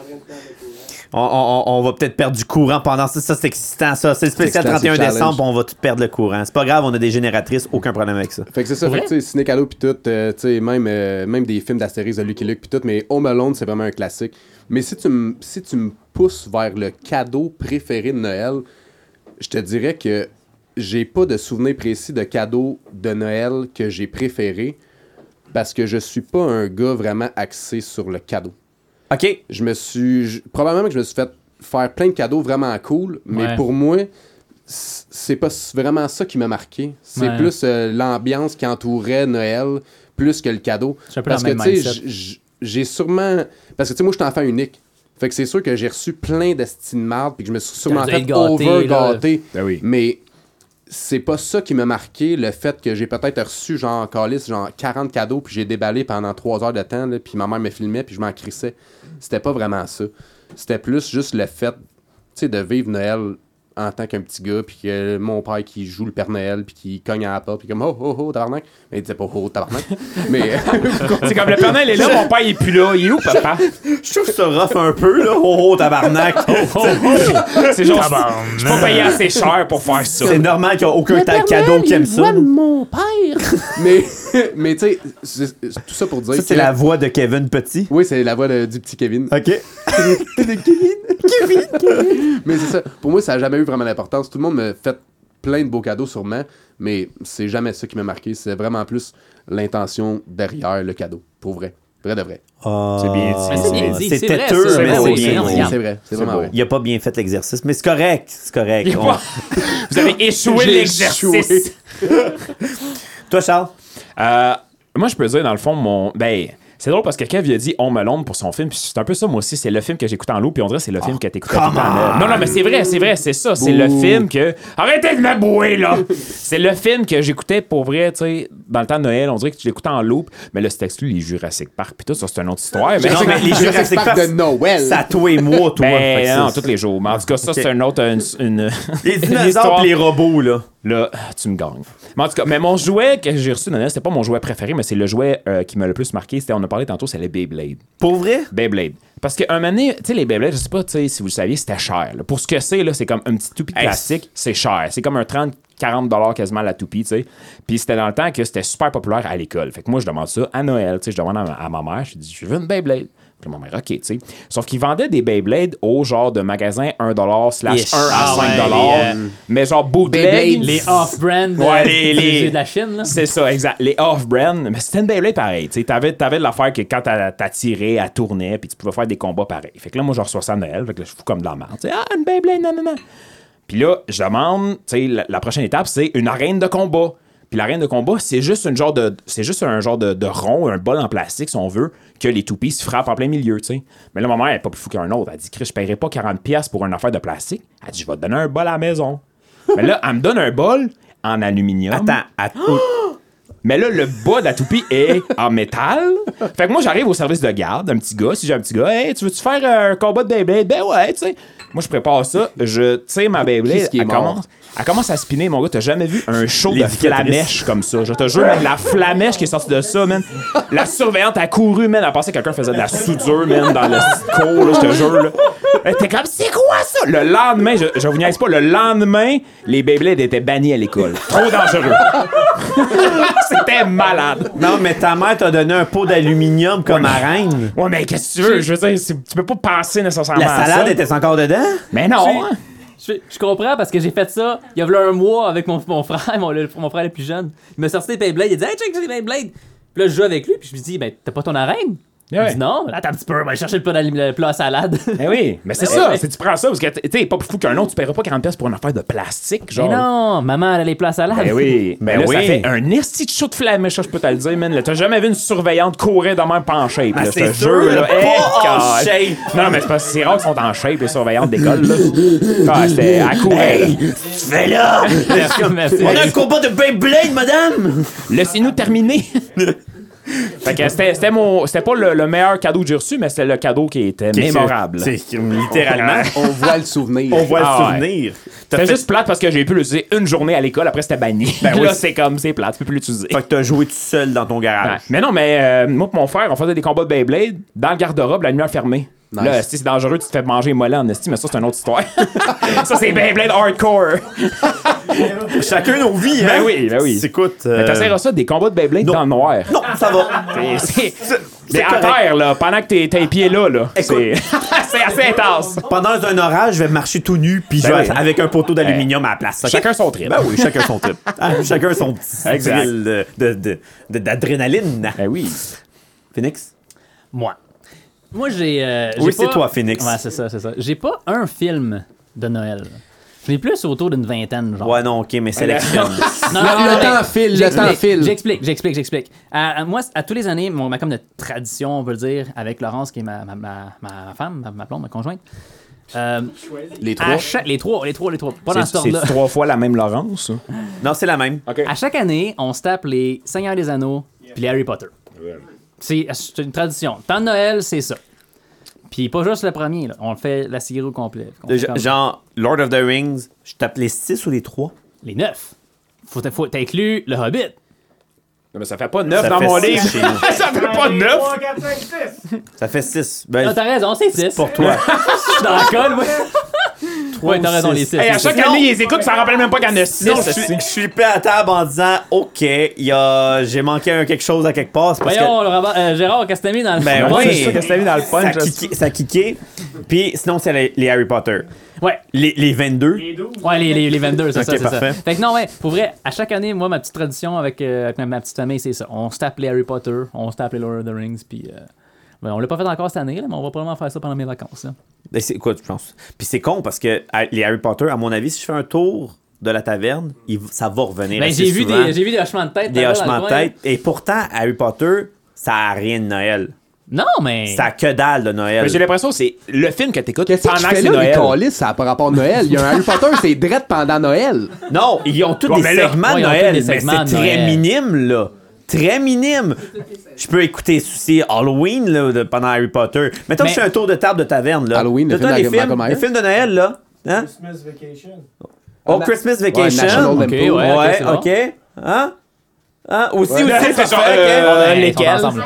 On, on- on- on va peut-être perdre du courant pendant ça. Ça, c'est excitant, ça. C'est le spécial excitant, c'est 31 challenge. décembre, on va tout perdre le courant. C'est pas grave, on a des génératrices, aucun problème avec ça. Fait que c'est ça, fait que, tu sais, ciné Calo puis tout, euh, tu sais, même, euh, même des films d'Astérix de Lucky Luke puis tout, mais Home Alone, c'est vraiment un classique. Mais si tu me si tu me pousses vers le cadeau préféré de Noël, je te dirais que j'ai pas de souvenir précis de cadeau de Noël que j'ai préféré parce que je suis pas un gars vraiment axé sur le cadeau. OK. Je me suis je- probablement que je me suis fait faire plein de cadeaux vraiment cool, mais Ouais. pour moi c- c'est pas s- vraiment ça qui m'a marqué. C'est Ouais. plus euh, l'ambiance qui entourait Noël plus que le cadeau. C'est un peu Parce dans que le tu même sais, mindset. j- j- j'ai sûrement parce que tu sais moi je suis enfant unique. Fait que c'est sûr que j'ai reçu plein d'estime de marde puis que je me suis sûrement T'as dû fait être gâté, over là. gâté. Ben oui. Mais c'est pas ça qui m'a marqué, le fait que j'ai peut-être reçu, genre, calice, genre 40 cadeaux, puis j'ai déballé pendant 3 heures de temps, là, puis ma mère me filmait, puis je m'en crissais. C'était pas vraiment ça. C'était plus juste le fait, tu sais, de vivre Noël en tant qu'un petit gars, puis que mon père qui joue le Père Noël, puis qui cogne à la porte, puis comme « Oh, oh, oh, tabarnak! » Mais il disait pas « Oh, tabarnak! » [laughs] Mais... [laughs] C'est comme le Père Noël est là, mon père il est plus là. Il est où, [laughs] papa? [laughs] Je trouve ça rough un peu, là. Oh, oh [laughs] tabarnak. oh. C'est genre. Je suis pas payé assez cher pour faire ça. C'est normal qu'il n'y a aucun tas de cadeau qui aime ça. [laughs] mon père! mais, mais tu sais, c'est- c'est tout ça pour dire Ça, c'est que- la voix de Kevin Petit. Oui, c'est la voix de- du petit Kevin. OK. Mais c'est ça. Pour moi, ça n'a jamais eu vraiment d'importance. Tout le monde me fait plein de beaux cadeaux sûrement, mais c'est jamais ça qui m'a marqué. C'est vraiment plus l'intention derrière le cadeau, pour vrai. Vrai de vrai. C'est bien dit. Mais c'est bien dit, C'est c'est vrai, têteux, ça, c'est mais vrai, c'est oui, bien c'est dit. bien. C'est vrai. C'est vraiment vrai. Il a pas bien fait l'exercice, mais c'est correct. C'est correct. Il est On- pas- [laughs] Vous avez [laughs] échoué J'ai échoué. l'exercice. Toi, Charles? Euh, moi, je peux dire, dans le fond, mon. Ben. C'est drôle parce que Kev il a dit On me l'ombre pour son film. Puis c'est un peu ça, moi aussi. C'est le film que j'écoute en loup. Puis on dirait que c'est le film que t'écoutes Ah, tout le temps. en- Non, non, mais c'est vrai, c'est vrai, c'est ça. C'est le film que. Arrêtez de me bouer, là C'est le film que j'écoutais pour vrai, tu sais, dans le temps de Noël. On dirait que tu l'écoutes en loup. Mais là, c'est exclu les Jurassic Park. Puis tout ça, c'est une autre histoire. Mais Non, mais les Jurassic Jurassic Park Park, de Noël. Ça, toi et moi, toi. Fait que Ben, ça, non, c'est- tous les jours. Mais en tout cas, ça, Ok. c'est un autre. Une, une- Les [laughs] une dinosaures histoire. pis les robots, là. Là, ah, tu me gagnes. Mais en tout cas, mais mon jouet que j'ai reçu de Noël, c'était pas mon jouet préféré, mais c'est le jouet euh, qui m'a le plus marqué. C'était, on a parlé tantôt, c'est les Beyblade. Pour vrai? Beyblade. Parce qu'un moment donné, tu sais, les Beyblade, je sais pas tu sais, si vous le saviez, c'était cher. là. Pour ce que c'est, là, c'est comme un petit toupie de Hey, plastique, c'est cher. C'est comme un 30, 40 dollars quasiment la toupie, tu sais. Puis c'était dans le temps que c'était super populaire à l'école. Fait que moi, je demande ça à Noël, tu sais, je demande à ma, à ma mère, je dis, je veux une Beyblade. Puis ma mère, ok, tu sais. Sauf qu'ils vendaient des Beyblades au genre de magasin 1 dollar slash 1 à Ah 5 ouais, dollars. les, Mais genre bootleg. Beyblade, les off-brand Ouais, euh, les- les- des- de la Chine, là. C'est ça, exact. Les off-brand, mais c'était une Beyblade pareil. Tu avais, de l'affaire que quand t'as t'as tiré, elle tournait, puis tu pouvais faire des combats pareils. Fait que là, moi, je reçois ça à Noël, fait que là, je fous comme de la merde. T'sais, Ah, une Beyblade, non, non, non. Puis là, je demande, tu sais, la, la prochaine étape, c'est une arène de combat. Puis l'arène de combat, c'est juste une genre de, c'est juste un genre de, de rond, un bol en plastique, si on veut, que les toupies se frappent en plein milieu, tu sais. Mais là, ma mère, elle est pas plus fou qu'un autre. Elle dit, Chris, je paierai pas 40$ piastres pour une affaire de plastique. Elle dit, je vais te donner un bol à la maison. Mais là, elle me donne un bol en aluminium. Ah! Attends, attends. Mais là, le bas de la toupie est en métal. Fait que moi, j'arrive au service de garde, un petit gars. Si j'ai un petit gars, hey, tu veux-tu faire euh, un combat de Beyblade? Ben ouais, tu sais. Moi, je prépare ça. Je tire ma Beyblade. Qu'est-ce qui est elle, mort? commence, elle commence à spinner. Mon gars, t'as jamais vu un show de L'éducatrice. flamèche comme ça. Je te jure, man, la flamèche qui est sortie de ça, man. La surveillante a couru, man. Elle pensait que quelqu'un faisait de la soudure, man, dans le cours, là, je te jure, là. Elle était comme, c'est quoi ça? Le lendemain, je, je vous niaise pas, le lendemain, les Beyblades étaient bannis à l'école. Trop dangereux. [laughs] C'était malade. Non, mais ta mère t'a donné un pot d'aluminium comme arène. Ouais, mais qu'est-ce que tu veux? Je veux dire, c'est- tu peux pas passer nécessairement La à salade ça. était encore dedans? Mais Ah non! hein. Je, je comprends parce que j'ai fait ça il y a v'là un mois avec mon, mon frère, mon, le- mon frère le plus jeune. Il m'a sorti des Beyblades, il a dit Hey, check, j'ai des Beyblades. Puis là, je joue avec lui, puis je lui dis Ben, t'as pas ton arène Ouais, ouais. Il dit non, mais attends un petit peu, on va aller chercher le plat, dans le plat à salade. [laughs] Eh oui, mais c'est Mais ça. ouais. c'est- Tu prends ça parce que tu sais, pas plus fou qu'un autre, tu paieras pas 40$ piastres pour une affaire de plastique. Genre. Mais non, maman, elle a les plats à salade. Ben oui, Oh. Ben ben là, ça oui. fait un esti de chaud de flamme, ça, je peux te le dire, man. Là, T'as jamais vu une surveillante courir de même pas en shape, là, c'est je te sûr, jure, là, là. pas Hey, en God. shape. Non, non, mais c'est parce que c'est rare qu'ils sont en shape, les surveillantes d'école, là. Ah, c'était à courir. là. Fais là! Mais c'est- On a un combat de Beyblade, madame! Laissez-nous terminer. [laughs] fait que c'était c'était mon c'était pas le, le meilleur cadeau que j'ai reçu, mais c'était le cadeau qui était mémorable. C'est c'est- littéralement. On voit le souvenir. On voit Ah le ouais. souvenir. T'as C'était fait- juste plate parce que j'ai pu l'utiliser une journée à l'école, après c'était banni. Ben oui. [laughs] là, c'est comme, c'est plate, tu peux plus l'utiliser. Fait que t'as joué tout seul dans ton Ouais. garage. Mais non, mais euh, moi pis mon frère, on faisait des combats de Beyblade dans le garde-robe, la lumière fermée. Nice. Là, si c'est dangereux, tu te fais manger mollet en esti, mais ça, c'est une autre histoire. [laughs] ça, c'est Beyblade Euh. hardcore. Chacun nos vies, hein? Ben oui, ben oui. Écoute. Mais euh, T'essaieras ça, des combats de Beyblade non. dans le noir. Non, ça va. [laughs] Et C'est c'est c'est à correct. terre, là, pendant que t'es tes pieds là, là. Écoute. C'est [laughs] c'est assez intense. Pendant un orage, je vais marcher tout nu, puis je Ben vais oui. avec un poteau d'aluminium à la place. Chacun son trip. Ben oui, chacun son [laughs] trip. Ah, chacun son petit Exact. thrill de- de- de- de- d'adrénaline. Ben oui. Phoenix? [laughs] Moi. Moi, j'ai. euh, Oui, j'ai c'est pas- toi, Phoenix. Ouais, c'est ça, c'est ça. J'ai pas un film de Noël. J'en ai plus autour d'une vingtaine, genre. Ouais, non, ok, mais Ben [laughs] sélectionne. Non, Ah, Le- le temps mais file, le j'explique, temps file. J'explique, j'explique, j'explique. À, à moi, à tous les années, mon, ma comme de tradition, on peut le dire, avec Laurence, qui est ma, ma, ma, ma femme, ma, ma blonde, ma conjointe. Euh, Les à trois. chaque, les trois, les trois, les trois. Pas dans C'est ce ordre-là. c'est trois fois la même Laurence. Ah. non, c'est la même. OK. À chaque année, on se tape les Seigneurs des Anneaux puis les Harry Potter. C'est c'est une tradition. Temps de Noël, c'est ça. Puis pas juste le premier, là. on le fait la série au complet. On fait Je- comme Genre, Lord of the Rings, je tape les 6 ou les 3? les neuf. Faut faut t'inclus le Hobbit. Non, mais ça fait pas neuf Ça dans fait mon six livre. chez nous. [laughs] ça fait pas neuf. Ça fait 6. Ah, Ben, t'as raison, c'est six. [laughs] pour [laughs] toi. Je suis dans la colle, ouais. ouais, t'as raison, les six. Hey, à les six. chaque année, ils écoutent, ça rappelle même pas qu'il y en a six. Non, je suis, je suis pris à table en disant OK, il y a, j'ai manqué un quelque chose à quelque part. c'est Parce Voyons, que, le Robert- euh, Gérard, qu'est-ce que t'as mis dans le ben fond? oui, c'est ça que ça a mis dans le punch, ça a je sais. kické- ça a kické. Puis sinon, c'est les, les Harry Potter. Ouais. Les, les 22. Ouais, les, les, les 22, c'est Ok, ça, c'est parfait. ça. Fait que non, ouais, pour vrai, à chaque année, moi, ma petite tradition avec, euh, avec ma, ma petite famille, c'est ça. On se tape les Harry Potter, on se tape les Lord of the Rings, puis... euh, ben, on l'a pas fait encore cette année, là, mais on va probablement faire ça pendant mes vacances. là. Ben, c'est quoi, tu penses? Puis c'est con parce que à- les Harry Potter, à mon avis, si je fais un tour de la taverne, il- ça va revenir. Ben, assez j'ai vu, souvent. des- j'ai vu des hochements de tête. des là, dans le hochements de coin. tête. Et pourtant, Harry Potter, ça a rien de Noël. Non, mais... Ça a que dalle de Noël. J'ai l'impression que c'est le film que t'écoutes Qu'est-ce pendant que tu que fais c'est là, les Noël. câlisses, ça a pas rapport à Noël? Il y a un Harry Potter, c'est drette pendant Noël. Non, ils ont tous Bon, des mais là- segments de Ouais, ils ont tous Noël, des mais segments c'est de très Noël. minime, là. Très minime. Je peux écouter souci Halloween là, de- pendant Harry Potter. Mettons que Mais- je fais un tour de table de taverne. Là. Halloween, le Là, film t'as de les, Malcolm films, Myers. les films de Noël, là. Hein? Christmas vacation. Oh, Christmas Vacation. National Ouais, Ok, ouais, Lampoon. ok, ouais, c'est ok. bon. Hein? Hein? Aussi, Ouais, aussi, c'est parfait, genre, ok. euh, Ouais, ils sont lesquels? ensemble, là.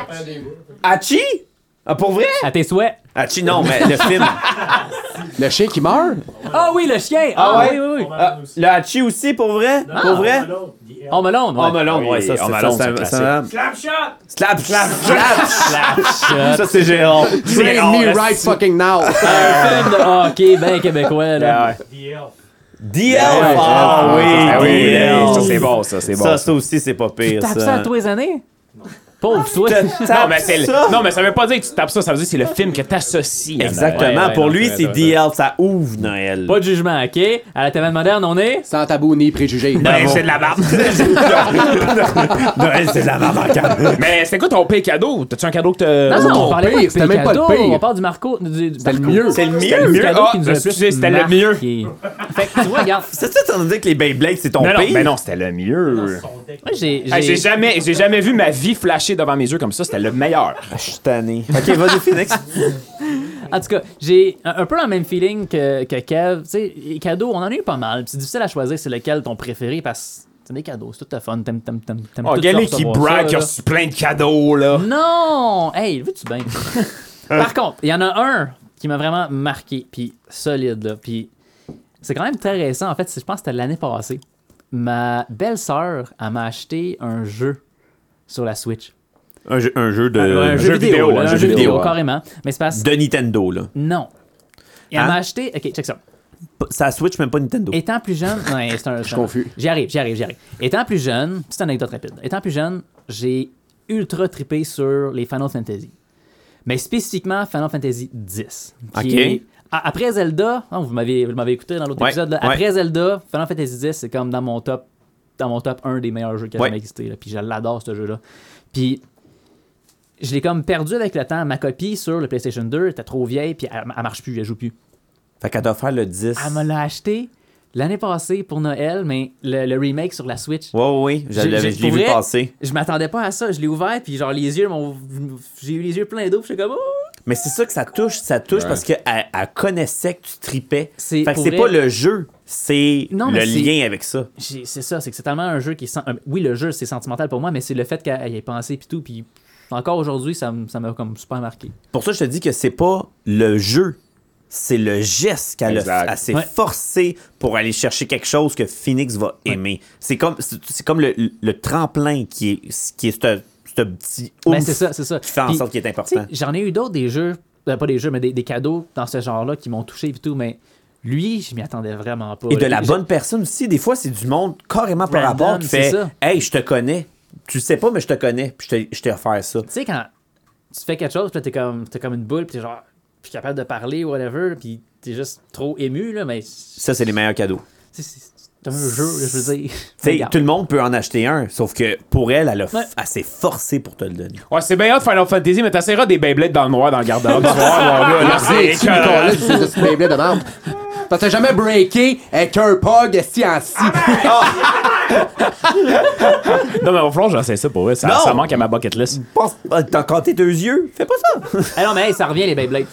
Hachi? Ah, pour vrai? À tes souhaits. Hachi, non, mais le film. Le chien qui meurt? Ah oui, le chien! Ah, ouais? oui, oui, oui. Ah, le Hachi aussi, pour vrai? Pour vrai? Hein? On me l'onde, ouais. Oh, Malone, ouais, ça, Oh, c'est ça, Malone, c'est c'est un- classique. c'est un- Clapshot! Slap, slap, slap, slap. Ça, c'est [laughs] Gérard. Bring Gérard, me là, right c'est- fucking now. Un film de hockey ben québécois, Ah là. The Elf. DL. Ah oui, Ah oui, DL. ça c'est bon, ça c'est bon. Ça, ça aussi, c'est pas pire. Tape ça à [laughs] tous les années? Pauvre toi! non, Ah, mais c'est le- ça. non, mais ça veut pas dire que tu tapes ça, ça veut dire que c'est le film que t'associes. à Noël. Exactement. Ouais, ouais, Pour non, lui, c'est c'est vrai, DL. Ça ouvre Noël. Pas de jugement, OK? À la taverne moderne, on est... Sans tabou ni préjugé. Ben, c'est de la barbe. [laughs] Noël, c'est de la merde en canne. mais c'est quoi ton pire cadeau? T'as-tu un cadeau que t'as. Non, non, on Au parlait pas pire, de c'était même pas le cadeau, pire. On parle du Marco. Du, du C'était le Marco. mieux. C'est le C'est mieux. le cadeau Ah, qui nous a le plus excusez, c'était le mieux. marqué. Fait que tu vois, regarde, C'est ça, t'en as dit que les Beyblades, c'est ton Non, Ben non, pire? mais non, c'était le mieux. moi j'ai. Hey, J'ai j'ai- jamais, j'ai jamais vu ma vie flasher devant mes yeux comme ça, c'était le meilleur. Je suis tanné. OK, vas-y, Phoenix. En tout cas, j'ai un, un peu le même feeling que, que Kev. Tu sais, les cadeaux, on en a eu pas mal. puis C'est difficile à choisir c'est lequel ton préféré parce que c'est des cadeaux, c'est tout le fun. T'aimes, t'aimes, t'aimes, t'aimes Oh, tout gars, ça, lui qui recevoir ça, brague, qui a là. reçu plein de cadeaux, là. Non! Hey, veux-tu bien? Par contre, il y en a un qui m'a vraiment marqué, puis solide, là. Puis c'est quand même très récent. En fait, c'est- je pense que c'était l'année passée. Ma belle-sœur, elle m'a acheté un jeu sur la Switch. [laughs] Un jeu, un jeu de... un jeu vidéo, là, un un jeu jeu vidéo, vidéo, ouais. carrément. Mais c'est parce de Nintendo, là. Non. Et elle Hein? m'a acheté. Ok, check ça. Ça switch même pas Nintendo. Étant plus jeune. Ouais, c'est [laughs] un. Je suis confus. J'y arrive, j'y arrive, j'y arrive. Étant plus jeune, petite anecdote rapide. Étant plus jeune, j'ai ultra trippé sur les Final Fantasy. mais spécifiquement Final Fantasy X. qui Ok. est- a- Après Zelda, hein, vous m'avez vous m'avez écouté dans l'autre Ouais, épisode, là, ouais. après Zelda, Final Fantasy X, c'est comme dans mon top dans mon top 1 des meilleurs jeux qui a Ouais. jamais existé. là. Puis je l'adore, ce jeu-là. Puis je l'ai comme perdu avec le temps. Ma copie sur le PlayStation 2 était trop vieille, puis elle, elle marche plus, elle joue plus. Fait qu'elle doit faire le 10. Elle me l'a acheté l'année passée pour Noël, mais le, le remake sur la Switch. Ouais, ouais, ouais, je J'ai- l'avais- j'ai- je l'ai pour vu vrai, passer. Je m'attendais pas à ça. Je l'ai ouvert, puis genre les yeux m'ont. J'ai eu les yeux pleins d'eau, puis j'étais comme. Oh! Mais c'est ça que ça touche, ça touche Ouais. parce qu'elle elle connaissait que tu tripais. C'est- Fait que pour c'est vrai- pas le jeu, c'est Non, le mais c'est- lien avec ça. J'ai- C'est ça, c'est que c'est tellement un jeu qui. Sent... euh, Oui, le jeu, c'est sentimental pour moi, mais c'est le fait qu'elle y ait pensé, puis tout, puis encore aujourd'hui, ça m- ça m'a comme super marqué. Pour ça, je te dis que c'est pas le jeu, c'est le geste qu'elle a Exact. elle s'est Ouais. forcée pour aller chercher quelque chose que Phoenix va aimer. C'est comme, c'est c'est comme le, le tremplin qui est, qui est ce, ce petit Mais oomph Ben, c'est ça, c'est ça. qui fait en Puis, sorte qu'il est Tu sais, important. J'en ai eu d'autres des jeux, euh, pas des jeux, mais des, des cadeaux dans ce genre-là qui m'ont touché et tout, mais lui, je m'y attendais vraiment pas. Et de la J'ai- bonne personne aussi. Des fois, c'est du monde carrément par Random, rapport qui c'est fait ça. Hey, je te connais. Tu sais pas, mais je te connais. Puis je t'ai- je t'ai offert ça. Tu sais, quand tu fais quelque chose, puis là, t'es comme, t'es comme une boule, puis t'es genre, puis capable de parler, whatever, puis t'es juste trop ému, là, mais c'est Ça, c'est les meilleurs cadeaux. c'est- c'est un jeu, là, je [laughs] veux dire. Tu sais, Regarde. tout le monde peut en acheter un, sauf que pour elle, elle, a f- Ouais. elle s'est forcée pour te le donner. Ouais, c'est bien hot Final Fantasy, mais t'essaieras des Beyblades dans le noir dans le garde-robe. Tu vas voir, mon gars, [laughs] là, c'est Tu me écœurant. colles, c'est juste Beyblade de merde. Parce que t'as jamais breaké avec un pog esti en scie. Ah, Non, mais au fond, j'en sais ça pour vrai. Ça, Non. ça manque à ma bucket Mm. list. Pense, ah, t'as encore tes deux yeux, fais pas ça. Ah non, mais hey, ça revient, les Beyblades.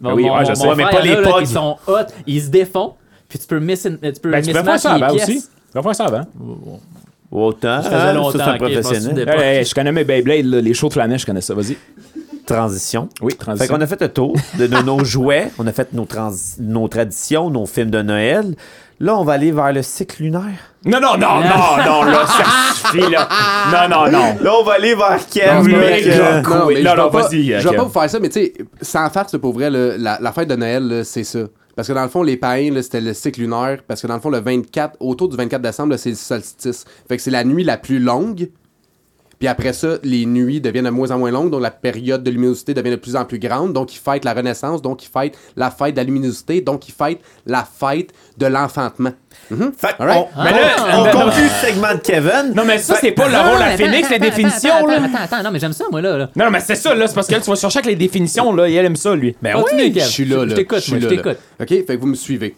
Mon- Ah oui, ouais, je sais, mais frère, pas il y en les a, là, pods. Ils sont hot, ils se défont, puis tu peux miss, tu peux Ben, tu peux mismatch faire ça les avant pièces. aussi. Tu peux faire ça avant. Autant, faisait hein, longtemps, ça, c'est un ok, je m'en souvenais professionnel. pas. Hey, hey, je connais mes Beyblades, là, les shows de flamèche, je connais ça. Vas-y. Transition. Oui, Fait transition. qu'on a fait le tour de, de nos jouets, on a fait nos, trans- nos traditions, nos films de Noël. Là, on va aller vers le cycle lunaire. Non, non, non, non, non, là, ça suffit, là. Non, non, non. Là, on va aller vers Non, Ken. c'est pas vrai, vrai. Jacques. Non, mais Oui, non, je non, vais pas- vas-y, Je Ken. vais pas vous faire ça, mais tu sais, sans faire c'est pour vrai, là, la, la fête de Noël, là, c'est ça. Parce que dans le fond, les païens, là, c'était le cycle lunaire. Parce que dans le fond, le 24, autour du 24 décembre, là, c'est le solstice. Fait que c'est la nuit la plus longue. Puis après ça, les nuits deviennent de moins en moins longues, donc la période de luminosité devient de plus en plus grande. Donc, ils fêtent la Renaissance, donc ils fêtent la fête de la luminosité, donc ils fêtent la fête de l'enfantement. Mhm. Fait qu'on- Alright. mais là, on conclut le segment de Kevin. Non, mais ça, c'est pas le Non, rôle non, à mais Phoenix, Ah, attends, la attends, définition, attends, là. Attends, attends, non, mais j'aime ça, moi, là. là. Non, non, mais c'est ça, là. C'est parce que là, tu vas chercher avec les définitions, là. Et elle aime ça, lui. Ben Continue, oui. Kev. Je suis là, là. Je t'écoute, suis moi, je là, là. t'écoute. OK, fait que vous me suivez.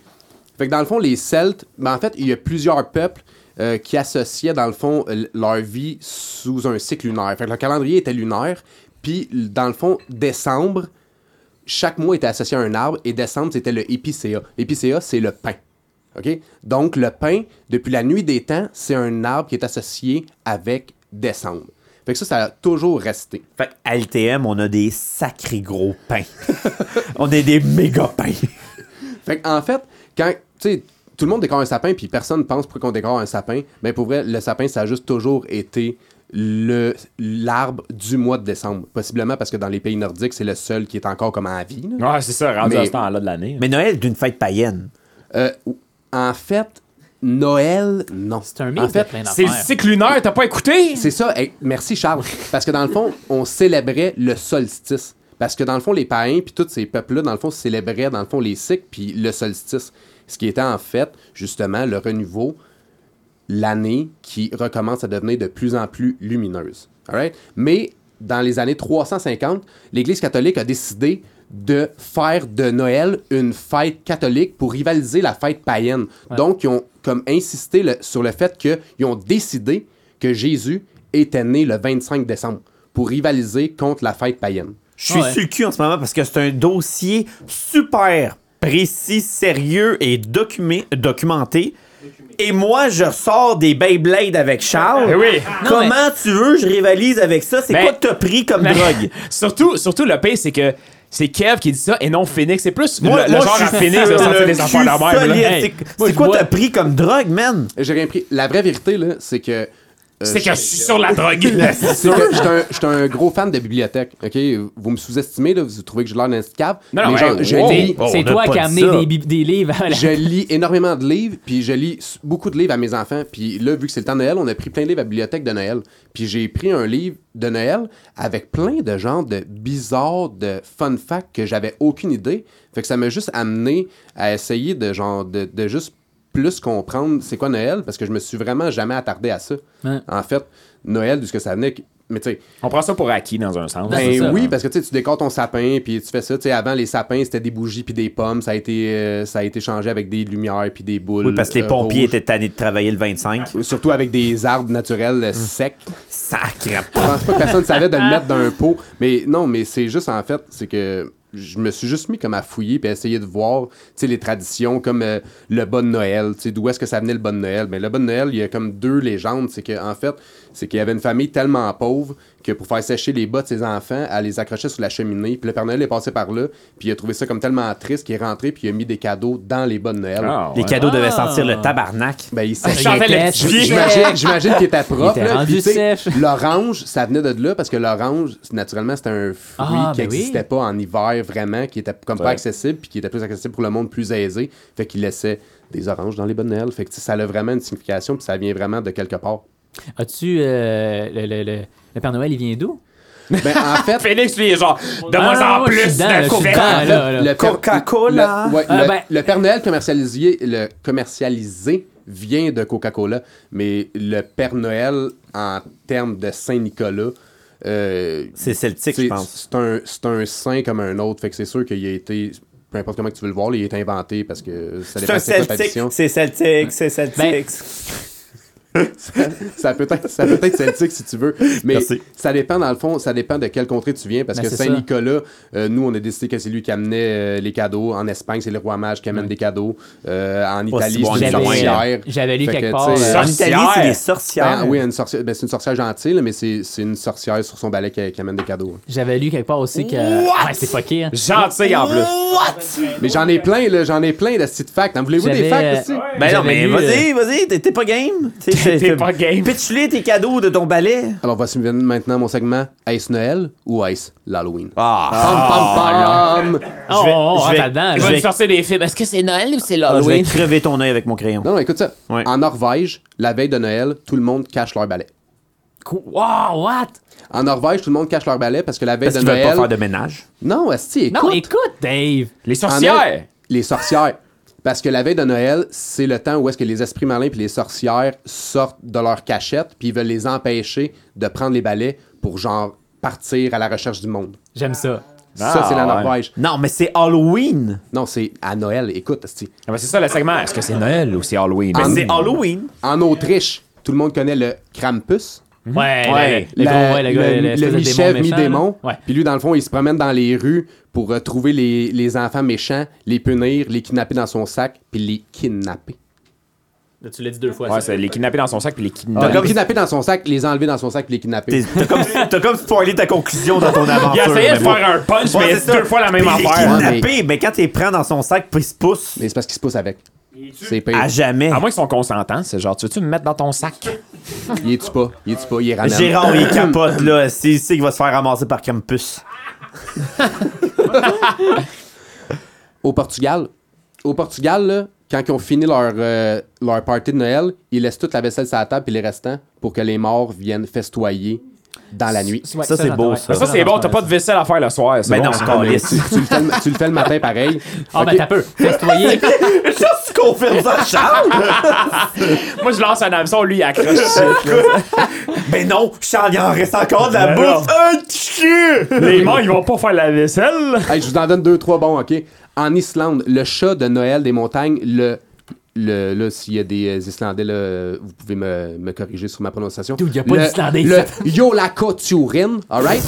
Fait que dans le fond, les Celtes, ben en fait, il y a plusieurs peuples euh, qui associaient, dans le fond, l- leur vie sous un cycle lunaire. Fait que le calendrier était lunaire, puis l- dans le fond, décembre, chaque mois était associé à un arbre, et décembre, c'était le épicéa. L'épicéa, c'est le pain. OK? Donc, le pain, depuis la nuit des temps, c'est un arbre qui est associé avec décembre. Fait que ça, ça a toujours resté. Fait que LTM, on a des sacrés gros [laughs] pains. on est des méga pains. Fait qu'en fait, quand, tu sais, tout le monde décore un sapin, puis personne pense pourquoi qu'on décore un sapin, mais pour vrai, le sapin, ça a juste toujours été le l'arbre du mois de décembre. Possiblement parce que dans les pays nordiques, c'est le seul qui est encore comme en vie. là. Ouais, c'est ça, rendu Mais- à ce temps-là de l'année. hein. Mais Noël d'une fête païenne. Euh, en fait, Noël, non. C'est un En mix de fait, plein C'est le d'affaires. cycle lunaire, t'as pas écouté? C'est ça. Hey, merci [laughs] Charles. Parce que dans le fond, on célébrait le solstice. Parce que dans le fond, les païens puis tous ces peuples-là, dans le fond, célébraient dans le fond les cycles puis le solstice, ce qui était en fait justement le renouveau, l'année qui recommence à devenir de plus en plus lumineuse. All right? Mais dans les années 350, l'Église catholique a décidé de faire de Noël une fête catholique pour rivaliser la fête païenne. Donc, ils ont comme insisté le- sur le fait qu'ils ont décidé que Jésus était né le 25 décembre pour rivaliser contre la fête païenne. Je suis Ouais. sur le cul en ce moment parce que c'est un dossier super précis, sérieux et documé- documenté. Et moi, je sors des Beyblades avec Charles. Eh oui. Comment tu veux je rivalise avec ça? C'est Ben- quoi que t'as pris comme drogue? [laughs] surtout, surtout, le pire, c'est que c'est Kev qui dit ça et non Phoenix. C'est plus le, le genre à suis Phoenix sur de sentir le des cul enfants de la merde. solide. là. Hey, C'est- C'est quoi t'as pris comme drogue, man? J'ai rien pris. La vraie vérité, là, c'est que C'est que je suis sur la drogue. C'est que j'étais un- j'étais un, gros fan de bibliothèque. OK? Vous me sous-estimez, là, vous trouvez que j'ai l'air d'un escave. Non, non, mais mais genre, je, wow. lis, Oh, c'est on a toi pas qui as dit amené ça. des, bib- des livres à la- je lis énormément de livres, puis je lis s- beaucoup de livres à mes enfants. Puis là, vu que c'est le temps de Noël, on a pris plein de livres à la bibliothèque de Noël. Puis j'ai pris un livre de Noël avec plein de genres de bizarres, de fun facts que j'avais aucune idée. Fait que ça m'a juste amené à essayer de genre de, de juste plus comprendre c'est quoi Noël, parce que je me suis vraiment jamais attardé à ça. Ouais. En fait, Noël, de ce que ça venait... que- Mais tu sais, On prend ça pour acquis dans un sens. c'est ben ça. hein. oui, parce que tu sais, tu décores ton sapin, puis tu fais ça. Tu sais, avant, les sapins, c'était des bougies puis des pommes. Ça a été, euh, ça a été changé avec des lumières puis des boules. Oui, parce que les euh, pompiers rouges. étaient tannés de travailler le 25. Surtout avec des arbres naturels euh, Hum. secs. Sacre. Je pense pas que personne savait de le mettre dans un pot. Mais non, mais c'est juste en fait, c'est que je me suis juste mis comme à fouiller puis à essayer de voir tu sais, les traditions comme euh, le bon Noël. tu sais, D'où est-ce que ça venait le bon Noël? Mais le bon Noël, il y a comme deux légendes. C'est que en fait, c'est qu'il y avait une famille tellement pauvre que pour faire sécher les bas de ses enfants, elle les accrochait sur la cheminée. Puis le Père Noël est passé par là, puis il a trouvé ça comme tellement triste qu'il est rentré puis il a mis des cadeaux dans les bas de Noël. Ah, Les ouais. cadeaux devaient Ah. sentir le tabarnak. Ben, il Ah, séchait chantait le J- J'imagine, j'imagine qu'il était propre. Il était là, rendu puis, tu sais, sèche. L'orange, ça venait de là parce que l'orange, c'est- naturellement, c'était un fruit Ah, qui ben oui. n'existait pas en hiver vraiment, qui était comme pas Ouais. accessible, puis qui était plus accessible pour le monde plus aisé. Fait qu'il laissait des oranges dans les bonnes Noël. Fait que tu sais, ça a vraiment une signification, puis ça vient vraiment de quelque part. As-tu. euh, le, le- le- le Père Noël, il vient d'où Ben, en [laughs] fait, Félix, lui, est genre, de moins Ah, en ouais, je plus suis dedans, là, je de suis coca. dedans, Ah, là, là. le Père- Coca-Cola. Le, ouais, Ah, le- ben- le Père Noël commercialisé, le commercialisé vient de Coca-Cola, mais le Père Noël, en termes de Saint-Nicolas, euh, C'est celtique, c'est je pense. c'est un, c'est un saint comme un autre. Fait que c'est sûr qu'il a été, peu importe comment que tu veux le voir, il a été inventé parce que C'est ça un dépend c'est quoi ta celtique. vision. C'est celtique. C'est Ben, celtique. ça peut être ça peut être celtique si tu veux mais Merci. ça dépend dans le fond ça dépend de quelle contrée tu viens parce Ben, que c'est ça. Saint Nicolas euh, nous on a décidé que c'est lui qui amenait euh, les cadeaux en Espagne c'est le roi mage qui amène des cadeaux Euh, en Pas si Italie bon, c'est une j'avais- sorcière j'avais lu Fait que, quelque part, tu sais, euh, En Italie, c'est des ben, sorcières. oui une sorcière ben, c'est une sorcière gentille mais c'est c'est une sorcière sur son balai qui, qui amène des cadeaux J'avais lu quelque part aussi que. Ouais, c'est fucké. hein. Gentil en plus. Ben mais j'en ai plein là j'en ai plein de petites facts en voulez-vous des J'avais, facts euh, aussi Ben non, J'avais mais lu, vas-y, vas-y, t'es- t'es pas game. T'es- T'es pas game. Pitch-les tes cadeaux de ton balai. alors voici maintenant mon segment Ice Noël ou Ice l'Halloween Ah, Pam, pam, pam. Oh, vais- on je rentre vais- Ah, là-dedans. Je là. vais sortir des films. Est-ce que c'est Noël ou c'est je vais l'Halloween? crever ton œil avec mon crayon. Non, non, écoute ça. Ouais. En Norvège, la veille de Noël, tout le monde cache leur balai. Wow, what? En Norvège, tout le monde cache leur balai parce que la veille Parce qu'ils de veulent pas Noël. faire de ménage. Non, Asti, écoute. Non, écoute, Dave. Les En sorcières! Nor- Les sorcières. Parce que la veille de Noël, c'est le temps où est-ce que les esprits malins puis les sorcières sortent de leur cachette puis ils veulent les empêcher de prendre les balais pour genre partir à la recherche du monde. J'aime ça. Ah, ça, c'est la ouais. Norvège. Non, mais c'est Halloween. Non, c'est à Noël. Écoute, Asti. Ah ben, c'est ça le segment. Est-ce que c'est Noël ou c'est Halloween? En- Ben, C'est Halloween. En Autriche, tout le monde connaît le Krampus. Ouais, Ouais. Le, le gros, La- ouais, le gars, le- l'espèce le de mi-chef, démon méchant, mi-démon. là. Ouais. Puis lui, dans le fond, il se promène dans les rues pour euh, trouver les, les enfants méchants, les punir, les kidnapper dans son sac, puis les kidnapper. Tu l'as dit deux fois. Ouais, c'est les kidnapper dans son sac puis les Euh, kidnapper. les kidnapper dans son sac, les enlever dans son sac, puis les Ah, kidnapper. T'es- T'as comme, t'as comme spoilé ta conclusion dans ton aventure. Il a essayé de mais bon. faire un punch, Ouais, mais c'est ça. deux fois la même Puis les affaire. Ouais, kidnapper, hein, mais quand t'es prends dans son sac, puis il se pousse Mais c'est parce qu'ils se poussent avec. C'est pire. à jamais. À moins qu'ils sont consentants, c'est genre, tu veux-tu me mettre dans ton sac? Il est-tu pas? Il est-tu pas? Il est Ah, ramène. Gérard, il capote, [clears throat] là. C'est ici qu'il va se faire ramasser par Campus. Au Portugal, au Portugal, là, quand ils ont fini leur, euh, leur party de Noël, ils laissent toute la vaisselle sur la table, puis les restants, pour que les morts viennent festoyer dans la nuit. Ouais, Ça, c'est j'entends, beau, ouais. ça. Ça, c'est bon, t'as pas de vaisselle à faire le soir. Ben bon, non, ça. c'est encore Tu, tu le fais le, tu le fais le matin pareil. Ah, ben, Ok. t'as peu. Festoyer. [laughs] Juste confirme ça, Charles! Moi, je lance un hameçon, lui, il accroche. [laughs] ben non, Charles, il en reste encore de la Ben bouffe. Un tchou! les morts, ils vont pas faire la vaisselle. Hey, je vous en donne deux, trois bons, OK? En Islande, le chat de Noël des montagnes, le. le là, s'il y a des euh, Islandais, là, euh, vous pouvez me, me corriger sur ma prononciation. Dude, y a pas Le- d'Islandais Le ici. Yolakoturin, all right?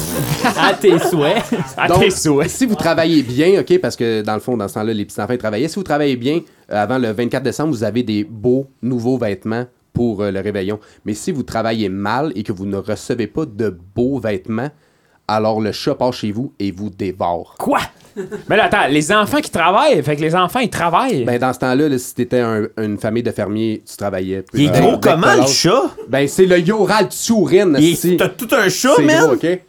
À tes souhaits. À Donc, tes souhaits. si vous travaillez bien, OK, parce que dans le fond, dans ce temps-là, les petits-enfants ils travaillaient. Si vous travaillez bien, euh, avant le 24 décembre, vous avez des beaux nouveaux vêtements pour euh, le réveillon. Mais si vous travaillez mal et que vous ne recevez pas de beaux vêtements, alors le chat part chez vous et vous dévore. Quoi? Mais là, attends, les enfants qui travaillent, fait que les enfants, ils travaillent. Ben, dans ce temps-là, là, si t'étais un- une famille de fermiers, tu travaillais. Puis, Il est ben, gros dès que t'as comment, le l'âge- chat? Ben, c'est le Yoral Tsurin. Il esti. est- T'as tout un chat, C'est man? gros, OK?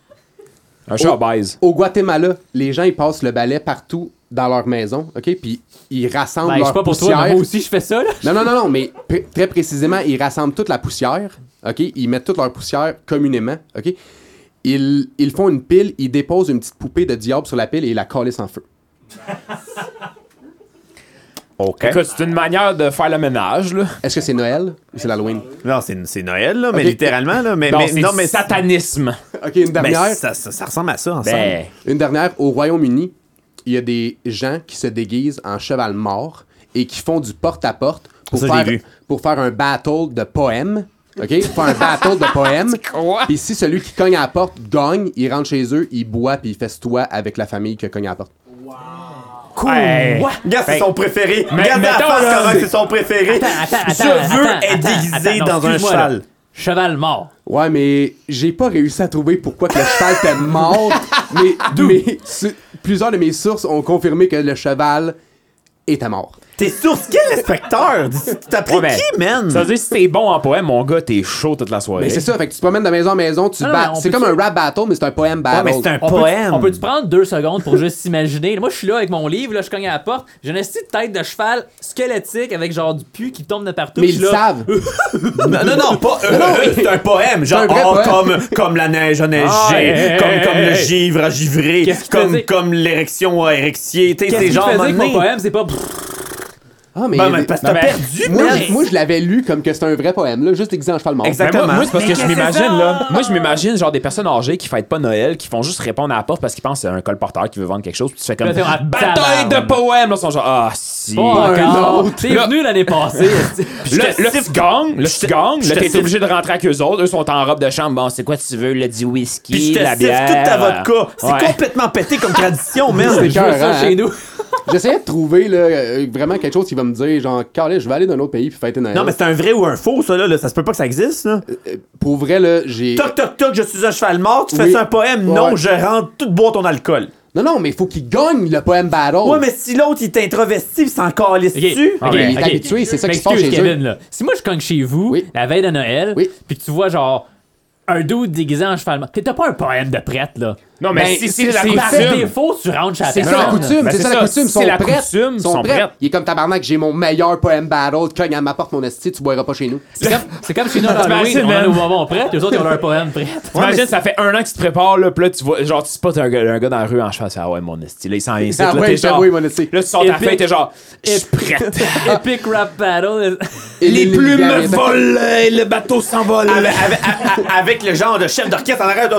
un chat oh. baise. Au Guatemala, les gens, ils passent le balai partout dans leur maison, OK? Puis ils rassemblent Ben, je leur sais pas pour poussière. toi, mais moi aussi, je fais ça, là. Non, non, non, non, mais pr- très précisément, ils rassemblent toute la poussière, OK? Ils mettent toute leur poussière communément, OK? Ils, ils font une pile, ils déposent une petite poupée de diable sur la pile et ils la collent en feu. OK. Écoute, c'est une manière de faire le ménage, là. Est-ce que c'est Noël ou c'est l'Halloween? Non, c'est c'est Noël, là, mais Ok. littéralement, là. Mais, Non, mais- c'est non, mais satanisme. OK, une mais dernière. Ben, ça, ça- ça ressemble à ça, ensemble. Ben, Une dernière, au Royaume-Uni, il y a des gens qui se déguisent en cheval mort et qui font du porte-à-porte pour, Ça, je l'ai faire, vu. pour faire un battle de poèmes. OK? Pour faire un [laughs] battle de poèmes. Puis si celui qui cogne à la porte gagne, il rentre chez eux, il boit, puis il festoie avec la famille qui a cogné à la porte. cool. Hey. Regarde, c'est Hey. son préféré. Mais- Regarde la mettons, face, là, comment c'est- c'est son préféré. Attends, attends, Je veux attends, être attends, déguisé attends, non, dans un excuse-moi, là. cheval. Cheval mort. Ouais, mais j'ai pas réussi à trouver pourquoi que le cheval était mort. mais [laughs] mais su- plusieurs de mes sources ont confirmé que le cheval était mort. T'es sur quel inspecteur? Tu T'as pris Ouais, mais- qui, man? ça veut dire si t'es bon en poème, mon gars, t'es chaud toute la soirée. Mais c'est ça, fait que tu te promènes de maison en maison, tu Ah Non, bats- mais on C'est peut- comme un rap battle, mais c'est un poème Ouais, battle. Ah, mais c'est un On peut, poème. on peut-tu prendre deux secondes pour juste s'imaginer? Moi, je suis là avec mon livre, là, je cogne à la porte, j'ai une petite tête de cheval squelettique avec genre du pu qui tombe de partout. Mais puis ils je le suis là, savent. Euh. Non, non, non, pas eux. Eux, c'est un poème. Genre, C'est un vrai oh, poème. Comme, comme la neige a neigé, Ah, hey, comme, hey, comme le hey. givre a givré, Qu'est-ce qu'il comme, faisait? comme l'érection a érectié. Tu sais, Qu'est-ce c'est que genre, je faisais un avec moment mon donné- poème? C'est pas. pfff, Ah, mais. Ben, mais parce que t'as Ben, perdu, moi, man. je, moi, je l'avais lu comme que c'était un vrai poème, là, juste déguisé en cheval mort. Exact. Ben, moi, Exactement. moi, c'est parce Mais que je qu'est-ce que m'imagine, c'est là. ça? Moi, je m'imagine, genre, des personnes âgées qui fêtent pas Noël, qui font juste répondre à la porte parce qu'ils pensent que c'est un colporteur qui veut vendre quelque chose. Puis tu fais comme. Là, t'es en Bataille de tabarnak. poèmes! Là, ils sont genre, ah, si. Pas un encore. autre. T'es Là- venu l'année passée. esti. Puis Là, là, tu gagnes, là, tu gagnes, je là, te t'es siffle. obligé de rentrer avec eux autres. Eux sont en robe de chambre. Bon, c'est quoi tu veux? Là, du whisky, Puis je te la siffle bière. toute ta vodka. C'est Ouais. complètement pété comme tradition, man. C'est Je veux écœurant, ça hein. chez nous. J'essayais de trouver là, euh, vraiment quelque chose qui va me dire, genre, Carlis, je vais aller dans un autre pays puis fêter Noël. Non, mais c'est un vrai ou un faux, ça, là. là. Ça se peut pas que ça existe, là. Pour vrai, là, j'ai. Toc, toc, toc, je suis un cheval mort, tu fais Oui. ça un poème. Non, Ouais. je rentre tout boire ton alcool. Non, non, mais il faut qu'il gagne le poème battle. Ouais, mais si l'autre, il t'introvestit, il s'en calisse-tu? Ok, Ah, mais il est ok. habitué, c'est ça qui se passe M'excuse, chez eux. Kevin, là. Si moi je cogne chez vous Oui. la veille de Noël, Oui. puis que tu vois genre un dude déguisé en cheval mort, t'as pas un poème de prêtre là. Non, mais Ben, si c'est la par coutume. défaut, tu rentres chez la C'est C'est la personne. Non, coutume, ben, c'est c'est ça ça, la coutume. c'est Ils sont la prêts. coutume, Ils sont sont prêts. prêtes. Il est comme tabarnak, j'ai mon meilleur poème battle, cogne à ma porte mon esti, tu boiras pas chez nous. C'est comme, c'est comme chez nous à T'imagines, Halloween, on a man. nos bonbons prêtres, les autres ils ont leur poème prêtre. T'imagines, ça fait un an que tu te prépares, là, pis là, tu vois, genre, tu spots un gars, un gars dans la rue en cheval, tu fais, ah ouais, mon esti, [laughs] là, il s'en incite, Ah là, ouais, t'es j'avoue, genre, mon esti. là, tu sors ta Épique. feuille, t'es genre, je suis prête. [laughs] [laughs] Epic rap Euh, battle. Et Les plumes lignes- volent et le bateau s'envole. Avec, le genre de chef d'orchestre en arrière de.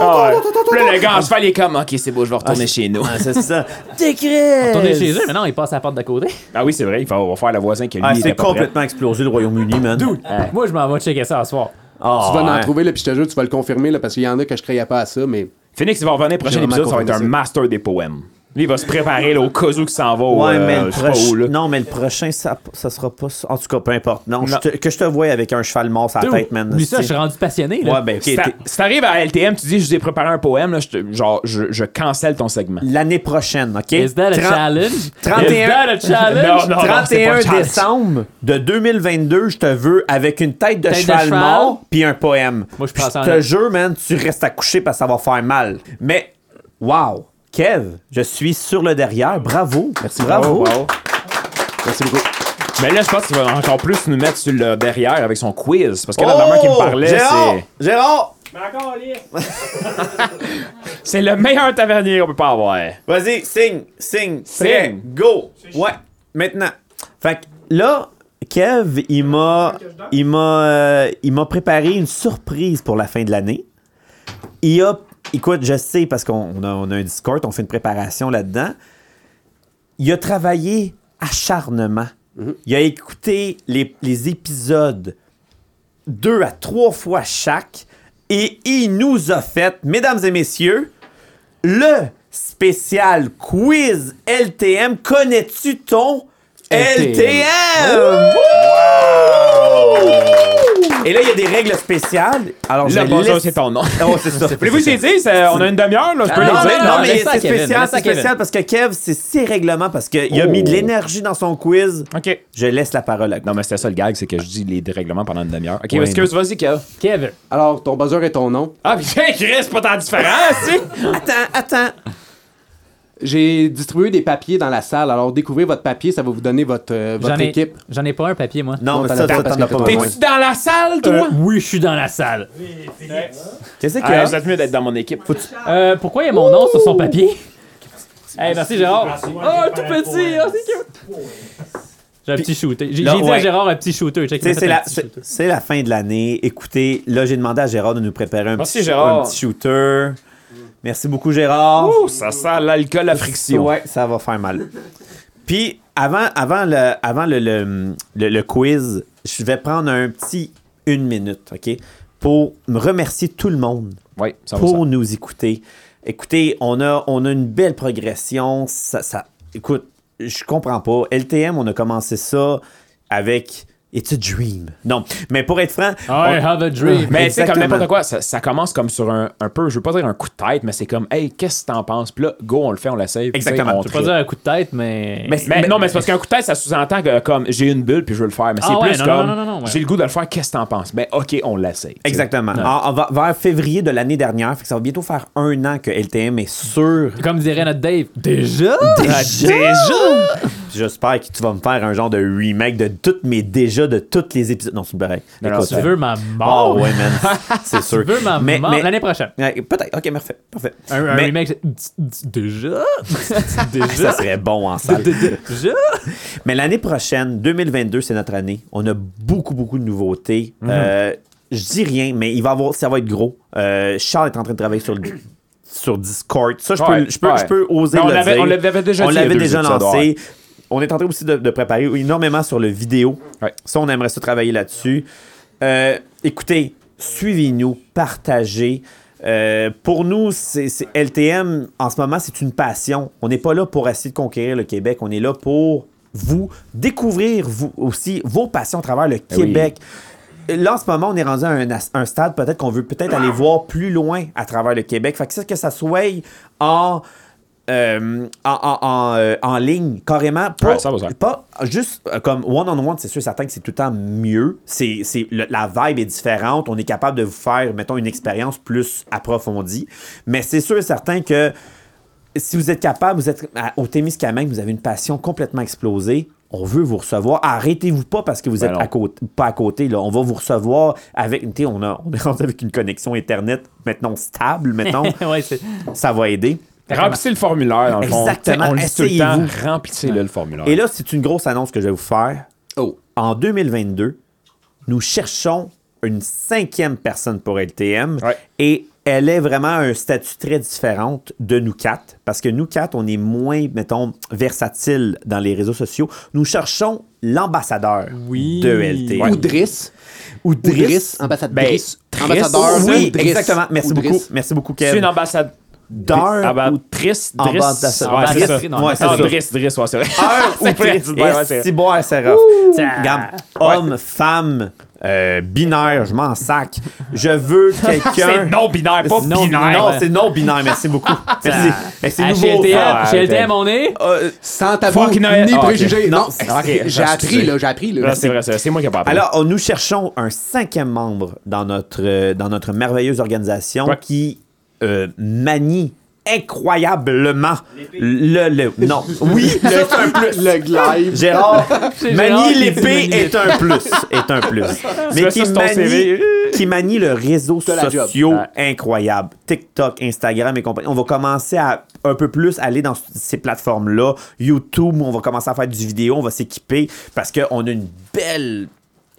Ah ouais. Puis là, le gars en cheval, il est comme, ok, c'est beau, je vais retourner chez nous. [laughs] Ah, c'est ça. Décret! On est chez eux, mais non, ils passent à la porte d'à côté. Ah oui, c'est vrai, il faut faire le voisin qui lui Ah, était c'est pas prêt. complètement explosé le Royaume-Uni, man. Euh, Moi, je m'en vais checker ça ce soir. Ah, Tu vas en ouais. trouver, là, puis je te jure, tu vas le confirmer, là, parce qu'il y en a que je croyais pas à ça, mais. Phoenix, il va revenir prochain J'ai vraiment épisode, ça va être un compris ça. master des poèmes. Lui, il va se préparer, là, au cas où qu'il s'en va, au, Ouais, euh, mais le je sais pas proche- où, là. Non, mais le prochain, ça, ça sera pas. ça. En tout cas, peu importe. Non, Non. je te- que je te vois avec un cheval mort sur la tête, man. Oublie ça, je c'est- suis rendu passionné. Là. Ouais, ben, ok. Si t'a- t'es- si t'arrives à LTM, tu dis, je vous ai préparé un poème, là, je te- genre, je, je cancelle ton segment. L'année prochaine, OK? Is that a 30 challenge? 31. Is that a challenge? Non, non. c'est pas 31 un challenge. décembre de 2022, je te veux avec une tête de Tête de cheval cheval. mort puis un poème. Moi, je Puis pense en- te jure, man, tu restes accouché parce que ça va faire mal. Mais, wow! Kev, je suis sur le derrière. Bravo! Merci, bravo! Merci beaucoup. Oh, Mais là, je pense qu'il va encore plus nous mettre sur le derrière avec son quiz. Parce que là, Oh, vraiment qu'il me parlait, Gérard! c'est. Gérard! C'est le meilleur tavernier qu'on peut pas avoir. Vas-y, signe, signe, signe, Signe. go. Ouais, maintenant. Fait que là, Kev, il m'a, il m'a, euh, il m'a préparé une surprise pour la fin de l'année. Il a, écoute, je sais parce qu'on on a, on a un Discord, on fait une préparation là-dedans. Il a travaillé acharnement. Il a écouté les, les épisodes deux à trois fois chaque et il nous a fait, mesdames et messieurs, le spécial quiz LTM. Connais-tu ton LTM? Wouh! Et là, il y a des règle spéciale. Alors, je Le buzzer, laisse- c'est ton nom. [laughs] Oh, c'est ça. Voulez-vous que je les dise? Euh, On a une demi-heure, là, je peux Ah, les Non, dire. non, non, non, mais laisse ça à c'est Kevin, spécial, laisse c'est ça à Kevin. spécial parce que Kev, c'est ses règlements parce qu'il a Oh. mis de l'énergie dans son quiz. OK. Je laisse la parole à Euh, Non, mais c'était ça le gag, c'est que je dis les dérèglements pendant une demi-heure. OK, Ouais, excuse, vas-y, Kev. Kevin. Alors, ton buzzer est ton nom. Ah, [laughs] putain, Chris, c'est pas tant différent, Ah, si! Attends, attends. J'ai distribué des papiers dans la salle. Alors, découvrez votre papier, ça va vous donner votre, euh, votre J'en ai, équipe. j'en ai pas un papier, moi. Euh, Non, Euh, Non, mais t'en ça, as ça, pas t'en parce as que pas t'as besoin. pas T'es-tu dans la salle, toi? Oui, je suis dans la salle. Hein? Qu'est-ce Ah, que vous êtes mieux d'être dans mon équipe. Faut-tu- Euh, pourquoi il y a mon nom sur son papier? [laughs] Hey, merci Gérard. Oh, tout petit, oh, c'est cute. J'ai un petit shooter. J'ai j'ai Là, dit à ouais. Gérard un petit shooter. Check, Tu sais, il m'a c'est fait un la, petit c'est- shooter. c'est la fin de l'année. Écoutez, là, j'ai demandé à Gérard de nous préparer un, Merci, petit, Gérard. un petit shooter. Merci beaucoup, Gérard. Ouh, oh, ça sent l'alcool à friction. Ouais, ça va faire mal. Puis, avant, avant, le, avant le, le, le- le quiz, je vais prendre un petit une minute, OK? Pour me remercier tout le monde Ouais, ça va ça. pour nous écouter. Écoutez, on a, on a une belle progression. Ça, ça- écoute, je comprends pas. LTM, on a commencé ça avec It's a Dream. Non, mais pour être franc, I on- Ah, have a dream. Mais c'est comme Exactement. n'importe quoi, ça, ça commence comme sur un, un peu, je veux pas dire un coup de tête, mais c'est comme, hey, qu'est-ce que t'en penses? Puis là, go, on le fait, on la save. Exactement. Tu sais, on Je veux Pas traite. dire un coup de tête, mais. Mais c'est- Mais, non, mais c'est parce qu'un coup de tête, ça sous-entend que comme j'ai une bulle puis je veux le faire. Mais c'est Ah ouais, plus non, comme non, non, non, non, ouais. j'ai le goût de le faire, qu'est-ce que t'en penses? Ben ok, on l'essaye. tu sais. Exactement. En- en- vers- vers février de l'année dernière, fait que ça va bientôt faire un an que LTM est sur Comme dirait notre Dave. Déjà? J'espère que tu vas me faire un genre de remake de toutes mes déjà de tous les épisodes. Non, c'est une blague. Non, non, Écoute, Ben Tu euh, veux ma Ah mort? ouais, man. [laughs] C'est sûr. Tu veux ma Mais- mort? mais- L'année prochaine. Ouais, Peut-être. Ok, parfait. parfait. Un, un Mais- remake. [laughs] c'est- Déjà? Ah, Ça serait bon en Ah, salle. Déjà? Mais l'année prochaine, 2022, c'est notre année. On a beaucoup, beaucoup de nouveautés. Mhm. Euh, je dis rien, mais il va avoir, ça va être gros. Euh, Charles est en train de travailler sur le- sur Discord. Ça, je peux, Ouais, je peux, ouais. je peux oser Mais on le l'avait- dire. on l'avait déjà On dit il y a l'avait deux déjà épisodes, lancé. ouais. On est en train aussi de, de préparer énormément sur le vidéo. Ouais. Ça, on aimerait ça travailler là-dessus. Euh, écoutez, suivez-nous, partagez. Euh, pour nous, c'est c'est- LTM, en ce moment, c'est une passion. On n'est pas là pour essayer de conquérir le Québec. On est là pour vous découvrir vous aussi vos passions à travers le Québec. Là, en ce moment, on est rendu à un, as- un stade peut-être qu'on veut peut-être [clears throat] aller voir plus loin à travers le Québec. Fait que ça, que ça soit en, euh, en, en- en, euh, en ligne, carrément, pas, Ouais, ça va, ça. pas juste euh, comme one-on-one, c'est sûr et certain que c'est tout le temps mieux. C'est, c'est- le- la vibe est différente. On est capable de vous faire, mettons, une expérience plus approfondie. Mais c'est sûr et certain que si vous êtes capable, vous êtes à- au Témiscamingue, vous avez une passion complètement explosée. On veut vous recevoir. Arrêtez-vous pas parce que vous Ben êtes non. à côté, pas à côté. Là. On va vous recevoir avec. tu sais, On, a, on est rendu avec une connexion Internet maintenant stable. Mettons, [laughs] ouais, c'est. ça va aider. Remplissez le formulaire, dans le fond. Exactement, T'sais, On le dit tout le essayez-vous. temps, remplissez-le le formulaire. Et là, c'est une grosse annonce que je vais vous faire. Oh. En 2022, nous cherchons une cinquième personne pour LTM Ouais. et elle est vraiment à un statut très différent de nous quatre parce que nous quatre, on est moins, mettons, versatile dans les réseaux sociaux. Nous cherchons l'ambassadeur Oui. de LTM. Ou Driss. Ou Ou Driss. Driss. Ambassadrice. Ben, ambassadeur. Oui, ou Driss. exactement. Merci Ou Driss. beaucoup. Merci beaucoup, Je suis Kev. une ambassade. Ah, D'un euh, ou- Ambassadrice. Driss. Ambassadeur. ben, Ouais, c'est ça. Ambassadrice, non, Ouais, c'est Ah, ça. Driss, Driss, ouais, c'est vrai. Heure ou [laughs] C'est vrai, presque. c'est vrai, ouais, c'est vrai. Et boire, c'est rough. Regarde, homme, femme, euh, binaire, je m'en sac. Je veux [laughs] C'est quelqu'un. non-binaire, pas Non, binaire. Non, c'est non-binaire. Merci [laughs] beaucoup. Merci. Et c'est À nouveau. chez LTM, Ah, chez ok. LTM, on est. Euh, Sans tabou, Fucking Noël. ni Ah, ok. préjugés. Non, Non, c'est- ok, j'ai appris, excusez. là, j'ai appris, là. Non, C'est vrai, c'est vrai, c'est moi qui ai pas appris. Alors, on- nous cherchons un cinquième membre dans notre, euh, dans notre merveilleuse organisation Ouais. qui euh, manie incroyablement le, le- Non, oui, [laughs] le- Le glaive. Gérard, Gérard manie qui dit l'épée manier est un plus, est un plus. Mais vois qui ça sur ton manie, CV. qui manie le réseau T'as la job. sociaux incroyable, TikTok, Instagram et compagnie. On va commencer à un peu plus aller dans ces plateformes là, YouTube, où on va commencer à faire du vidéo, on va s'équiper parce qu'on a une belle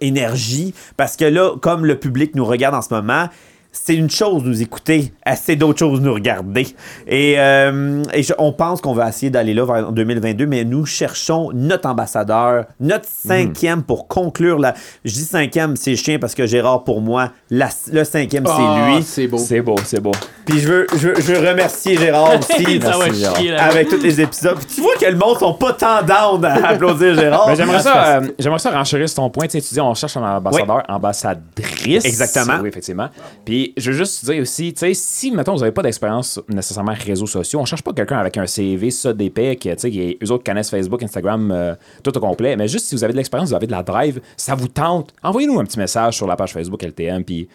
énergie parce que là, comme le public nous regarde en ce moment. c'est une chose nous écouter, c'est d'autres choses nous regarder. Et, euh, et je- on pense qu'on va essayer d'aller là vers 2022, mais nous cherchons notre ambassadeur, notre cinquième pour conclure la. Je dis cinquième, c'est chien parce que Gérard pour moi, la- le cinquième Ah, c'est lui. C'est beau. C'est beau, c'est beau. Puis je veux, je veux, je veux remercier Gérard aussi. Ça va Merci, Gérard. chier, là. Avec tous les épisodes. Puis tu vois que le monde sont pas tant down à applaudir Gérard. Oh, Ben, j'aimerais ça, euh, j'aimerais ça renchérir sur ton point. Tu sais, tu dis, on cherche un ambassadeur, ambassadrice. Exactement. Oui, effectivement. Puis, je veux juste dire aussi, tu sais, si, mettons, vous n'avez pas d'expérience nécessairement réseaux sociaux, on cherche pas quelqu'un avec un CV, ça, d'épais, qui, tu sais, qui est- eux autres connaissent Facebook, Instagram, euh, tout au complet. Mais juste si vous avez de l'expérience, vous avez de la drive, ça vous tente, envoyez-nous un petit message sur la page Facebook LTM, puis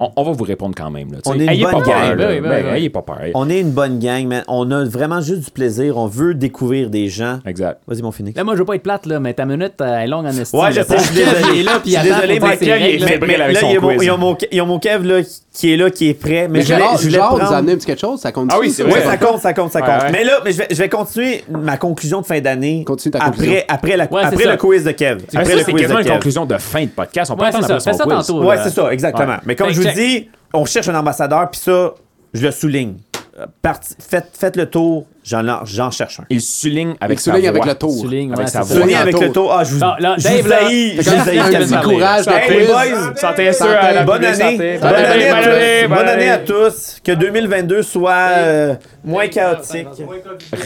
on, on va vous répondre quand même. Là, tu sais. On est une ayez, bonne pas peur, gang. là. Ben oui, ben Ben, oui. ayez pas peur. On est une bonne gang, mais on a vraiment juste du plaisir. On veut découvrir des gens. Exact. Vas-y, mon Phoenix. Là, moi, je veux pas être plate, là, mais ta minute elle est longue en estime. Ouais, je là. sais, je suis Kev, désolé. il est là, puis Je suis il attend désolé, pour mais dire ses Kev, il est règles, là. fébrile avec là, son il y a mon- quiz. ils ont mon, ils ont mon Kev là, qui est là, qui est prêt. Mais, Mais je voulais, Gérard, je voulais Gérard prendre- vous a amené une petite chose, ça compte Ah oui, c'est Ouais, vrai. ça compte, ça compte, ça compte. Ouais, ouais. Mais là, mais je, vais, je vais continuer ma conclusion de fin d'année. Continue ta conclusion. après, après, la, Ouais, c'est après ça. le quiz de Kev. Ah, Après le ça, c'est quiz de quasiment une Kev. conclusion de fin de podcast. On peut Ouais, attendre c'est après ça. Fais son ça quiz. tantôt. Ouais, là. c'est ça, exactement. Ouais. Mais comme Fait je vous que check. dis, on cherche un ambassadeur, puis ça, je le souligne. Euh, parti- faites, faites le tour, j'en, j'en cherche un. Il souligne avec Il sa souligne avec voix. le tour. Souligne, Avec ouais, sa c'est voix. Souligne avec le tour. Ah, je vous, Non, là, je Dave, vous là, haïs, je fait vous que là, haïs un quasiment. petit coup. Courage, Hey, quiz. boys, Santé, santé. santé, à la bonne bonne année. santé. Bonne Bonne année à année, tous. bonne Bonne année à année. tous. Que 2022 soit euh, moins chaotique.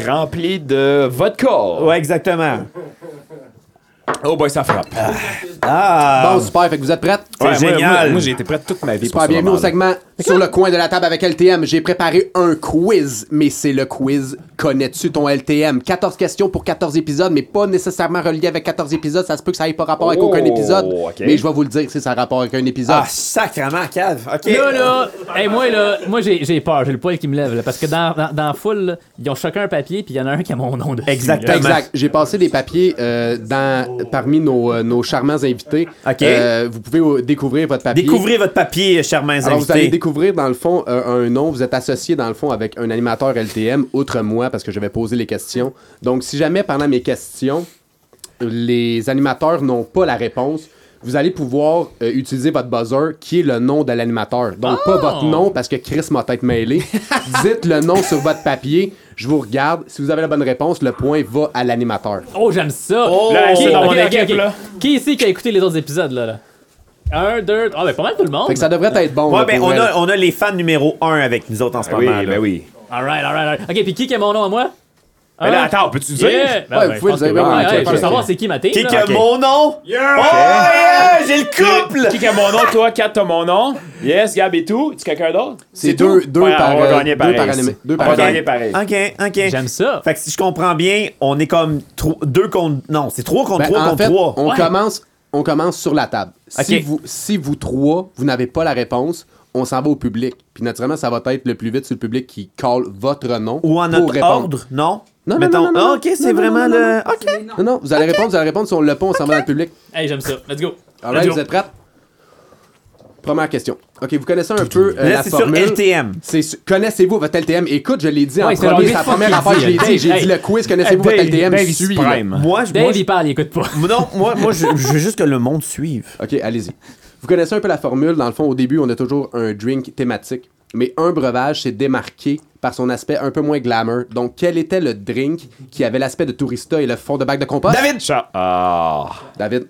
Rempli de vodka. Ouais, exactement. Oh boy, ça frappe. Ah, Bon, super, fait que vous êtes prêts? c'est Ouais, moi- génial. Moi, moi, j'ai été prêt toute ma vie pour Super, ce bienvenue au moment-là. segment sur le coin de la table avec LTM. J'ai préparé un quiz, mais c'est le quiz Connais-tu ton LTM? 14 questions pour 14 épisodes, mais pas nécessairement relié avec 14 épisodes. Ça se peut que ça n'ait pas rapport avec Oh, aucun épisode, ok. mais je vais vous le dire si ça a rapport avec un épisode. ah, sacrement, Cave. OK. Là, là, hey, moi, là, moi, j'ai j'ai peur, j'ai le poil qui me lève, là, parce que dans, dans, dans la foule, là, ils ont chacun un papier, puis il y en a un qui a mon nom dessus. Exactement. Exact. J'ai passé des papiers euh, dans, parmi nos, euh, nos charmants invités. Ok. Euh, vous pouvez euh, découvrir votre papier. Découvrez votre papier, chers mains Alors, vous allez invités. découvrir, dans le fond, euh, un nom. Vous êtes associé, dans le fond, avec un animateur LTM, outre moi, parce que je vais poser les questions. Donc, si jamais, pendant mes questions, les animateurs n'ont pas la réponse, vous allez pouvoir euh, utiliser votre buzzer, qui est le nom de l'animateur. Donc, pas Oh! votre nom, parce que Chris m'a [laughs] tête mêlée. Dites le nom sur votre papier. Je vous regarde. Si vous avez la bonne réponse, le point va à l'animateur. Oh, j'aime ça! Là, Qui- c'est dans ok, mon ok, équipe, ok. là. Qui ici qui a écouté les autres épisodes, là? là? Un, deux, ah, ben pas mal tout le monde. Fait que ça devrait être bon. là, Ouais, ben, pour on elle. a, on a les fans numéro 1 avec nous autres en ce Ah moment. oui, là. ben oui. Alright, alright, alright. Ok, puis qui qui a mon nom à moi? Mais là, Un? attends, peux-tu dire? Yeah! Ben, Ouais, ben, vous pouvez je pense le que dire, oui. ouais, Ouais, ok, je veux ok, savoir ok. c'est qui ma team. Qui là. que Ok. mon nom? Oh, yeah, j'ai le couple! Qui a mon nom, toi? Kat, t'as mon nom? Yes, Gab et tout? Tu quelqu'un d'autre? C'est deux, tout? deux Ouais, par, On va euh, gagner deux pareil. par animé- deux par On va animé. gagner pareil. OK, OK. J'aime ça. Fait que si je comprends bien, on est comme 2 contre... Non, c'est 3 contre Ben, 3 en contre fait, 3. on Ouais. commence on commence sur la table. Si Ok. vous si vous trois, vous n'avez pas la réponse, on s'en va au public. Puis naturellement, ça va être le plus vite sur le public qui colle votre nom Ou en pour notre répondre. ordre, non? Non, non, Mettons, non, non, non, ah, OK, non, c'est non, vraiment non, le... non, Euh, OK. Non, non, vous allez répondre, vous allez répondre, si on le pas, on s'en va dans le public. Hey, j'aime ça. Let's go. All Let's right, go. vous êtes prêts? Première question. OK, vous connaissez un peu euh, Là, la c'est sur formule. LTM. C'est su- Connaissez-vous votre LTM? Écoute, je l'ai dit Ouais, en c'est la premier, c'est la première première fois affaire que je l'ai qu'il dit. dit. J'ai Hey, dit le quiz, connaissez-vous votre LTM? Dave Suis, là. Prime. Moi, je... moi, Dave, je- il parle, il [laughs] écoute pas. Non, moi, moi je, je veux juste que le monde suive. OK, allez-y. Vous connaissez un peu la formule. Dans le fond, au début, on a toujours un drink thématique. Mais un breuvage s'est démarqué par son aspect un peu moins glamour. Donc, quel était le drink qui avait l'aspect de tourista et le fond de bac de compost? David! Ciao. Ah. David.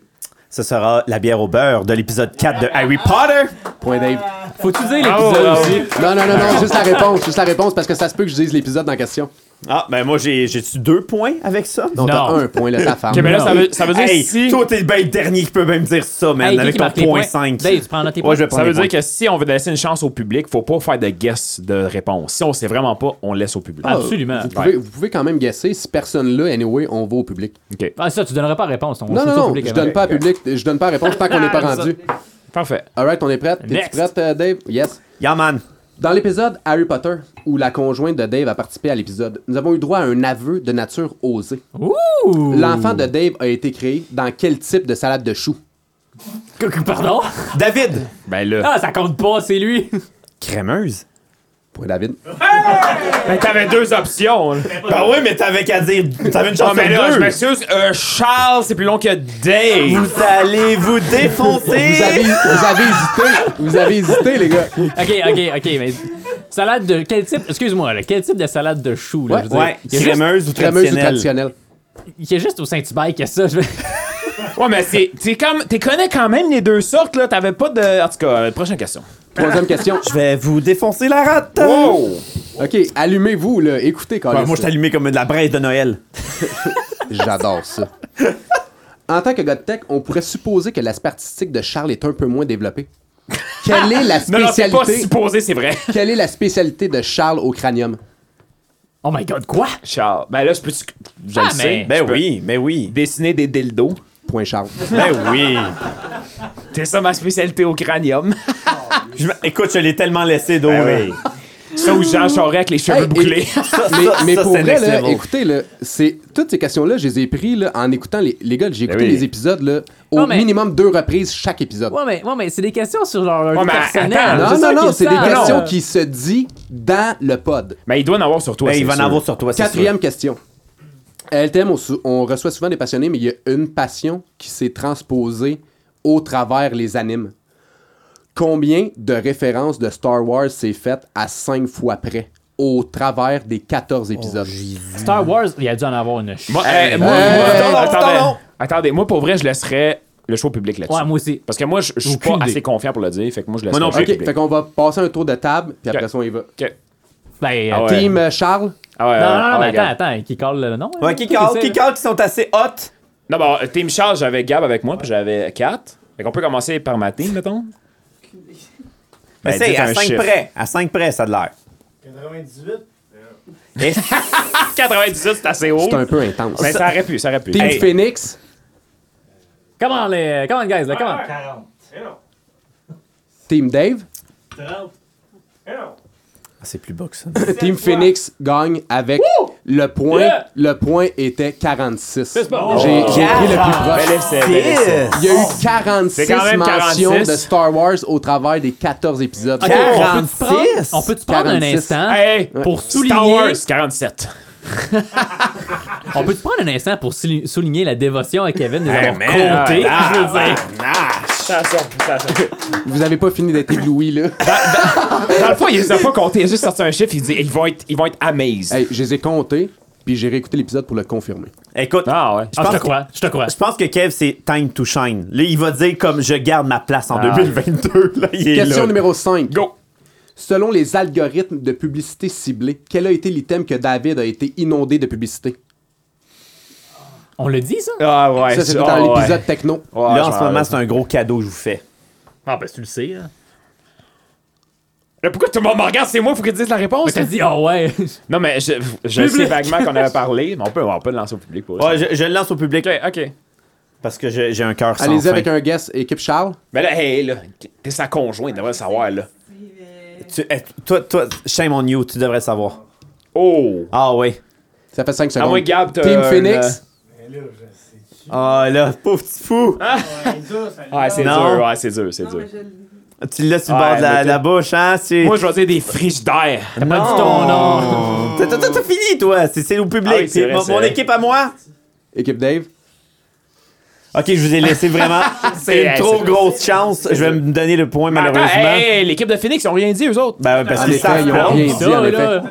Ce sera la bière au beurre de l'épisode 4 de Harry Potter. Point Dave. Faut-tu dire Ah, l'épisode Bravo. aussi? Non, non, non, non, juste la réponse. Juste la réponse, parce que ça se peut que je dise l'épisode dans la question. Ah, ben moi, j'ai- j'ai-tu deux points avec ça? Donc, t'as Non. un point, là, ta femme. Ok, mais là, ça veut, ça veut dire Hey, si. toi, t'es le ben dernier qui peut même dire ça, man, Hey, qui avec qui ton marque les point points? 5. Dave, tu prends notes tes Ouais, je vais points? prendre Ça veut les dire points. que si on veut laisser une chance au public, faut pas faire de guess de réponse. Si on sait vraiment pas, on laisse au public. Ah, Absolument. Vous pouvez, vous pouvez quand même guesser. Si personne-là, anyway, on va au public. OK. Ah, c'est ça, tu donneras pas la réponse. On Non, sait non, ça au non, public hein. je avant. donne pas à public. Je donne pas la réponse tant qu'on n'est [laughs] pas rendu. Parfait. All right, on est prête? T'es-tu Next. prête, euh, Dave? Yes. Yeah, man. Dans l'épisode Harry Potter, où la conjointe de Dave a participé à l'épisode, nous avons eu droit à un aveu de nature osée. Oh. Ouh! L'enfant de Dave a été créé dans quel type de salade de choux? Coucou, [laughs] Pardon? David! Ben là. Ah, ça compte pas, c'est lui. Crémeuse? Point David. Ben, t'avais deux options. là. Ben oui, mais t'avais qu'à dire. T'avais une Ah, chance mais sur là, je deux. m'excuse. euh, Charles, c'est plus long que Dave. Vous allez vous défoncer. Vous avez, vous avez hésité. Vous avez hésité, les gars. Ok, ok, ok, mais. Salade de. Quel type. Excuse-moi, là, quel type de salade de choux, là? Ouais, je veux dire? Ouais, Il y a juste- crémeuse ou Crémeuse ou traditionnelle. traditionnelle? Il y a juste au Saint-Hubert que ça. je veux- Ouais, mais c'est. T'es comme. T'es connais quand même les deux sortes, là. T'avais pas de. En tout cas, euh, prochaine question. Troisième question. Je vais vous défoncer la rate. OK, allumez-vous, là. Écoutez, quand Ouais, moi, je t'allumais comme de la braise de Noël. J'adore ça. En tant que gars de tech, on pourrait supposer que l'aspect artistique de Charles est un peu moins développé. Quelle est la Non, non, c'est pas spécialité, supposé, c'est vrai. quelle est la spécialité de Charles au cranium? Oh my god, quoi? Charles. Ben là, je peux. Je Ah, le sais. mais- Ben Je peux oui, ben oui. Dessiner des dildos. Point Charles. Ben oui. C'est ça ma spécialité au cranium. Je m- écoute, je l'ai tellement laissé d'eau. oui. ça ou Jean Charest avec les cheveux Hey, et- [laughs] bouclés. Mais, ça, mais ça, pour c'est vrai, next là, level. écoutez, là, c'est, toutes ces questions-là, je les ai prises là, en écoutant les, les gars, j'ai écouté Ben oui. les épisodes là, au Non, mais- minimum deux reprises chaque épisode. Ouais, mais, ouais, mais c'est des questions sur leur leur Ouais, vie mais personnelle. attends, non, ça non, non, qu'ils c'est des savent. questions Euh, qui se dit dans le pod. Mais il doit en avoir sur toi. Ben, il c'est va en sûr. avoir sur toi, c'est Quatrième question. À LTM, on, sou- on reçoit souvent des passionnés, mais il y a une passion qui s'est transposée au travers les animes. Combien de références de Star Wars s'est faite à cinq fois près au travers des 14 Oh, épisodes? Star Wars, il a dû en avoir une chute. Moi, euh, moi- moi- attendez, attendez, moi pour vrai, je laisserais le choix au public là-dessus. Ouais, moi aussi. Parce que moi, je je suis Aucune pas idée. assez confiant pour le dire, fait que moi, je laisserais non le plus. choix au Ok, public. fait qu'on va passer un tour de table, puis après Ok. ça, on y va. Ok. Ben, euh, Ah ouais. Team euh, Charles, Ah ouais, Non, ouais, non, ouais, non, mais attends, regarde. attends, qui colle le nom? Ouais, qui call, qui call qui sont assez hot. Non, bon, euh, Team Charles, j'avais Gab avec moi, puis j'avais 4. Fait qu'on peut commencer par ma team, mettons. Mais Ben, c'est dites à un 5 chiffre. près. À 5 près, ça a de l'air. 98. Et- 98, c'est assez haut. c'est un peu intense. Mais ça aurait pu, ça aurait pu. Team Hey, Phoenix, Comment les. Comment guys, là, Ah, comment? 40. Eh non. Team Dave, 30. Eh non. Ah, c'est plus bas que ça. Team Phoenix gagne avec le point. Yeah! Le point était 46. J'ai j'ai bon. Oh. pris le plus proche. bel essai, bel essai. Il y a eu 46 C'est quand même mentions 46. de Star Wars au travers des 14 épisodes. Ok, on peut-tu prendre- 46? On peut-tu prendre un 46. instant? Hey, Pour Star Hein? souligner- Wars, 47. On peut-tu prendre un instant pour sou- souligner la dévotion à Kevin de les avoir man, comptés? ah, Je veux dire. Attention, attention. Vous avez pas fini d'être ébloui, [laughs] là. Dans le fond, il les a pas comptés, il a juste sorti un chiffre, il dit ils vont être, ils vont être amazed. Hey, je les ai comptés, puis j'ai réécouté l'épisode pour le confirmer. Écoute, Ah ouais. Ah, je te pense- crois, je te crois. je pense que Kev, c'est time to shine. Là, il va dire comme je garde ma place Ah. en 2022. Là, il est Question là. numéro 5. Go! Selon les algorithmes de publicité ciblée, quel a été l'item que David a été inondé de publicité? On le dit, ça? Ah ouais. Ça, c'était ah, dans ouais. l'épisode techno. Ouais, Là, en Ah, je ce m'en moment, rappelle. c'est un gros cadeau que je vous fais. Ah, ben, tu le sais, hein. Mais pourquoi tout le monde me regarde C'est moi, faut que tu dises la réponse. hein? T'as dit, oh ouais. Non, mais je, je sais vaguement qu'on avait parlé, mais on peut, on peut le lancer au public pour Ouais, ça. je, je le lance au public Ok, ok. parce que je- j'ai un cœur sans Allez-y fin. avec un guess, équipe Charles. Mais là, hey, là, t'es sa conjointe, devrait le savoir, là. Tu- eh, toi, toi, shame on you, tu devrais le savoir. Oh! Ah oui. Ça fait 5 Ah secondes. ouais, Gab, t'as. Team un, euh, Phoenix, Mais Eh là, je [laughs] sais qui. Ah là, pauvre petit fou. Ouais, ça, ça euh, Ah, Ouais, c'est Non. dur, ouais, c'est dur, Ah, c'est dur. Tu l'as sur le Ouais, Ah, bord de la, mais la bouche, hein? Tu... Moi, je vais dire des friches d'air. T'as pas dit ton nom. T'as- T'as t'as fini, toi. C'est c'est au public. Ah oui, c'est C'est vrai, mon, c'est mon vrai. équipe à moi. équipe Dave. Ok, je vous ai laissé vraiment. c'est une hey, trop [laughs] c'est- grosse chance. Je vais me donner le point, Mais Attends, malheureusement. [laughs] hey, hey, l'équipe de Phoenix, ils ont rien dit, eux autres. Ben, ouais, parce En qu'ils effet, savent ils ont pas. rien dit, Ça, en effet. là.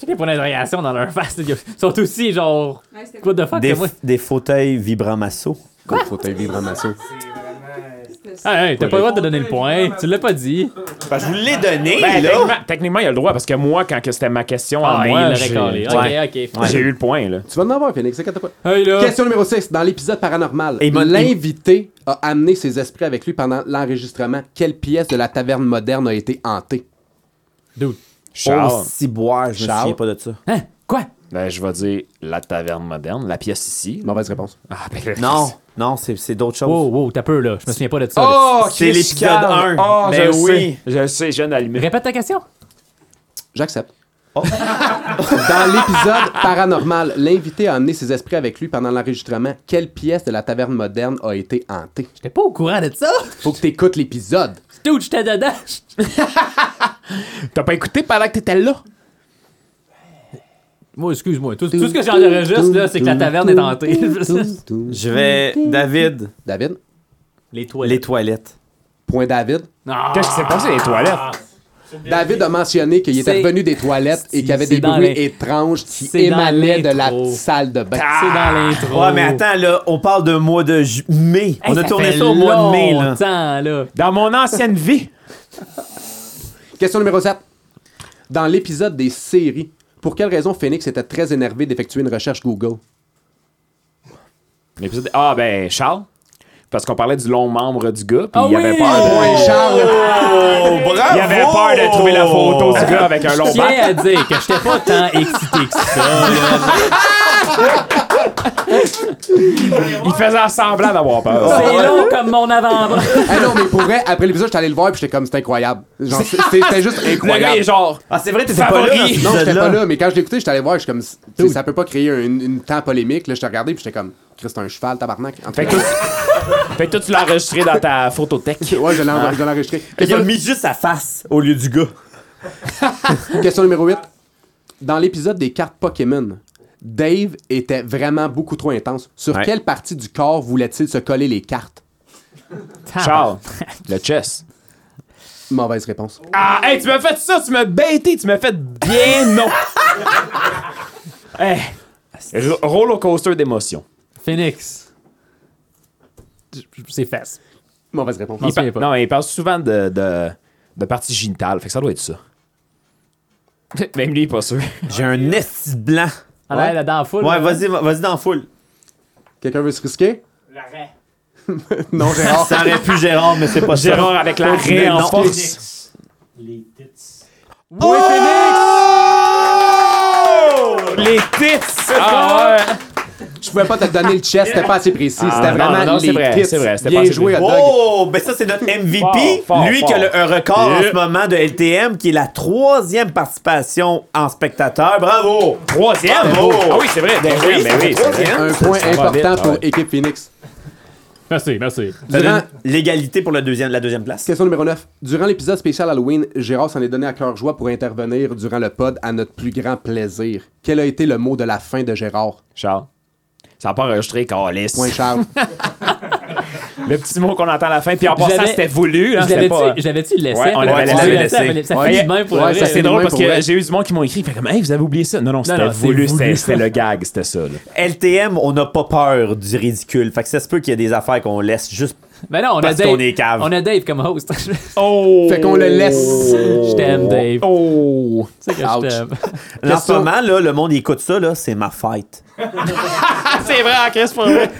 Toutes les points d'interrogation dans leur face, ils sont aussi genre. What the fuck, Des, que moi? des fauteuils vibrants masso. Quoi? Faut t'aider vraiment ça. Ah, hey, t'as pas le droit de donner le point, tu l'as pas dit. Ben, je vous l'ai donné, Ben, là. techniquement, techniquement, il a le droit, parce que moi, quand que c'était ma question Ah, à il moi, l'aurait j'ai collé. Ok, Ouais. ok. j'ai eu le point, là. Tu vas en avoir, Phoenix, inquiète pas. Hey, Euh. là. Question numéro 6. Dans l'épisode paranormal, Et mon- l'invité a amené ses esprits avec lui pendant l'enregistrement. Quelle pièce de la taverne moderne a été hantée? Dude. Oh, Charles, si boire, je me Charles. souviens pas de ça. Hein? Quoi? ben, je vais dire la taverne moderne, la pièce ici. Mauvaise réponse. Ah, ben, Non, non, c'est c'est d'autres choses. Wow, wow, t'as peur là, je me souviens pas de ça. là. Oh, C'est l'épisode un. Oh, Ben je oui. oui. Sais, je sais, jeune allumé. Répète ta question. J'accepte. Oh. [laughs] Dans l'épisode Paranormal, l'invité a amené ses esprits avec lui pendant l'enregistrement. Quelle pièce de la taverne moderne a été hantée? J'étais pas au courant de ça. Faut que t'écoutes l'épisode. Dude, j'étais dedans. T'as pas écouté pendant que t'étais là? Moi, excuse-moi. Tout, tout ce que j'enregistre, là, c'est que la taverne est hantée. [laughs] Je vais. David, David? Les les toilettes. toilettes. Point David. Ah, Qu'est-ce qui s'est passé dans les toilettes? David a mentionné qu'il était C'est- revenu des toilettes et qu'il y avait c'est des dans bruits les- étranges qui c'est dans émanaient de la l'intro. salle de bain. C'est dans l'intro. Ouais, mais attends, là, on parle d'un mois de ju- mai. Hey, on a ça tourné fait ça au mois de mai, là. longtemps, là. Dans mon ancienne vie. Question numéro 7. Dans l'épisode des séries, pour quelle raison Phoenix était très énervé d'effectuer une recherche Google? L'épisode- Ah, ben, Charles. Parce qu'on parlait du long membre du gars, puis Ah il avait oui! peur de... Point Charles! Oh, bravo! Il avait peur Oh! de trouver la photo du gars avec un long Tiens bac. à dire que j'étais pas tant excité que ça. Il faisait semblant d'avoir peur. Ah. C'est long [laughs] comme mon avant-bras. Ah non, mais pour vrai, après l'épisode, j'étais allé le voir puis j'étais comme, c'est incroyable. Genre, c'est- c'est- c'était juste Le gars incroyable. est genre... Ah, c'est vrai, t'étais pas Favori. là. dans cet Non, j'étais pas épisode-là. là, mais quand je l'ai écouté, j'étais allé voir, j'étais comme, tu sais, ça peut pas créer un- une, temps polémique. Là, je t'ai regardé puis j'étais comme, Chris, c'est un cheval, tabarnak. En tout Fait que, cas, toi- fait que toi, tu l'as enregistré dans ta photothèque. ouais, je l'ai je l'ai enregistré. Il a Question, mis juste sa face au lieu du gars. question numéro 8. Dans l'épisode des cartes Pokémon, Dave était vraiment beaucoup trop intense. Sur Ouais. quelle partie du corps voulait-il se coller les cartes? Charles, le chess. Mauvaise réponse. Ah, hey, tu m'as fait ça, tu m'as bêté, tu m'as fait bien non. hey, ro- roller coaster d'émotions. Phoenix. C'est facile. Mauvaise réponse. Il- Il par- souviens pas. Non, mais il parle souvent de, de, de partie génitale, fait que ça doit être ça. [laughs] Même lui, il est pas sûr. J'ai un esti blanc. Ah ouais, là, dans la foule. Ouais, là. vas-y, va- vas-y dans la foule. Quelqu'un veut se risquer? L'arrêt. [laughs] Non, Gérard. Ça aurait pu Gérard, mais c'est pas ça. Gérard avec la raie en Non. force. Les tits. Oui, Phoenix! Oh! Les tits! Ah, ouais. Je pouvais pas te donner le chest, c'était pas assez précis. c'était Ah, non, vraiment non, non, c'est les vrai, tits. c'est vrai, c'était Bien pas assez joué, hot dog. Oh, ben ça c'est notre MVP, Fort, fort, lui fort. qui a le- un record en Yeah. ce moment de LTM, qui est la troisième participation en spectateur. Bravo! Ben Troisième! Bravo. Ah oui, c'est vrai. Ben oui, ben oui, c'est vrai. Un point va important vite, pour ouais. équipe Phoenix. Merci, merci. Ça Durant- donne L'égalité pour le deuxième, la deuxième place. Question numéro 9. Durant l'épisode spécial Halloween, Gérard s'en est donné à cœur joie pour intervenir durant le pod à notre plus grand plaisir. Quel a été le mot de la fin de Gérard? Charles. Ça n'a pas enregistré, Calis. Point [laughs] Charles. Le petit mot qu'on entend à la fin, puis en passant, l'avais- c'était voulu. hein, Je c'était l'avais-tu pas... j'avais-tu laissé? Ouais, on l'avait Ouais, laissé, tu l'avais laissé. Ça fait- ça Ouais. fait du bien pour Ouais, le ça vrai. C'est drôle parce pour vrai. que j'ai eu du monde qui m'ont écrit, fait comme, hey, vous avez oublié ça. Non, non, c'était non, c'est voulu, voulu. c'était c'était le gag, c'était ça. là. LTM, on n'a pas peur du ridicule. Fait que ça se peut qu'il y ait des affaires qu'on laisse juste. Ben non, on a Parce Dave. qu'on est cave. On a Dave comme host. [laughs] Oh! fait qu'on le laisse. Je t'aime, Dave. Oh! Tu sais que je Ouch. t'aime. Là, en ce moment, là, le monde il écoute ça, là, c'est ma fête. Ah, c'est vrai, Chris, pour vrai.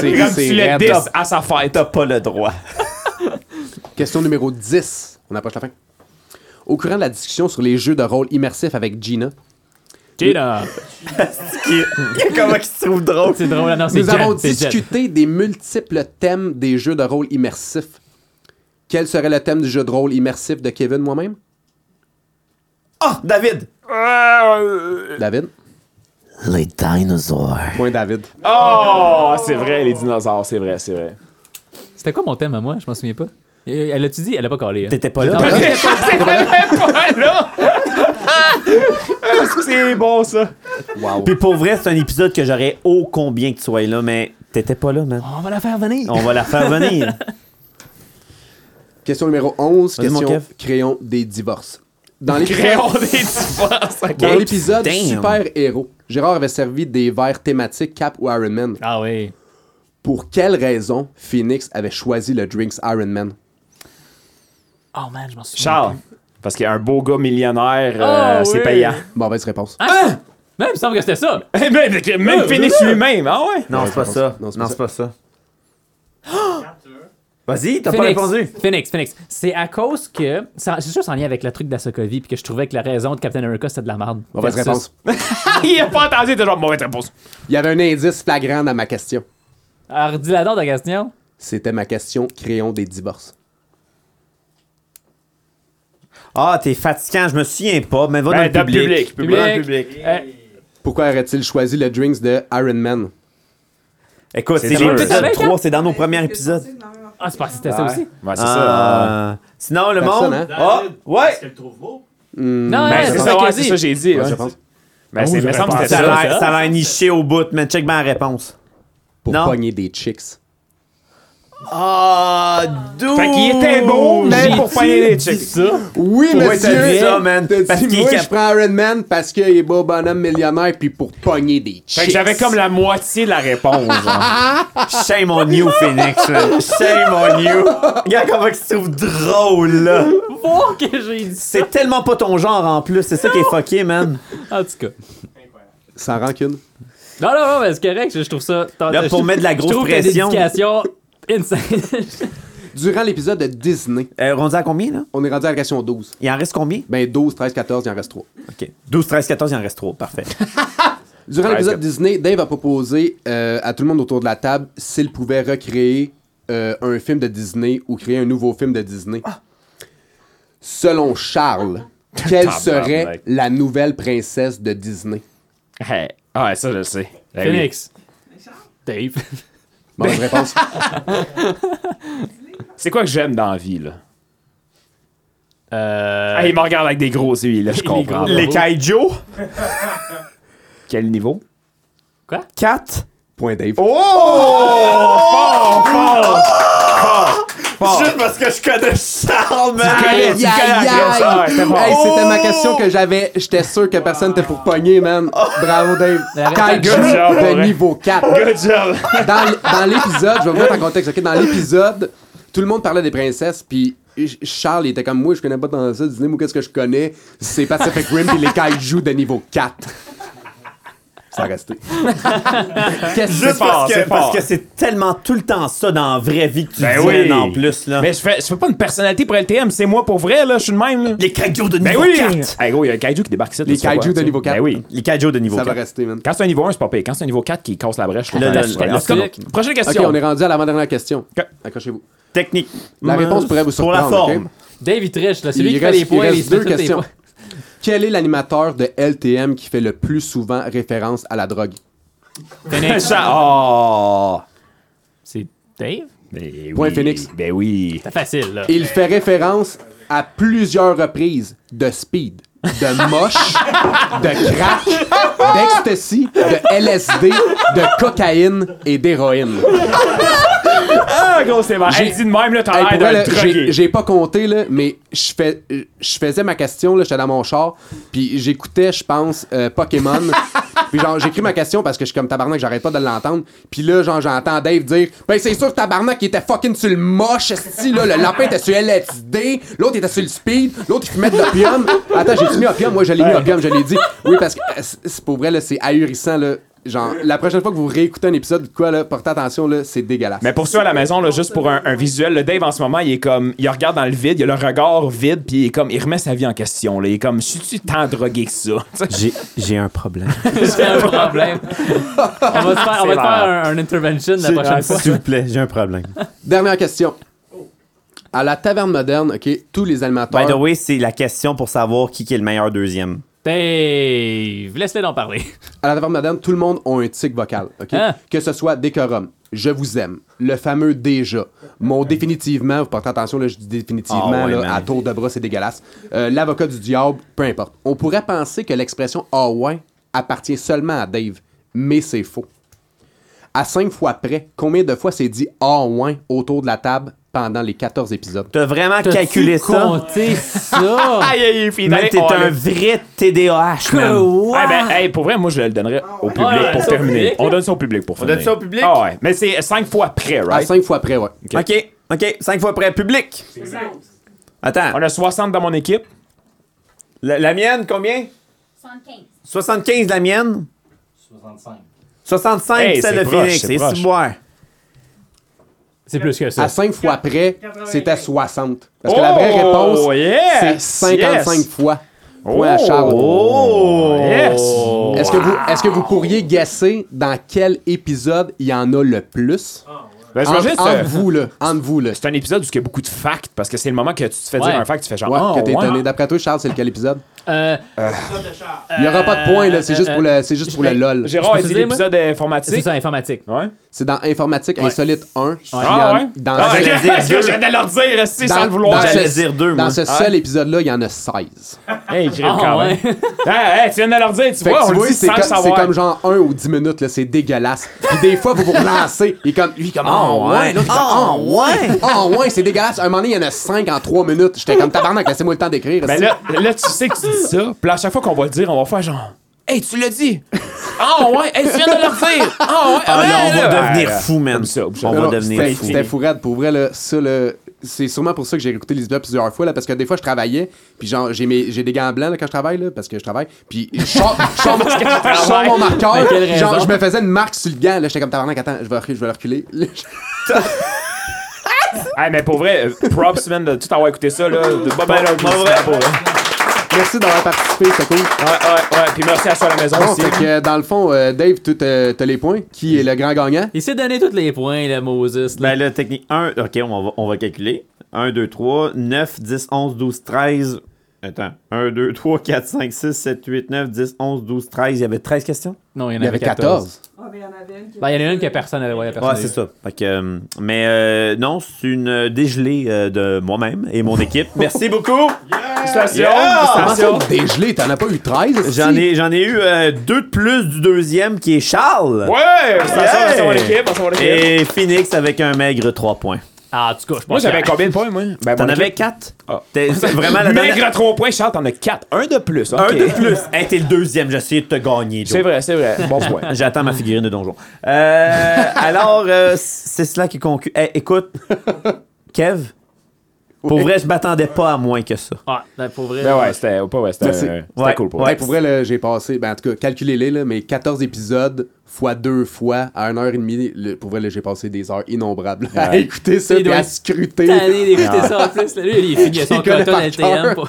C'est Comme c'est tu le raide. dis à sa fête. T'as pas le droit. [laughs] Question numéro 10. On approche la fin. Au courant de la discussion sur les jeux de rôle immersifs avec Gina, Gina. Comment qu'il se trouve drôle? C'est drôle, non, c'est nous Jen, avons c'est Jen. discuté des multiples thèmes des jeux de rôle immersifs. Quel serait le thème du jeu de rôle immersif de Kevin moi-même? Ah, David! Euh. David? Les dinosaures. Point David. Ah. Oh! C'est vrai, les dinosaures, c'est vrai, c'est vrai. C'était quoi mon thème à moi? Je m'en souviens pas. Euh, Elle l'a-tu dit? Elle a pas collé. hein. T'étais pas [laughs] là? C'est bon, ça. Wow. Puis pour vrai, c'est un épisode que j'aurais ô combien que tu sois là, mais t'étais pas là, man. On va la faire venir. On va la faire venir. Question numéro 11, Vas-y, mon question Kev. crayon des divorces. Dans l'épisode, [laughs] Créons des divorces, ok? dans l'épisode Damn. Super Héros, Gérard avait servi des verres thématiques Cap ou Iron Man. [laughs] Ah oui. Pour quelle raison Phoenix avait choisi le drinks Iron Man Oh man, je m'en souviens. Charles. Parce qu'il y a un beau gars millionnaire, euh, Ah, c'est oui. payant. Mauvaise réponse. Hein? Même, il me semble que c'était ça. Eh ben, Même, Phoenix lui-même, ah ouais? [laughs] Non, c'est pas pense- ça. non, c'est Non, pas c'est pas ça. [gasps] Vas-y, t'as pas Phoenix, répondu. Phoenix, Phoenix. C'est à cause que. ça- C'est sûr, c'est en lien avec le truc d'Asokovie, puis que je trouvais que la raison de Captain America, c'était de la merde. Mauvaise Versus- réponse. [laughs] Il a pas entendu, il était genre mauvaise réponse. Il y avait un indice flagrant dans ma question. Alors, dis la dent, ta question. C'était ma question crayon des divorces. Ah, t'es fatigant, je me souviens pas, mais va Ben, dans le public. public. Va dans le public. Pourquoi aurait-il choisi le drinks de Iron Man? Écoute, c'est C'est dur. l'épisode Avec, hein? 3, c'est dans nos premiers épisodes. Ah, c'est pas c'était ça aussi? Ouais, c'est ça. Ah, Sinon, le Personne, monde. hein? Ah, Est-ce ouais! qu'elle le trouve beau? Non, Ben, ouais, c'est c'est ça, ça ouais, qu'elle c'est ça, dit. j'ai dit. Ouais, hein. je pense. Ben, c'est, il Oh, me j'aurais semble que pensé c'était Ça ça. a l'air- ça a l'air niché au bout, mais check ma réponse. Pour Non. pogner des chicks. Ah, d'où? Fait qu'il était beau, mais J'ai pour dit- payer les chicks. Ça? Oui, Ouais, t'as dit ça, man. T'as dit, Parce qu'il moi, cap- je prends Iron Man parce qu'il est beau bonhomme millionnaire puis pour pogner des chicks. Fait que j'avais comme la moitié de la réponse. genre. Shame on you, Phoenix, [laughs] là. Shame on you. Regarde comment il se trouve drôle, là. Voir que j'ai dit ça. C'est tellement pas ton genre en plus, c'est ça qui est fucké, man. En tout cas. Sans rancune. Non, non, non, mais c'est correct, je je trouve ça. Là, pour je- mettre de la je grosse trouve ta pression. dédication insane. Durant l'épisode de Disney, Euh, rendu à combien, là? on est rendu à la question 12. Il en reste combien? Ben 12, 13, 14, il en reste 3. OK. 12, 13, 14, il en reste 3. Parfait. Ouais, Durant l'épisode c'est- Disney, Dave a proposé euh, à tout le monde autour de la table s'il pouvait recréer euh, un film de Disney ou créer un nouveau film de Disney. Selon Charles, quelle serait Tabarnak. la nouvelle princesse de Disney? Hey. Ah, ouais, ça, je le sais. Ben oui. Phoenix. Dave. Ben. Bonne [laughs] réponse. C'est quoi que j'aime dans la vie, là? Euh. Ah, il me regarde avec des gros yeux, là, je comprends. Les Kaijo, [laughs] Quel niveau? Oh! 4. Point Dave. Juste parce que je connais Charles, man. Aïe, aïe, aïe. c'était Oh! fort. Hey, C'était ma question que j'avais. J'étais sûr que personne n'était pour pogner, man. Oh! Bravo, Dave. Arrête, Tiger good job, pour de vrai. niveau 4. Good job! dans, l- dans l'épisode, je vais vous mettre en contexte, ok? Dans l'épisode, tout le monde parlait des princesses, puis Ch- Charles il était comme moi, je connais pas dans ça, Disney, moi qu'est-ce que je connais? C'est Pacific Rim pis les kaiju de niveau 4. Ça [laughs] a resté. Qu'est-ce que Juste c'est? fort, parce que c'est fort. parce que c'est tellement tout le temps ça dans la vraie vie que tu Ben traînes oui. en plus, là. Mais je fais, je fais pas une personnalité pour LTM, c'est moi pour vrai, là, je suis le même, là. Les Kaijo de Ben niveau oui! 4. Hey, gros, il y a un kaiju qui débarque ici. Les tu sais kaiju quoi, de tu niveau sais. 4. Ben oui. Les Kaijo de niveau Ça va 4. rester, man. Quand c'est un niveau 1, c'est pas pire. Quand c'est un niveau 4 qui casse la brèche, je Là, comprends là, la là, situation. là, En tout cas, Prochaine Ok, question. on est rendu à l'avant-dernière question. Ok. Accrochez-vous. Technique. La réponse pourrait vous Pour la surprendre. forme. ok? Dave, il triche, là. Celui Il qui reste- fait les il points, il, reste se met deux toutes les questions. points. [laughs] [laughs] Quel est l'animateur de LTM qui fait le plus souvent référence à la drogue? Phoenix. Ça- oh! C'est Dave? Ben Point oui, Phoenix. Ben oui. C'est facile, là. Il fait référence à plusieurs reprises de speed, de [laughs] moche, de crack, d'ecstasy, de LSD, de cocaïne et d'héroïne. Ah, gros, c'est marrant. J'ai- J'ai dit de même, là, Hey, t'as pour vrai, l'air là, d'un j'ai- drogué. j'ai pas compté là, mais je fais, je faisais ma question là, j'étais dans mon char, puis j'écoutais, je pense, euh, Pokémon. [laughs] puis genre, j'écris ma question parce que je suis comme tabarnak, j'arrête pas de l'entendre. Puis là, genre, j'entends Dave dire, ben c'est sûr que tabarnak il était fucking sur le moche, esti, là, le lapin était sur LSD, l'autre était sur le speed, l'autre il fumait de l'opium. Attends, j'ai mis opium, moi je l'ai mis opium, je l'ai dit. Oui, parce que euh, c'est- c'est pour vrai là, c'est ahurissant là. Genre, la prochaine fois que vous réécoutez un épisode de quoi là, portez attention là, c'est dégueulasse. Mais pour ceux à la maison, là, juste pour un, un visuel, le Dave en ce moment, il est comme, il regarde dans le vide, il a le regard vide, puis il est comme, il remet sa vie en question. Là. Il est comme, suis-tu tant drogué que ça? [laughs] J'ai- J'ai un problème. [laughs] [laughs] C'est un [laughs] problème. on va te faire, on va te faire malade. un, un intervention la J'ai- prochaine fois. S'il vous plaît, j'ai un problème. Dernière question. À la taverne moderne, OK, tous les By animateurs. the way, c'est la question pour savoir qui qui est le meilleur deuxième. Dave, laisse-le en parler. À la taverne moderne, tout le monde a un tic vocal, OK? Ah. Hein? Que ce soit décorum, je vous aime, le fameux déjà, mon définitivement, vous portez attention, là, je dis définitivement, Ah ouais, là, man. à tour de bras, c'est dégueulasse. Euh, L'avocat du diable, peu importe. On pourrait penser que l'expression ah ouais appartient seulement à Dave, mais c'est faux. À cinq fois près, combien de fois c'est dit ah ouais autour de la table pendant les 14 épisodes? T'as vraiment T'as-tu calculé ça? compté ça. Aïe, aïe, aïe, Man, t'es on un l'a- vrai TDAH, man. Ah ben, hey, pour vrai, moi, je le donnerais au public ouais, pour ça au terminer. public, on donne ça au public pour finir. donne ça au public? Ah ouais, mais c'est cinq fois près, À right? cinq fois près, ouais. OK, OK, cinq fois près, public. Attends, On a 60 dans mon équipe. la, la mienne, combien? 75. 75, la mienne. 65. 65, Hey, celle c'est de proche, Phoenix. c'est C'est proche. super. C'est plus que ça. À 5 fois près, c'était 60. Parce que Oh, la vraie réponse, c'est yes, 55 yes. fois. Point à Oh, Charles. Yes! Est-ce que, vous, est-ce que vous pourriez guesser dans quel épisode il y en a le plus? Ben, Entre, j'imagine que entre c'est- vous, là. Entre vous, là. c'est un épisode où il y a beaucoup de facts parce que c'est le moment que tu te fais Ouais. dire un fact, tu fais genre. Ouais, Ah, que t'es ouais. étonné. D'après toi, Charles, c'est lequel épisode? Euh, Il n'y aura pas de point, là. C'est euh, juste pour euh, le, c'est juste pour le lol. Gérard, Je c'est peux te dire, moi? l'épisode c'est informatique. ça, informatique. Ouais. C'est dans Informatique Insolite 1. Puis Ah, en- ouais. Dans Ah, ce- j'allais ok, dire parce que deux. j'allais leur dire, restez dans- sans le vouloir. dans J'allais ce- dire deux, Dans moi. Ah. ce seul épisode-là, il y en a 16. Hey, crime, Ah, quand ouais. même. Ah, hey, tu viens de leur dire, tu Fait que vois, on tu le vois, dit c'est sans comme, le c'est savoir. comme genre 1 ou 10 minutes, là, c'est dégueulasse. Puis des fois, vous vous relancez. Il est comme, lui, comme, oh, ouais. L'autre, il est Ah, comme, ouais! oh, ouais. ouais, c'est dégueulasse. Un moment donné, il y en a 5 en 3 minutes. J'étais comme, tabarnak, laissez-moi le temps d'écrire. Ben c'est- là, là, tu sais que tu dis ça, puis à chaque fois qu'on va le dire, on va faire genre. Hey, tu l'as dit! Ah ouais! Hey, tu viens de le redire! Ah ouais! Ah, ouais, là, on là. va devenir Ah, fou, man. comme ça, comme ça. On Non, va non, devenir c'était- fou. C'était fourrade. Pour vrai, là, ça, là, c'est sûrement pour ça que j'ai écouté les épisodes plusieurs fois, là, parce que des fois, je travaillais, puis genre, j'ai, mes- j'ai des gants blancs, là, quand je travaille, là, parce que je travaille, puis je sors, je sors mon- je sors mon marqueur, quelle genre, raison? je me faisais une marque sur le gant, là, j'étais comme, tabarnak, attends, je vais, reculer, je vais le reculer. [laughs] Hey, mais pour vrai, euh, props, man, de tout avoir écouté ça, là. De Bob Allen, Pas vrai. c'était pour vrai. Merci d'avoir participé, c'est cool. Ouais, ouais, ouais. Puis merci à toi à la maison Bon, aussi. fait que, dans le fond, euh, Dave, tu t'as t'as les points. Qui est le grand gagnant? Il s'est donné tous les points, le Moses. là. Ben là, technique 1, ok, on va, on va calculer. 1, 2, 3, 9, 10, 11, 12, 13. Attends. 1, 2, 3, 4, 5, 6, 7, 8, 9, 10, 11, 12, 13. Il y avait 13 questions? Non, il y en Il y avait 14. Ah, mais il y en avait une qui Ben, il y en a une que personne n'avait ouais, personne Ouais, c'est ça. Fait que, euh, mais euh, non, c'est une euh, dégelée euh, de moi-même et mon équipe. Merci beaucoup! Félicitations! Comment Félicitations! ça, dégelé? T'en as pas eu 13? J'en si? ai, j'en ai eu euh, deux de plus du deuxième qui est Charles. Ouais! Félicitations Yeah. à son équipe, à son équipe. Et Phoenix avec un maigre 3 points. Ah, en tout cas, je pense Moi, j'avais que- combien de points, moi? Ben, T'en mon avais équipe- 4? Ah. C'est [laughs] vraiment la dernière. Maigre 3 points, Charles, t'en as 4. Un de plus. Un ok. de plus. Hey, t'es le deuxième, j'ai essayé de te gagner. Joe. C'est vrai, c'est vrai. [laughs] Bon point. J'attends ma figurine de donjon. [laughs] Euh, alors, euh, c'est cela qui conclut. Eh, écoute, Kev, pour vrai, je m'attendais pas à moins que ça. Ah, ben, pour vrai. Ben ouais, c'était pas ouais, c'était Merci. euh, c'était Ouais. cool pour Ouais. vrai. Hey, Ben, pour vrai, là, j'ai passé, ben, en tout cas, calculez-les, là, mais 14 épisodes fois deux fois à 1h30. pour vrai, là, j'ai passé des heures innombrables à écouter ça Il et doit à être scruter. tanné d'écouter ça en plus. là. Lui, il est fini à son Il connaît coton par LTM. cœur. pour-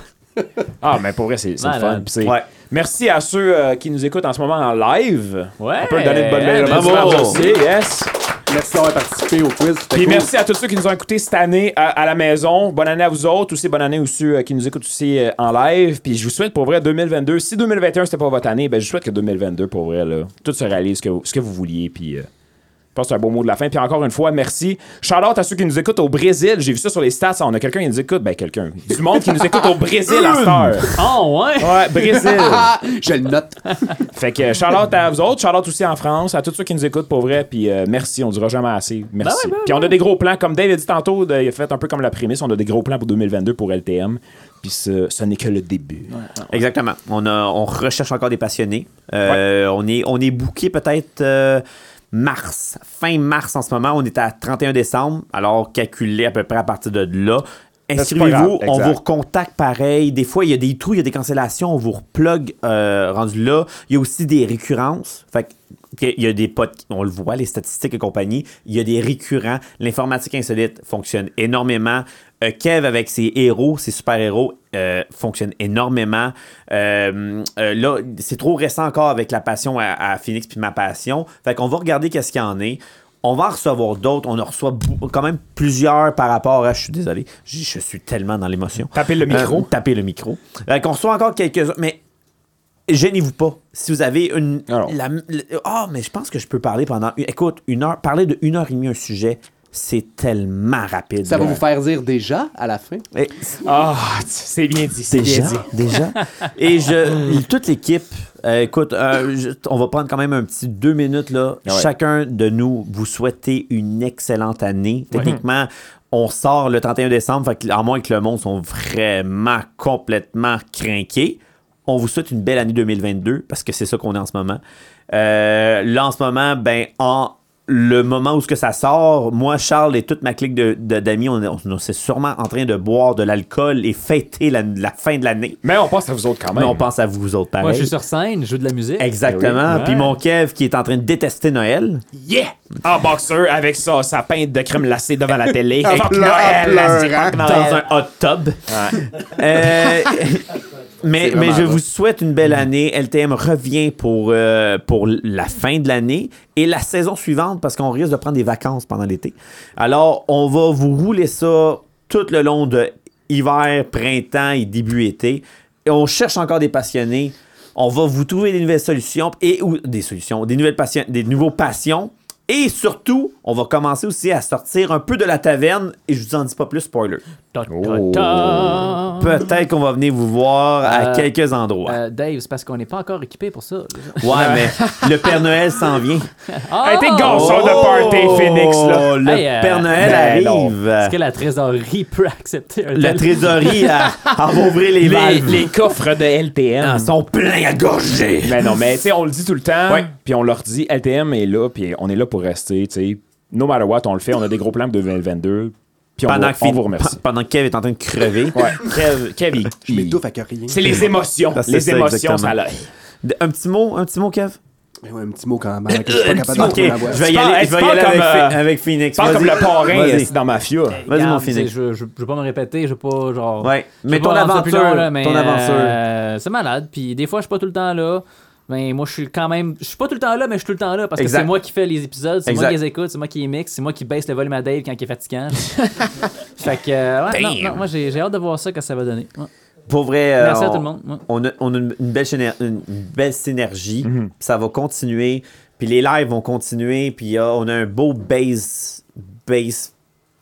Ah, mais pour vrai, c'est c'est le fun. Malade. Puis c'est- Ouais. Merci à ceux euh, qui nous écoutent en ce moment en live. Ouais. Ah, On peut leur donner une bonne Ouais, bravo. bravo. Merci, yes. Merci d'avoir participé au quiz. c'était Puis cool. merci à tous ceux qui nous ont écoutés cette année euh, à, à la maison. Bonne année à vous autres. Aussi, bonne année aux ceux euh, qui nous écoutent aussi euh, en live. Puis je vous souhaite pour vrai 2022. Si 2021 c'était pas votre année, ben je vous souhaite que 2022 pour vrai là, tout se réalise ce que vous, ce que vous vouliez. Puis euh, je pense que c'est un beau mot de la fin. Puis encore une fois, merci. Shout out à ceux qui nous écoutent au Brésil. J'ai vu ça sur les stats. On a quelqu'un qui nous écoute. Ben quelqu'un. Du monde qui nous écoute au Brésil à cette heure. Oh, ouais. Ouais, Brésil. Ah, je le note. Fait que euh, shout-out à vous autres, shout-out aussi en France, à tous ceux qui nous écoutent pour vrai, puis euh, merci, on dira jamais assez, merci. Ben ouais, ben puis on a des gros plans, comme Dave a dit tantôt, de- il a fait un peu comme la prémisse, on a des gros plans pour 2022 pour LTM, puis ce, ce n'est que le début. Exactement. On, a, on recherche encore des passionnés. Euh, On est, on est booké peut-être euh, mars, fin mars en ce moment. On est à 31 décembre. Alors, calculez à peu près à partir de là. c'est pas Inscrivez-vous, grave, on exact. vous recontacte pareil. Des fois, il y a des trous, il y a des cancellations, on vous replug euh, rendu là. Il y a aussi des récurrences. Fait que, il y a des potes, on le voit, les statistiques et compagnie, il y a des récurrents. L'informatique insolite fonctionne énormément. Euh, Kev avec ses héros, ses super-héros, euh, fonctionne énormément. Euh, euh, là, c'est trop récent encore avec la passion à, à Phoenix puis ma passion. Fait qu'on va regarder qu'est-ce qu'il y en est. On va en recevoir d'autres. On en reçoit bou- quand même plusieurs par rapport à. Je suis désolé, je, je suis tellement dans l'émotion. Euh, Tapez le micro. tapez le micro. Euh, qu'on reçoit encore quelques-uns. Mais gênez-vous pas. Si vous avez une. Alors. la- le- Ah, mais je pense que je peux parler pendant. une- Écoute, une heure. Parler de une heure et demie un sujet, c'est tellement rapide. Ça va là. vous faire dire déjà à la fin. Et- Ah, c'est bien dit, c'est bien eh, Déjà, dit. [laughs] déjà. Et je, toute l'équipe, euh, écoute, euh, je- on va prendre quand même un petit deux minutes là. Ah ouais. Chacun de nous, vous souhaitez une excellente année. Techniquement, on sort le 31 décembre, fait que, à moins que le monde sont vraiment complètement crinqués. On vous souhaite une belle année 2022 parce que c'est ça qu'on est en ce moment. Euh, là, en ce moment, ben, en le moment où ce que ça sort, moi, Charles et toute ma clique de- de- d'amis, on, on, on s'est sûrement en train de boire de l'alcool et fêter la, la fin de l'année. Mais on pense à vous autres quand Mais même. on pense à vous autres pareil. Moi, je suis sur scène, je joue de la musique. Exactement. Ben Oui. Ouais. Puis mon Kev qui est en train de détester Noël. Yeah! En boxeur, avec ça, sa peinte de crème lacée devant la télé. Fuck pleur- Noël, en la- pleurant. fuck dans Noël. un hot tub. Euh, Mais, C'est mais vraiment Mm-hmm. je rough. vous souhaite une belle année. LTM revient pour, euh, pour la fin de l'année et la saison suivante parce qu'on risque de prendre des vacances pendant l'été. Alors, on va vous rouler ça tout le long de hiver, printemps et début été. Et on cherche encore des passionnés. On va vous trouver des nouvelles solutions et ou des solutions, des nouvelles passion- des nouveaux passions. Et surtout, on va commencer aussi à sortir un peu de la taverne et je vous en dis pas plus spoiler. Ta, ta, Oh. ta. Peut-être qu'on va venir vous voir à Oh. Euh, quelques endroits. Euh, Dave, c'est parce qu'on n'est pas encore équipé pour ça. Ouais, mais le Père Noël s'en [laughs] vient. Ah! Hey, t'es gosse, Oh! de party, Phoenix, là. Le Hey, euh, Père Noël ben non. Est-ce que arrive. la trésorerie peut accepter un La tel- trésorerie à, à ouvrir les Les, valves. les coffres de LTM. Ils sont pleins à gorger. Mais non, mais tu sais, on le dit tout le temps, Ouais. puis on leur dit, LTM est là, puis on est là pour rester, tu sais. No matter what, on le fait, on a des gros plans pour 2022, puis on, Pendant, vous- que on Phil- vous remercie. pe- pendant que Kev est en train de crever. Kev, Kev, il- Je il- m'étouffe à que rien. C'est les émotions, Ça, c'est les ça, émotions, ça exactement. l'a. D- Un petit mot, un petit mot, Kev. Mais ouais, un petit mot quand même. que je suis pas capable de Ok, contrôler ma voix. je vais Tu y parles- aller, je tu vais y parles aller avec, comme, euh, Phi- avec Phoenix. Je parle Vas-y. comme le parrain Vas-y. euh, dans Mafia. Vas-y, Regarde, mon tu sais, Phoenix. Je, veux- je, je veux pas me répéter, je veux pas genre. Ouais, je veux mais pas ton rendre ça plus long, aventure, là, mais, ton aventure. euh, c'est malade, puis des fois je suis pas tout le temps là. Mais moi je suis quand même. Je suis pas tout le temps là, mais je suis tout le temps là parce que Exact. c'est moi qui fais les épisodes, c'est moi Exact. qui les écoute, c'est moi qui les mixe, c'est moi qui baisse le volume à Dave quand il est fatigant. fait que. euh, ouais, non, non, moi j'ai j'ai hâte de voir ça, que ça va donner. Ouais. Pour vrai, euh, Merci à on- tout le monde. ouais. on a, on a une, une belle géné- une belle synergie. Mhm. Ça va continuer. Puis les lives vont continuer. Puis euh, on a un beau base, base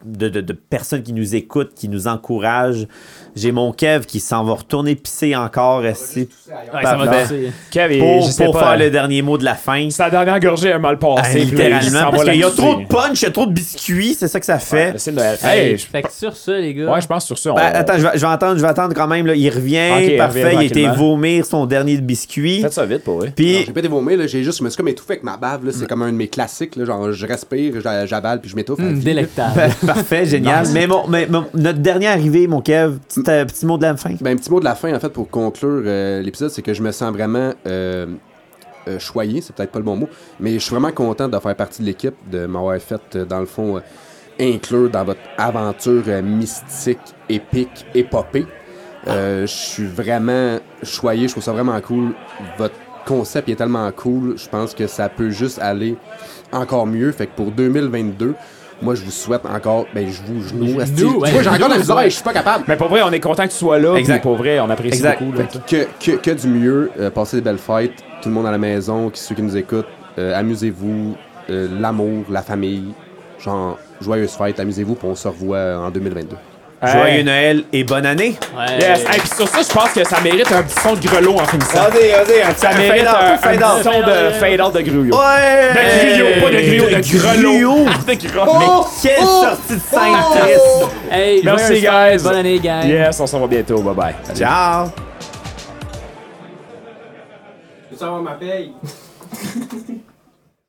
de, de- de personnes qui nous écoutent, qui nous encouragent. J'ai mon Kev qui s'en va retourner pisser encore. esti. Ouais, ça va Parfait. passer. Kev, il- Pour, je sais pour pas, faire euh, le dernier mot de la fin. Sa dernière gorgée a mal passé. Hey, puis là, il s'en littéralement. va Parce qu'il y a là-dessus. trop de punch, il y a trop de biscuits. C'est ça que ça fait. Ouais, C'est Noël. Hey, Hey, je- fait que sur ça, les gars. ouais, je pense sur ça. on- Ben, attends, je vais, je vais attendre, je vais attendre quand même. là. Il revient, Ok, il parfait. revient il a été tranquillement. vomir son dernier de biscuit. Faites ça vite pour vrai. Puis Non, J'ai pas dévoilé, là, j'ai juste, je me suis comme étouffé avec ma bave, là, c'est comme un de mes classiques, là, genre je respire, j'a- j'avale, puis je m'étouffe. à la Hum, vie. [laughs] délectable. Pa- Parfait, génial. Mais, mon, mais mon- notre dernier arrivé, mon Kev, petit, euh, petit mot de la fin. Ben, un petit mot de la fin, en fait, pour conclure euh, l'épisode, c'est que je me sens vraiment euh, euh, choyé, c'est peut-être pas le bon mot, mais je suis vraiment content de faire partie de l'équipe, de m'avoir fait, euh, dans le fond, euh, inclure dans votre aventure euh, mystique, épique, épopée. Euh, je suis vraiment choyé, je trouve ça vraiment cool. Votre concept il est tellement cool, je pense que ça peut juste aller encore mieux. Fait que pour 2022, moi, je vous souhaite encore, ben, je vous genoue. asti. Nous, Tu vois, ouais, j'ai encore [laughs] nous, la misère, ouais. je suis pas capable. Mais pour vrai, on est content que tu sois là. Exact. Exact. Pour vrai, on apprécie Exact. beaucoup. là. Fait que, que, que du mieux, euh, passez des belles fêtes, tout le monde à la maison, qui- ceux qui nous écoutent, euh, amusez-vous, euh, l'amour, la famille, genre joyeuses fêtes, amusez-vous, puis on se revoit euh, en 2022. Hey. Joyeux Noël et bonne année. Ouais. Yes. Hey, puis sur ça, je pense que ça mérite un petit son de grelot en finissant. vas-y, un Ça mérite un, un petit son de fade out de gruyot. Ouais! De gruyot, pas de gruyot, de grelot. Oh, gruyot. De grelot. Quelle sortie de scène oh. triste. Hey, Merci, joyeuses fêtes, guys. Bonne année, guys. Yes, on se revoit bientôt. Bye bye. Ciao! Tu savoir ma paye?